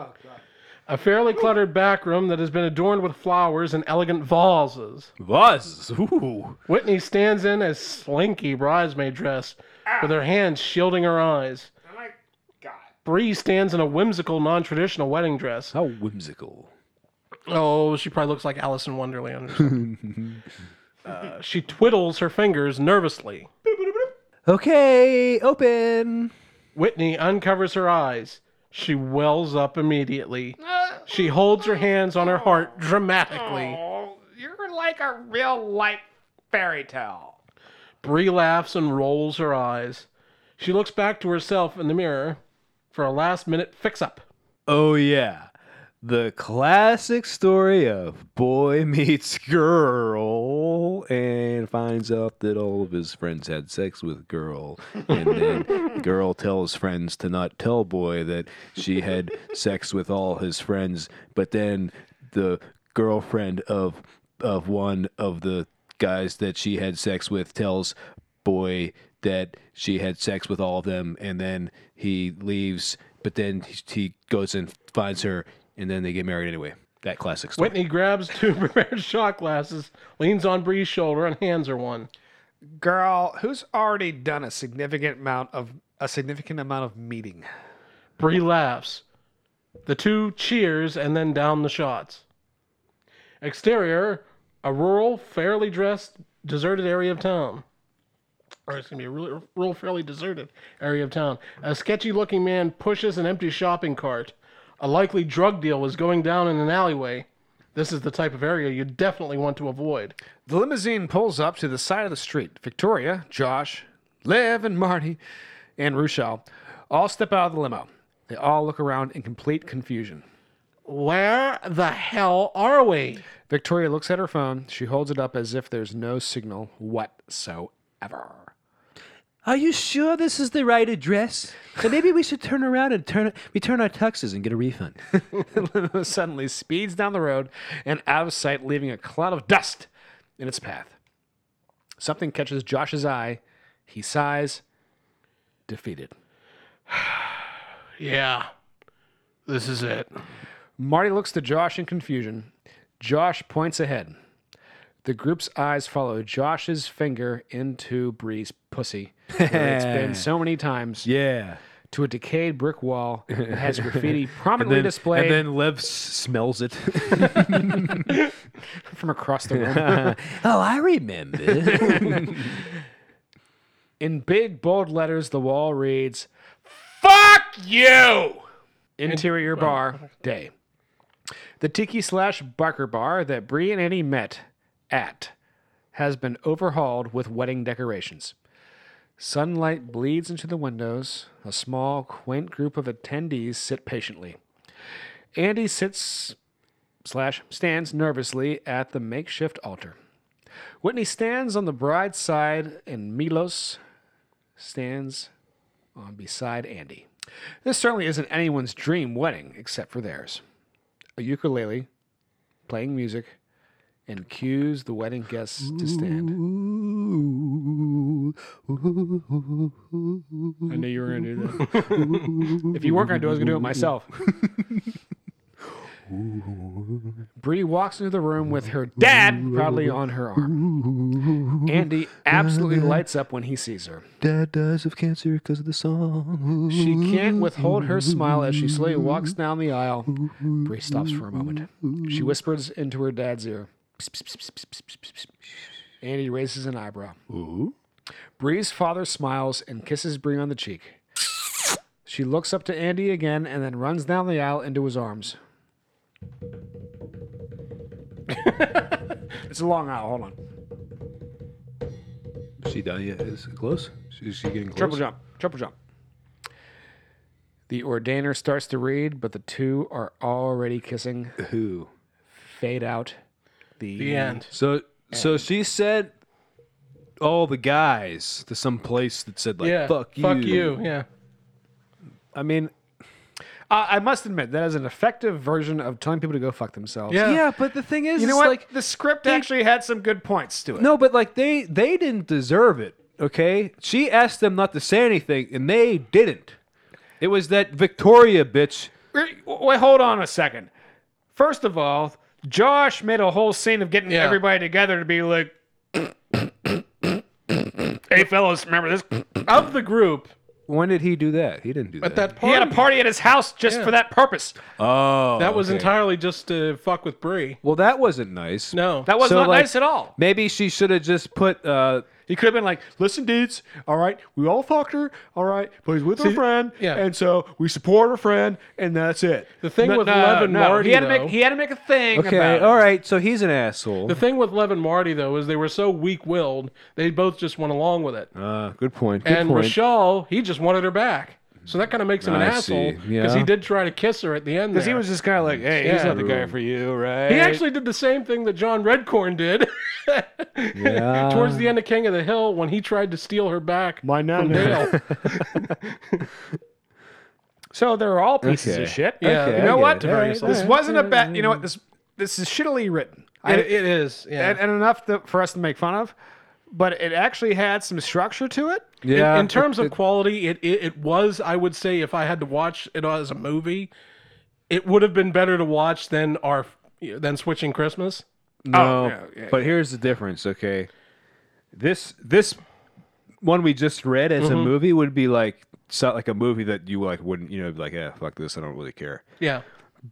A fairly cluttered back room that has been adorned with flowers and elegant vases.
Vaz. Ooh.
Whitney stands in a slinky bridesmaid dress,
Ah.
with her hands shielding her eyes.
Oh
Bree stands in a whimsical, non-traditional wedding dress.
How whimsical.
Oh, she probably looks like Alice in Wonderland. Or something. uh, she twiddles her fingers nervously.
Okay, open.
Whitney uncovers her eyes. She wells up immediately. She holds her hands on her heart dramatically.
Oh, you're like a real life fairy tale.
Bree laughs and rolls her eyes. She looks back to herself in the mirror for a last minute fix up.
Oh, yeah. The classic story of boy meets girl and finds out that all of his friends had sex with girl. And then girl tells friends to not tell boy that she had sex with all his friends. But then the girlfriend of of one of the guys that she had sex with tells boy that she had sex with all of them and then he leaves but then he, he goes and finds her and then they get married anyway that classic story
Whitney grabs two prepared shot glasses, leans on Bree's shoulder, and hands her one.
Girl, who's already done a significant amount of a significant amount of meeting?
Bree laughs. The two cheers and then down the shots. Exterior, a rural, fairly dressed, deserted area of town. Or it's going to be a rural, rural, fairly deserted area of town. A sketchy looking man pushes an empty shopping cart. A likely drug deal was going down in an alleyway. This is the type of area you definitely want to avoid.
The limousine pulls up to the side of the street. Victoria, Josh, Liv, and Marty, and Rochelle all step out of the limo. They all look around in complete confusion.
Where the hell are we?
Victoria looks at her phone. She holds it up as if there's no signal whatsoever.
Are you sure this is the right address? And maybe we should turn around and turn return our tuxes and get a refund.
suddenly speeds down the road and out of sight, leaving a cloud of dust in its path. Something catches Josh's eye. He sighs, defeated.
Yeah. This is it.
Marty looks to Josh in confusion. Josh points ahead. The group's eyes follow Josh's finger into Bree's pussy. where it's been so many times.
Yeah.
To a decayed brick wall that has graffiti prominently
then,
displayed
and then Lev s- smells it.
from across the room.
oh, I remember.
In big bold letters, the wall reads, "Fuck you." Interior bar day. The tiki slash Barker bar that Bree and Annie met at has been overhauled with wedding decorations. Sunlight bleeds into the windows. A small, quaint group of attendees sit patiently. Andy sits slash stands nervously at the makeshift altar. Whitney stands on the bride's side, and Milos stands on beside Andy. This certainly isn't anyone's dream wedding except for theirs. A ukulele, playing music, and cues the wedding guests to stand. I knew you were gonna do that. if you weren't gonna do it, I was gonna do it myself. Bree walks into the room with her dad proudly on her arm. Andy absolutely lights up when he sees her.
Dad dies of cancer because of the song.
She can't withhold her smile as she slowly walks down the aisle. Bree stops for a moment. She whispers into her dad's ear. "Psst, psst, psst, psst, psst, psst, psst." Andy raises an eyebrow. Bree's father smiles and kisses Bree on the cheek. She looks up to Andy again and then runs down the aisle into his arms. it's a long aisle. Hold on.
she
uh,
done yet? Is it close? Is she getting close?
Triple jump. Triple jump. The ordainer starts to read, but the two are already kissing.
Who?
Fade out. The,
The end.
So so she said all the guys to some place that said like
yeah.
fuck you.
Fuck you. Yeah.
I mean, I I must admit that is an effective version of telling people to go fuck themselves.
Yeah.
Yeah, but the thing is,
You know
it's
what?
like
the script actually had some good points to it.
no, but like they they didn't deserve it. Okay, she asked them not to say anything, and they didn't. It was that Victoria bitch.
Wait, wait, hold on a second. First of all, Josh made a whole scene of getting
Yeah.
everybody together to be like, "Hey, fellas, remember this?
Of the group
When did he do that? He didn't do
at
that.
that
He
party.
had a party at his house just for that purpose.
oh,
That was
okay.
entirely just to fuck with Bree.
Well, that wasn't nice.
No.
That was
So,
not
like-
nice at all.
Maybe she should have just put. Uh,
He could have been like, listen, dudes, all right, we all fucked her, all right, but he's with her friend,
yeah.
and so we support her friend, and that's it.
The thing with Lev and Marty,
he had, to
though-
make, he had to make a thing
okay, oh,
about it.
all right. So he's an asshole.
The thing with Lev and Marty though is they were so weak-willed, they both just went along with it.
uh, good point. Good
and
point.
Rashal, he just wanted her back. So that kind of makes him an
I
asshole
see.
because
Yeah.
he did try to kiss her at the end.
Because he
there.
was just kind of like, hey, he's
Yeah.
not the guy for you, right?
He actually did the same thing that John Redcorn did
Yeah.
towards the end of King of the Hill when he tried to steal her back
My
from
nana.
Dale.
So they're all pieces
Okay.
of shit.
Yeah,
Okay,
you
I
know
get
what?
it. All right,
This wasn't a bad. You know what? This this is shittily written. I-
It, it is. Yeah.
and, and enough that, for us to make fun of, but it actually had some structure to it.
yeah.
in, in terms of quality, it, it it was. I would say if I had to watch it as a movie, it would have been better to watch than our than switching Christmas.
No,
yeah, yeah,
but here's the difference. Okay, this this one we just read as a movie would be like so, like a movie that you like wouldn't you know be like yeah fuck this I don't really care.
Yeah,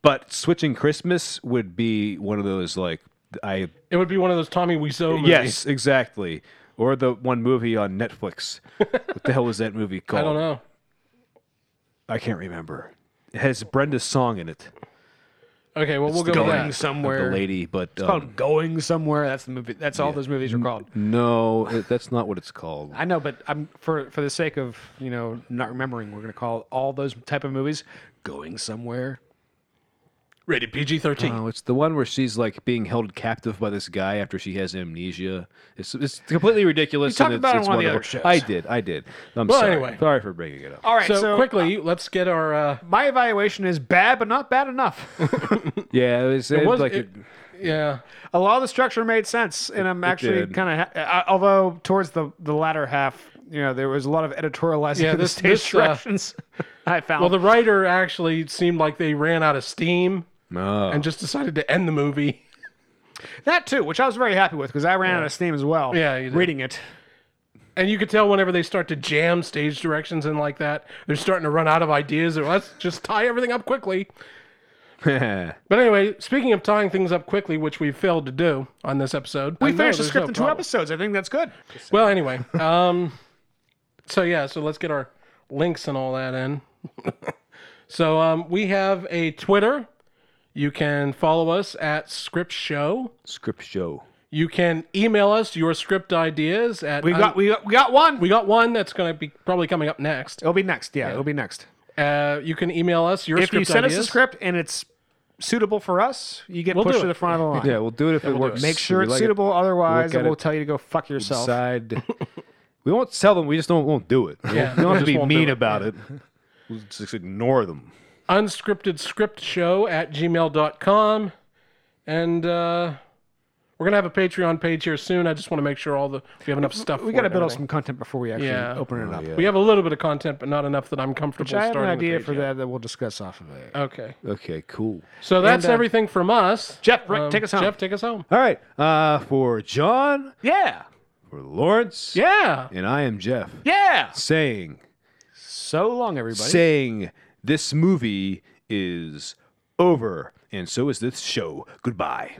But switching Christmas would be one of those like I
it would be one of those Tommy Wiseau movies.
yes exactly or the one movie on Netflix. what the hell was that movie
I
called?
don't know.
I can't remember. It has Brenda's song in it.
Okay, well we'll go with
going
that.
The
somewhere.
lady, but
It's
um,
called Going Somewhere. That's the movie. That's all those movies are called.
no, it, that's not what it's called.
I know, but I'm for for the sake of you know not remembering, we're gonna call all those type of movies Going Somewhere.
Rated PG 13.
Oh, it's the one where she's like being held captive by this guy after she has amnesia. It's, it's completely ridiculous.
You talked
and it's,
about it
it's
on one of the
wonderful.
other
I
shows.
did. I did. I'm
Well,
sorry.
anyway.
Sorry for bringing it up.
All right,
so,
so,
quickly, let's get our. Uh,
my evaluation is bad, but not bad enough.
Yeah, it was, it
was-
like
it-
a-
yeah.
a lot of the structure made sense, and I'm actually
did.
kind of. Ha- I- although towards the the latter half, you know, there was a lot of editorializing
Yeah,
of the
this-
stage
this, uh,
directions. I found.
Well, the writer actually seemed like they ran out of steam
Oh.
and just decided to end the movie.
That too, which I was very happy with because I ran out of steam as well.
Yeah, you did.
reading it.
And you could tell whenever they start to jam stage directions in like that, they're starting to run out of ideas. Or let's just tie everything up quickly. But anyway, speaking of tying things up quickly, which we failed to do on this episode,
We
I know
finished the
there's
script
no
in two
problem.
episodes. I think that's good.
Well, anyway, um, so yeah, so let's get our links and all that in. so um, we have a Twitter. You can follow us at Script Show.
script show.
You can email us your script ideas at
We got we got, Uh, we got one.
we got one that's going to be probably coming up next.
it'll be next. Yeah, it'll be next.
Uh, you can email us your
If
script
you send
ideas.
us a script and it's suitable for us, you get
We'll
pushed
do
to
it.
the front of the line.
Yeah, we'll do it if it works.
Make sure
We
it's
like it.
suitable. Otherwise,
Look at
then we'll
it.
tell you to go fuck yourself.
Decide. we won't sell them. We just don't won't do it. We
Yeah,
don't- we don't have
just
to be
won't do
mean
it.
about it. We'll just ignore them.
unscripted script show at gmail.com and uh, we're gonna have a patreon page here soon i just want to make sure all the we have enough stuff
We
for
got to
it,
build up
everything.
some content before we actually
Yeah.
open it up.
we have a little bit of content but not enough that i'm comfortable
Which I have an
starting with
idea
it
for
yet.
that that we'll discuss off of it.
okay
Okay, cool.
so that's
uh,
everything from us Um,
Jeff, Rick, take us home.
jeff take us home
All right. Uh, for John,
Yeah.
for Lawrence,
Ah!
yeah
and I am Jeff.
Yeah.
Saying,
So long, everybody.
saying this movie is over, and so is this show. Goodbye.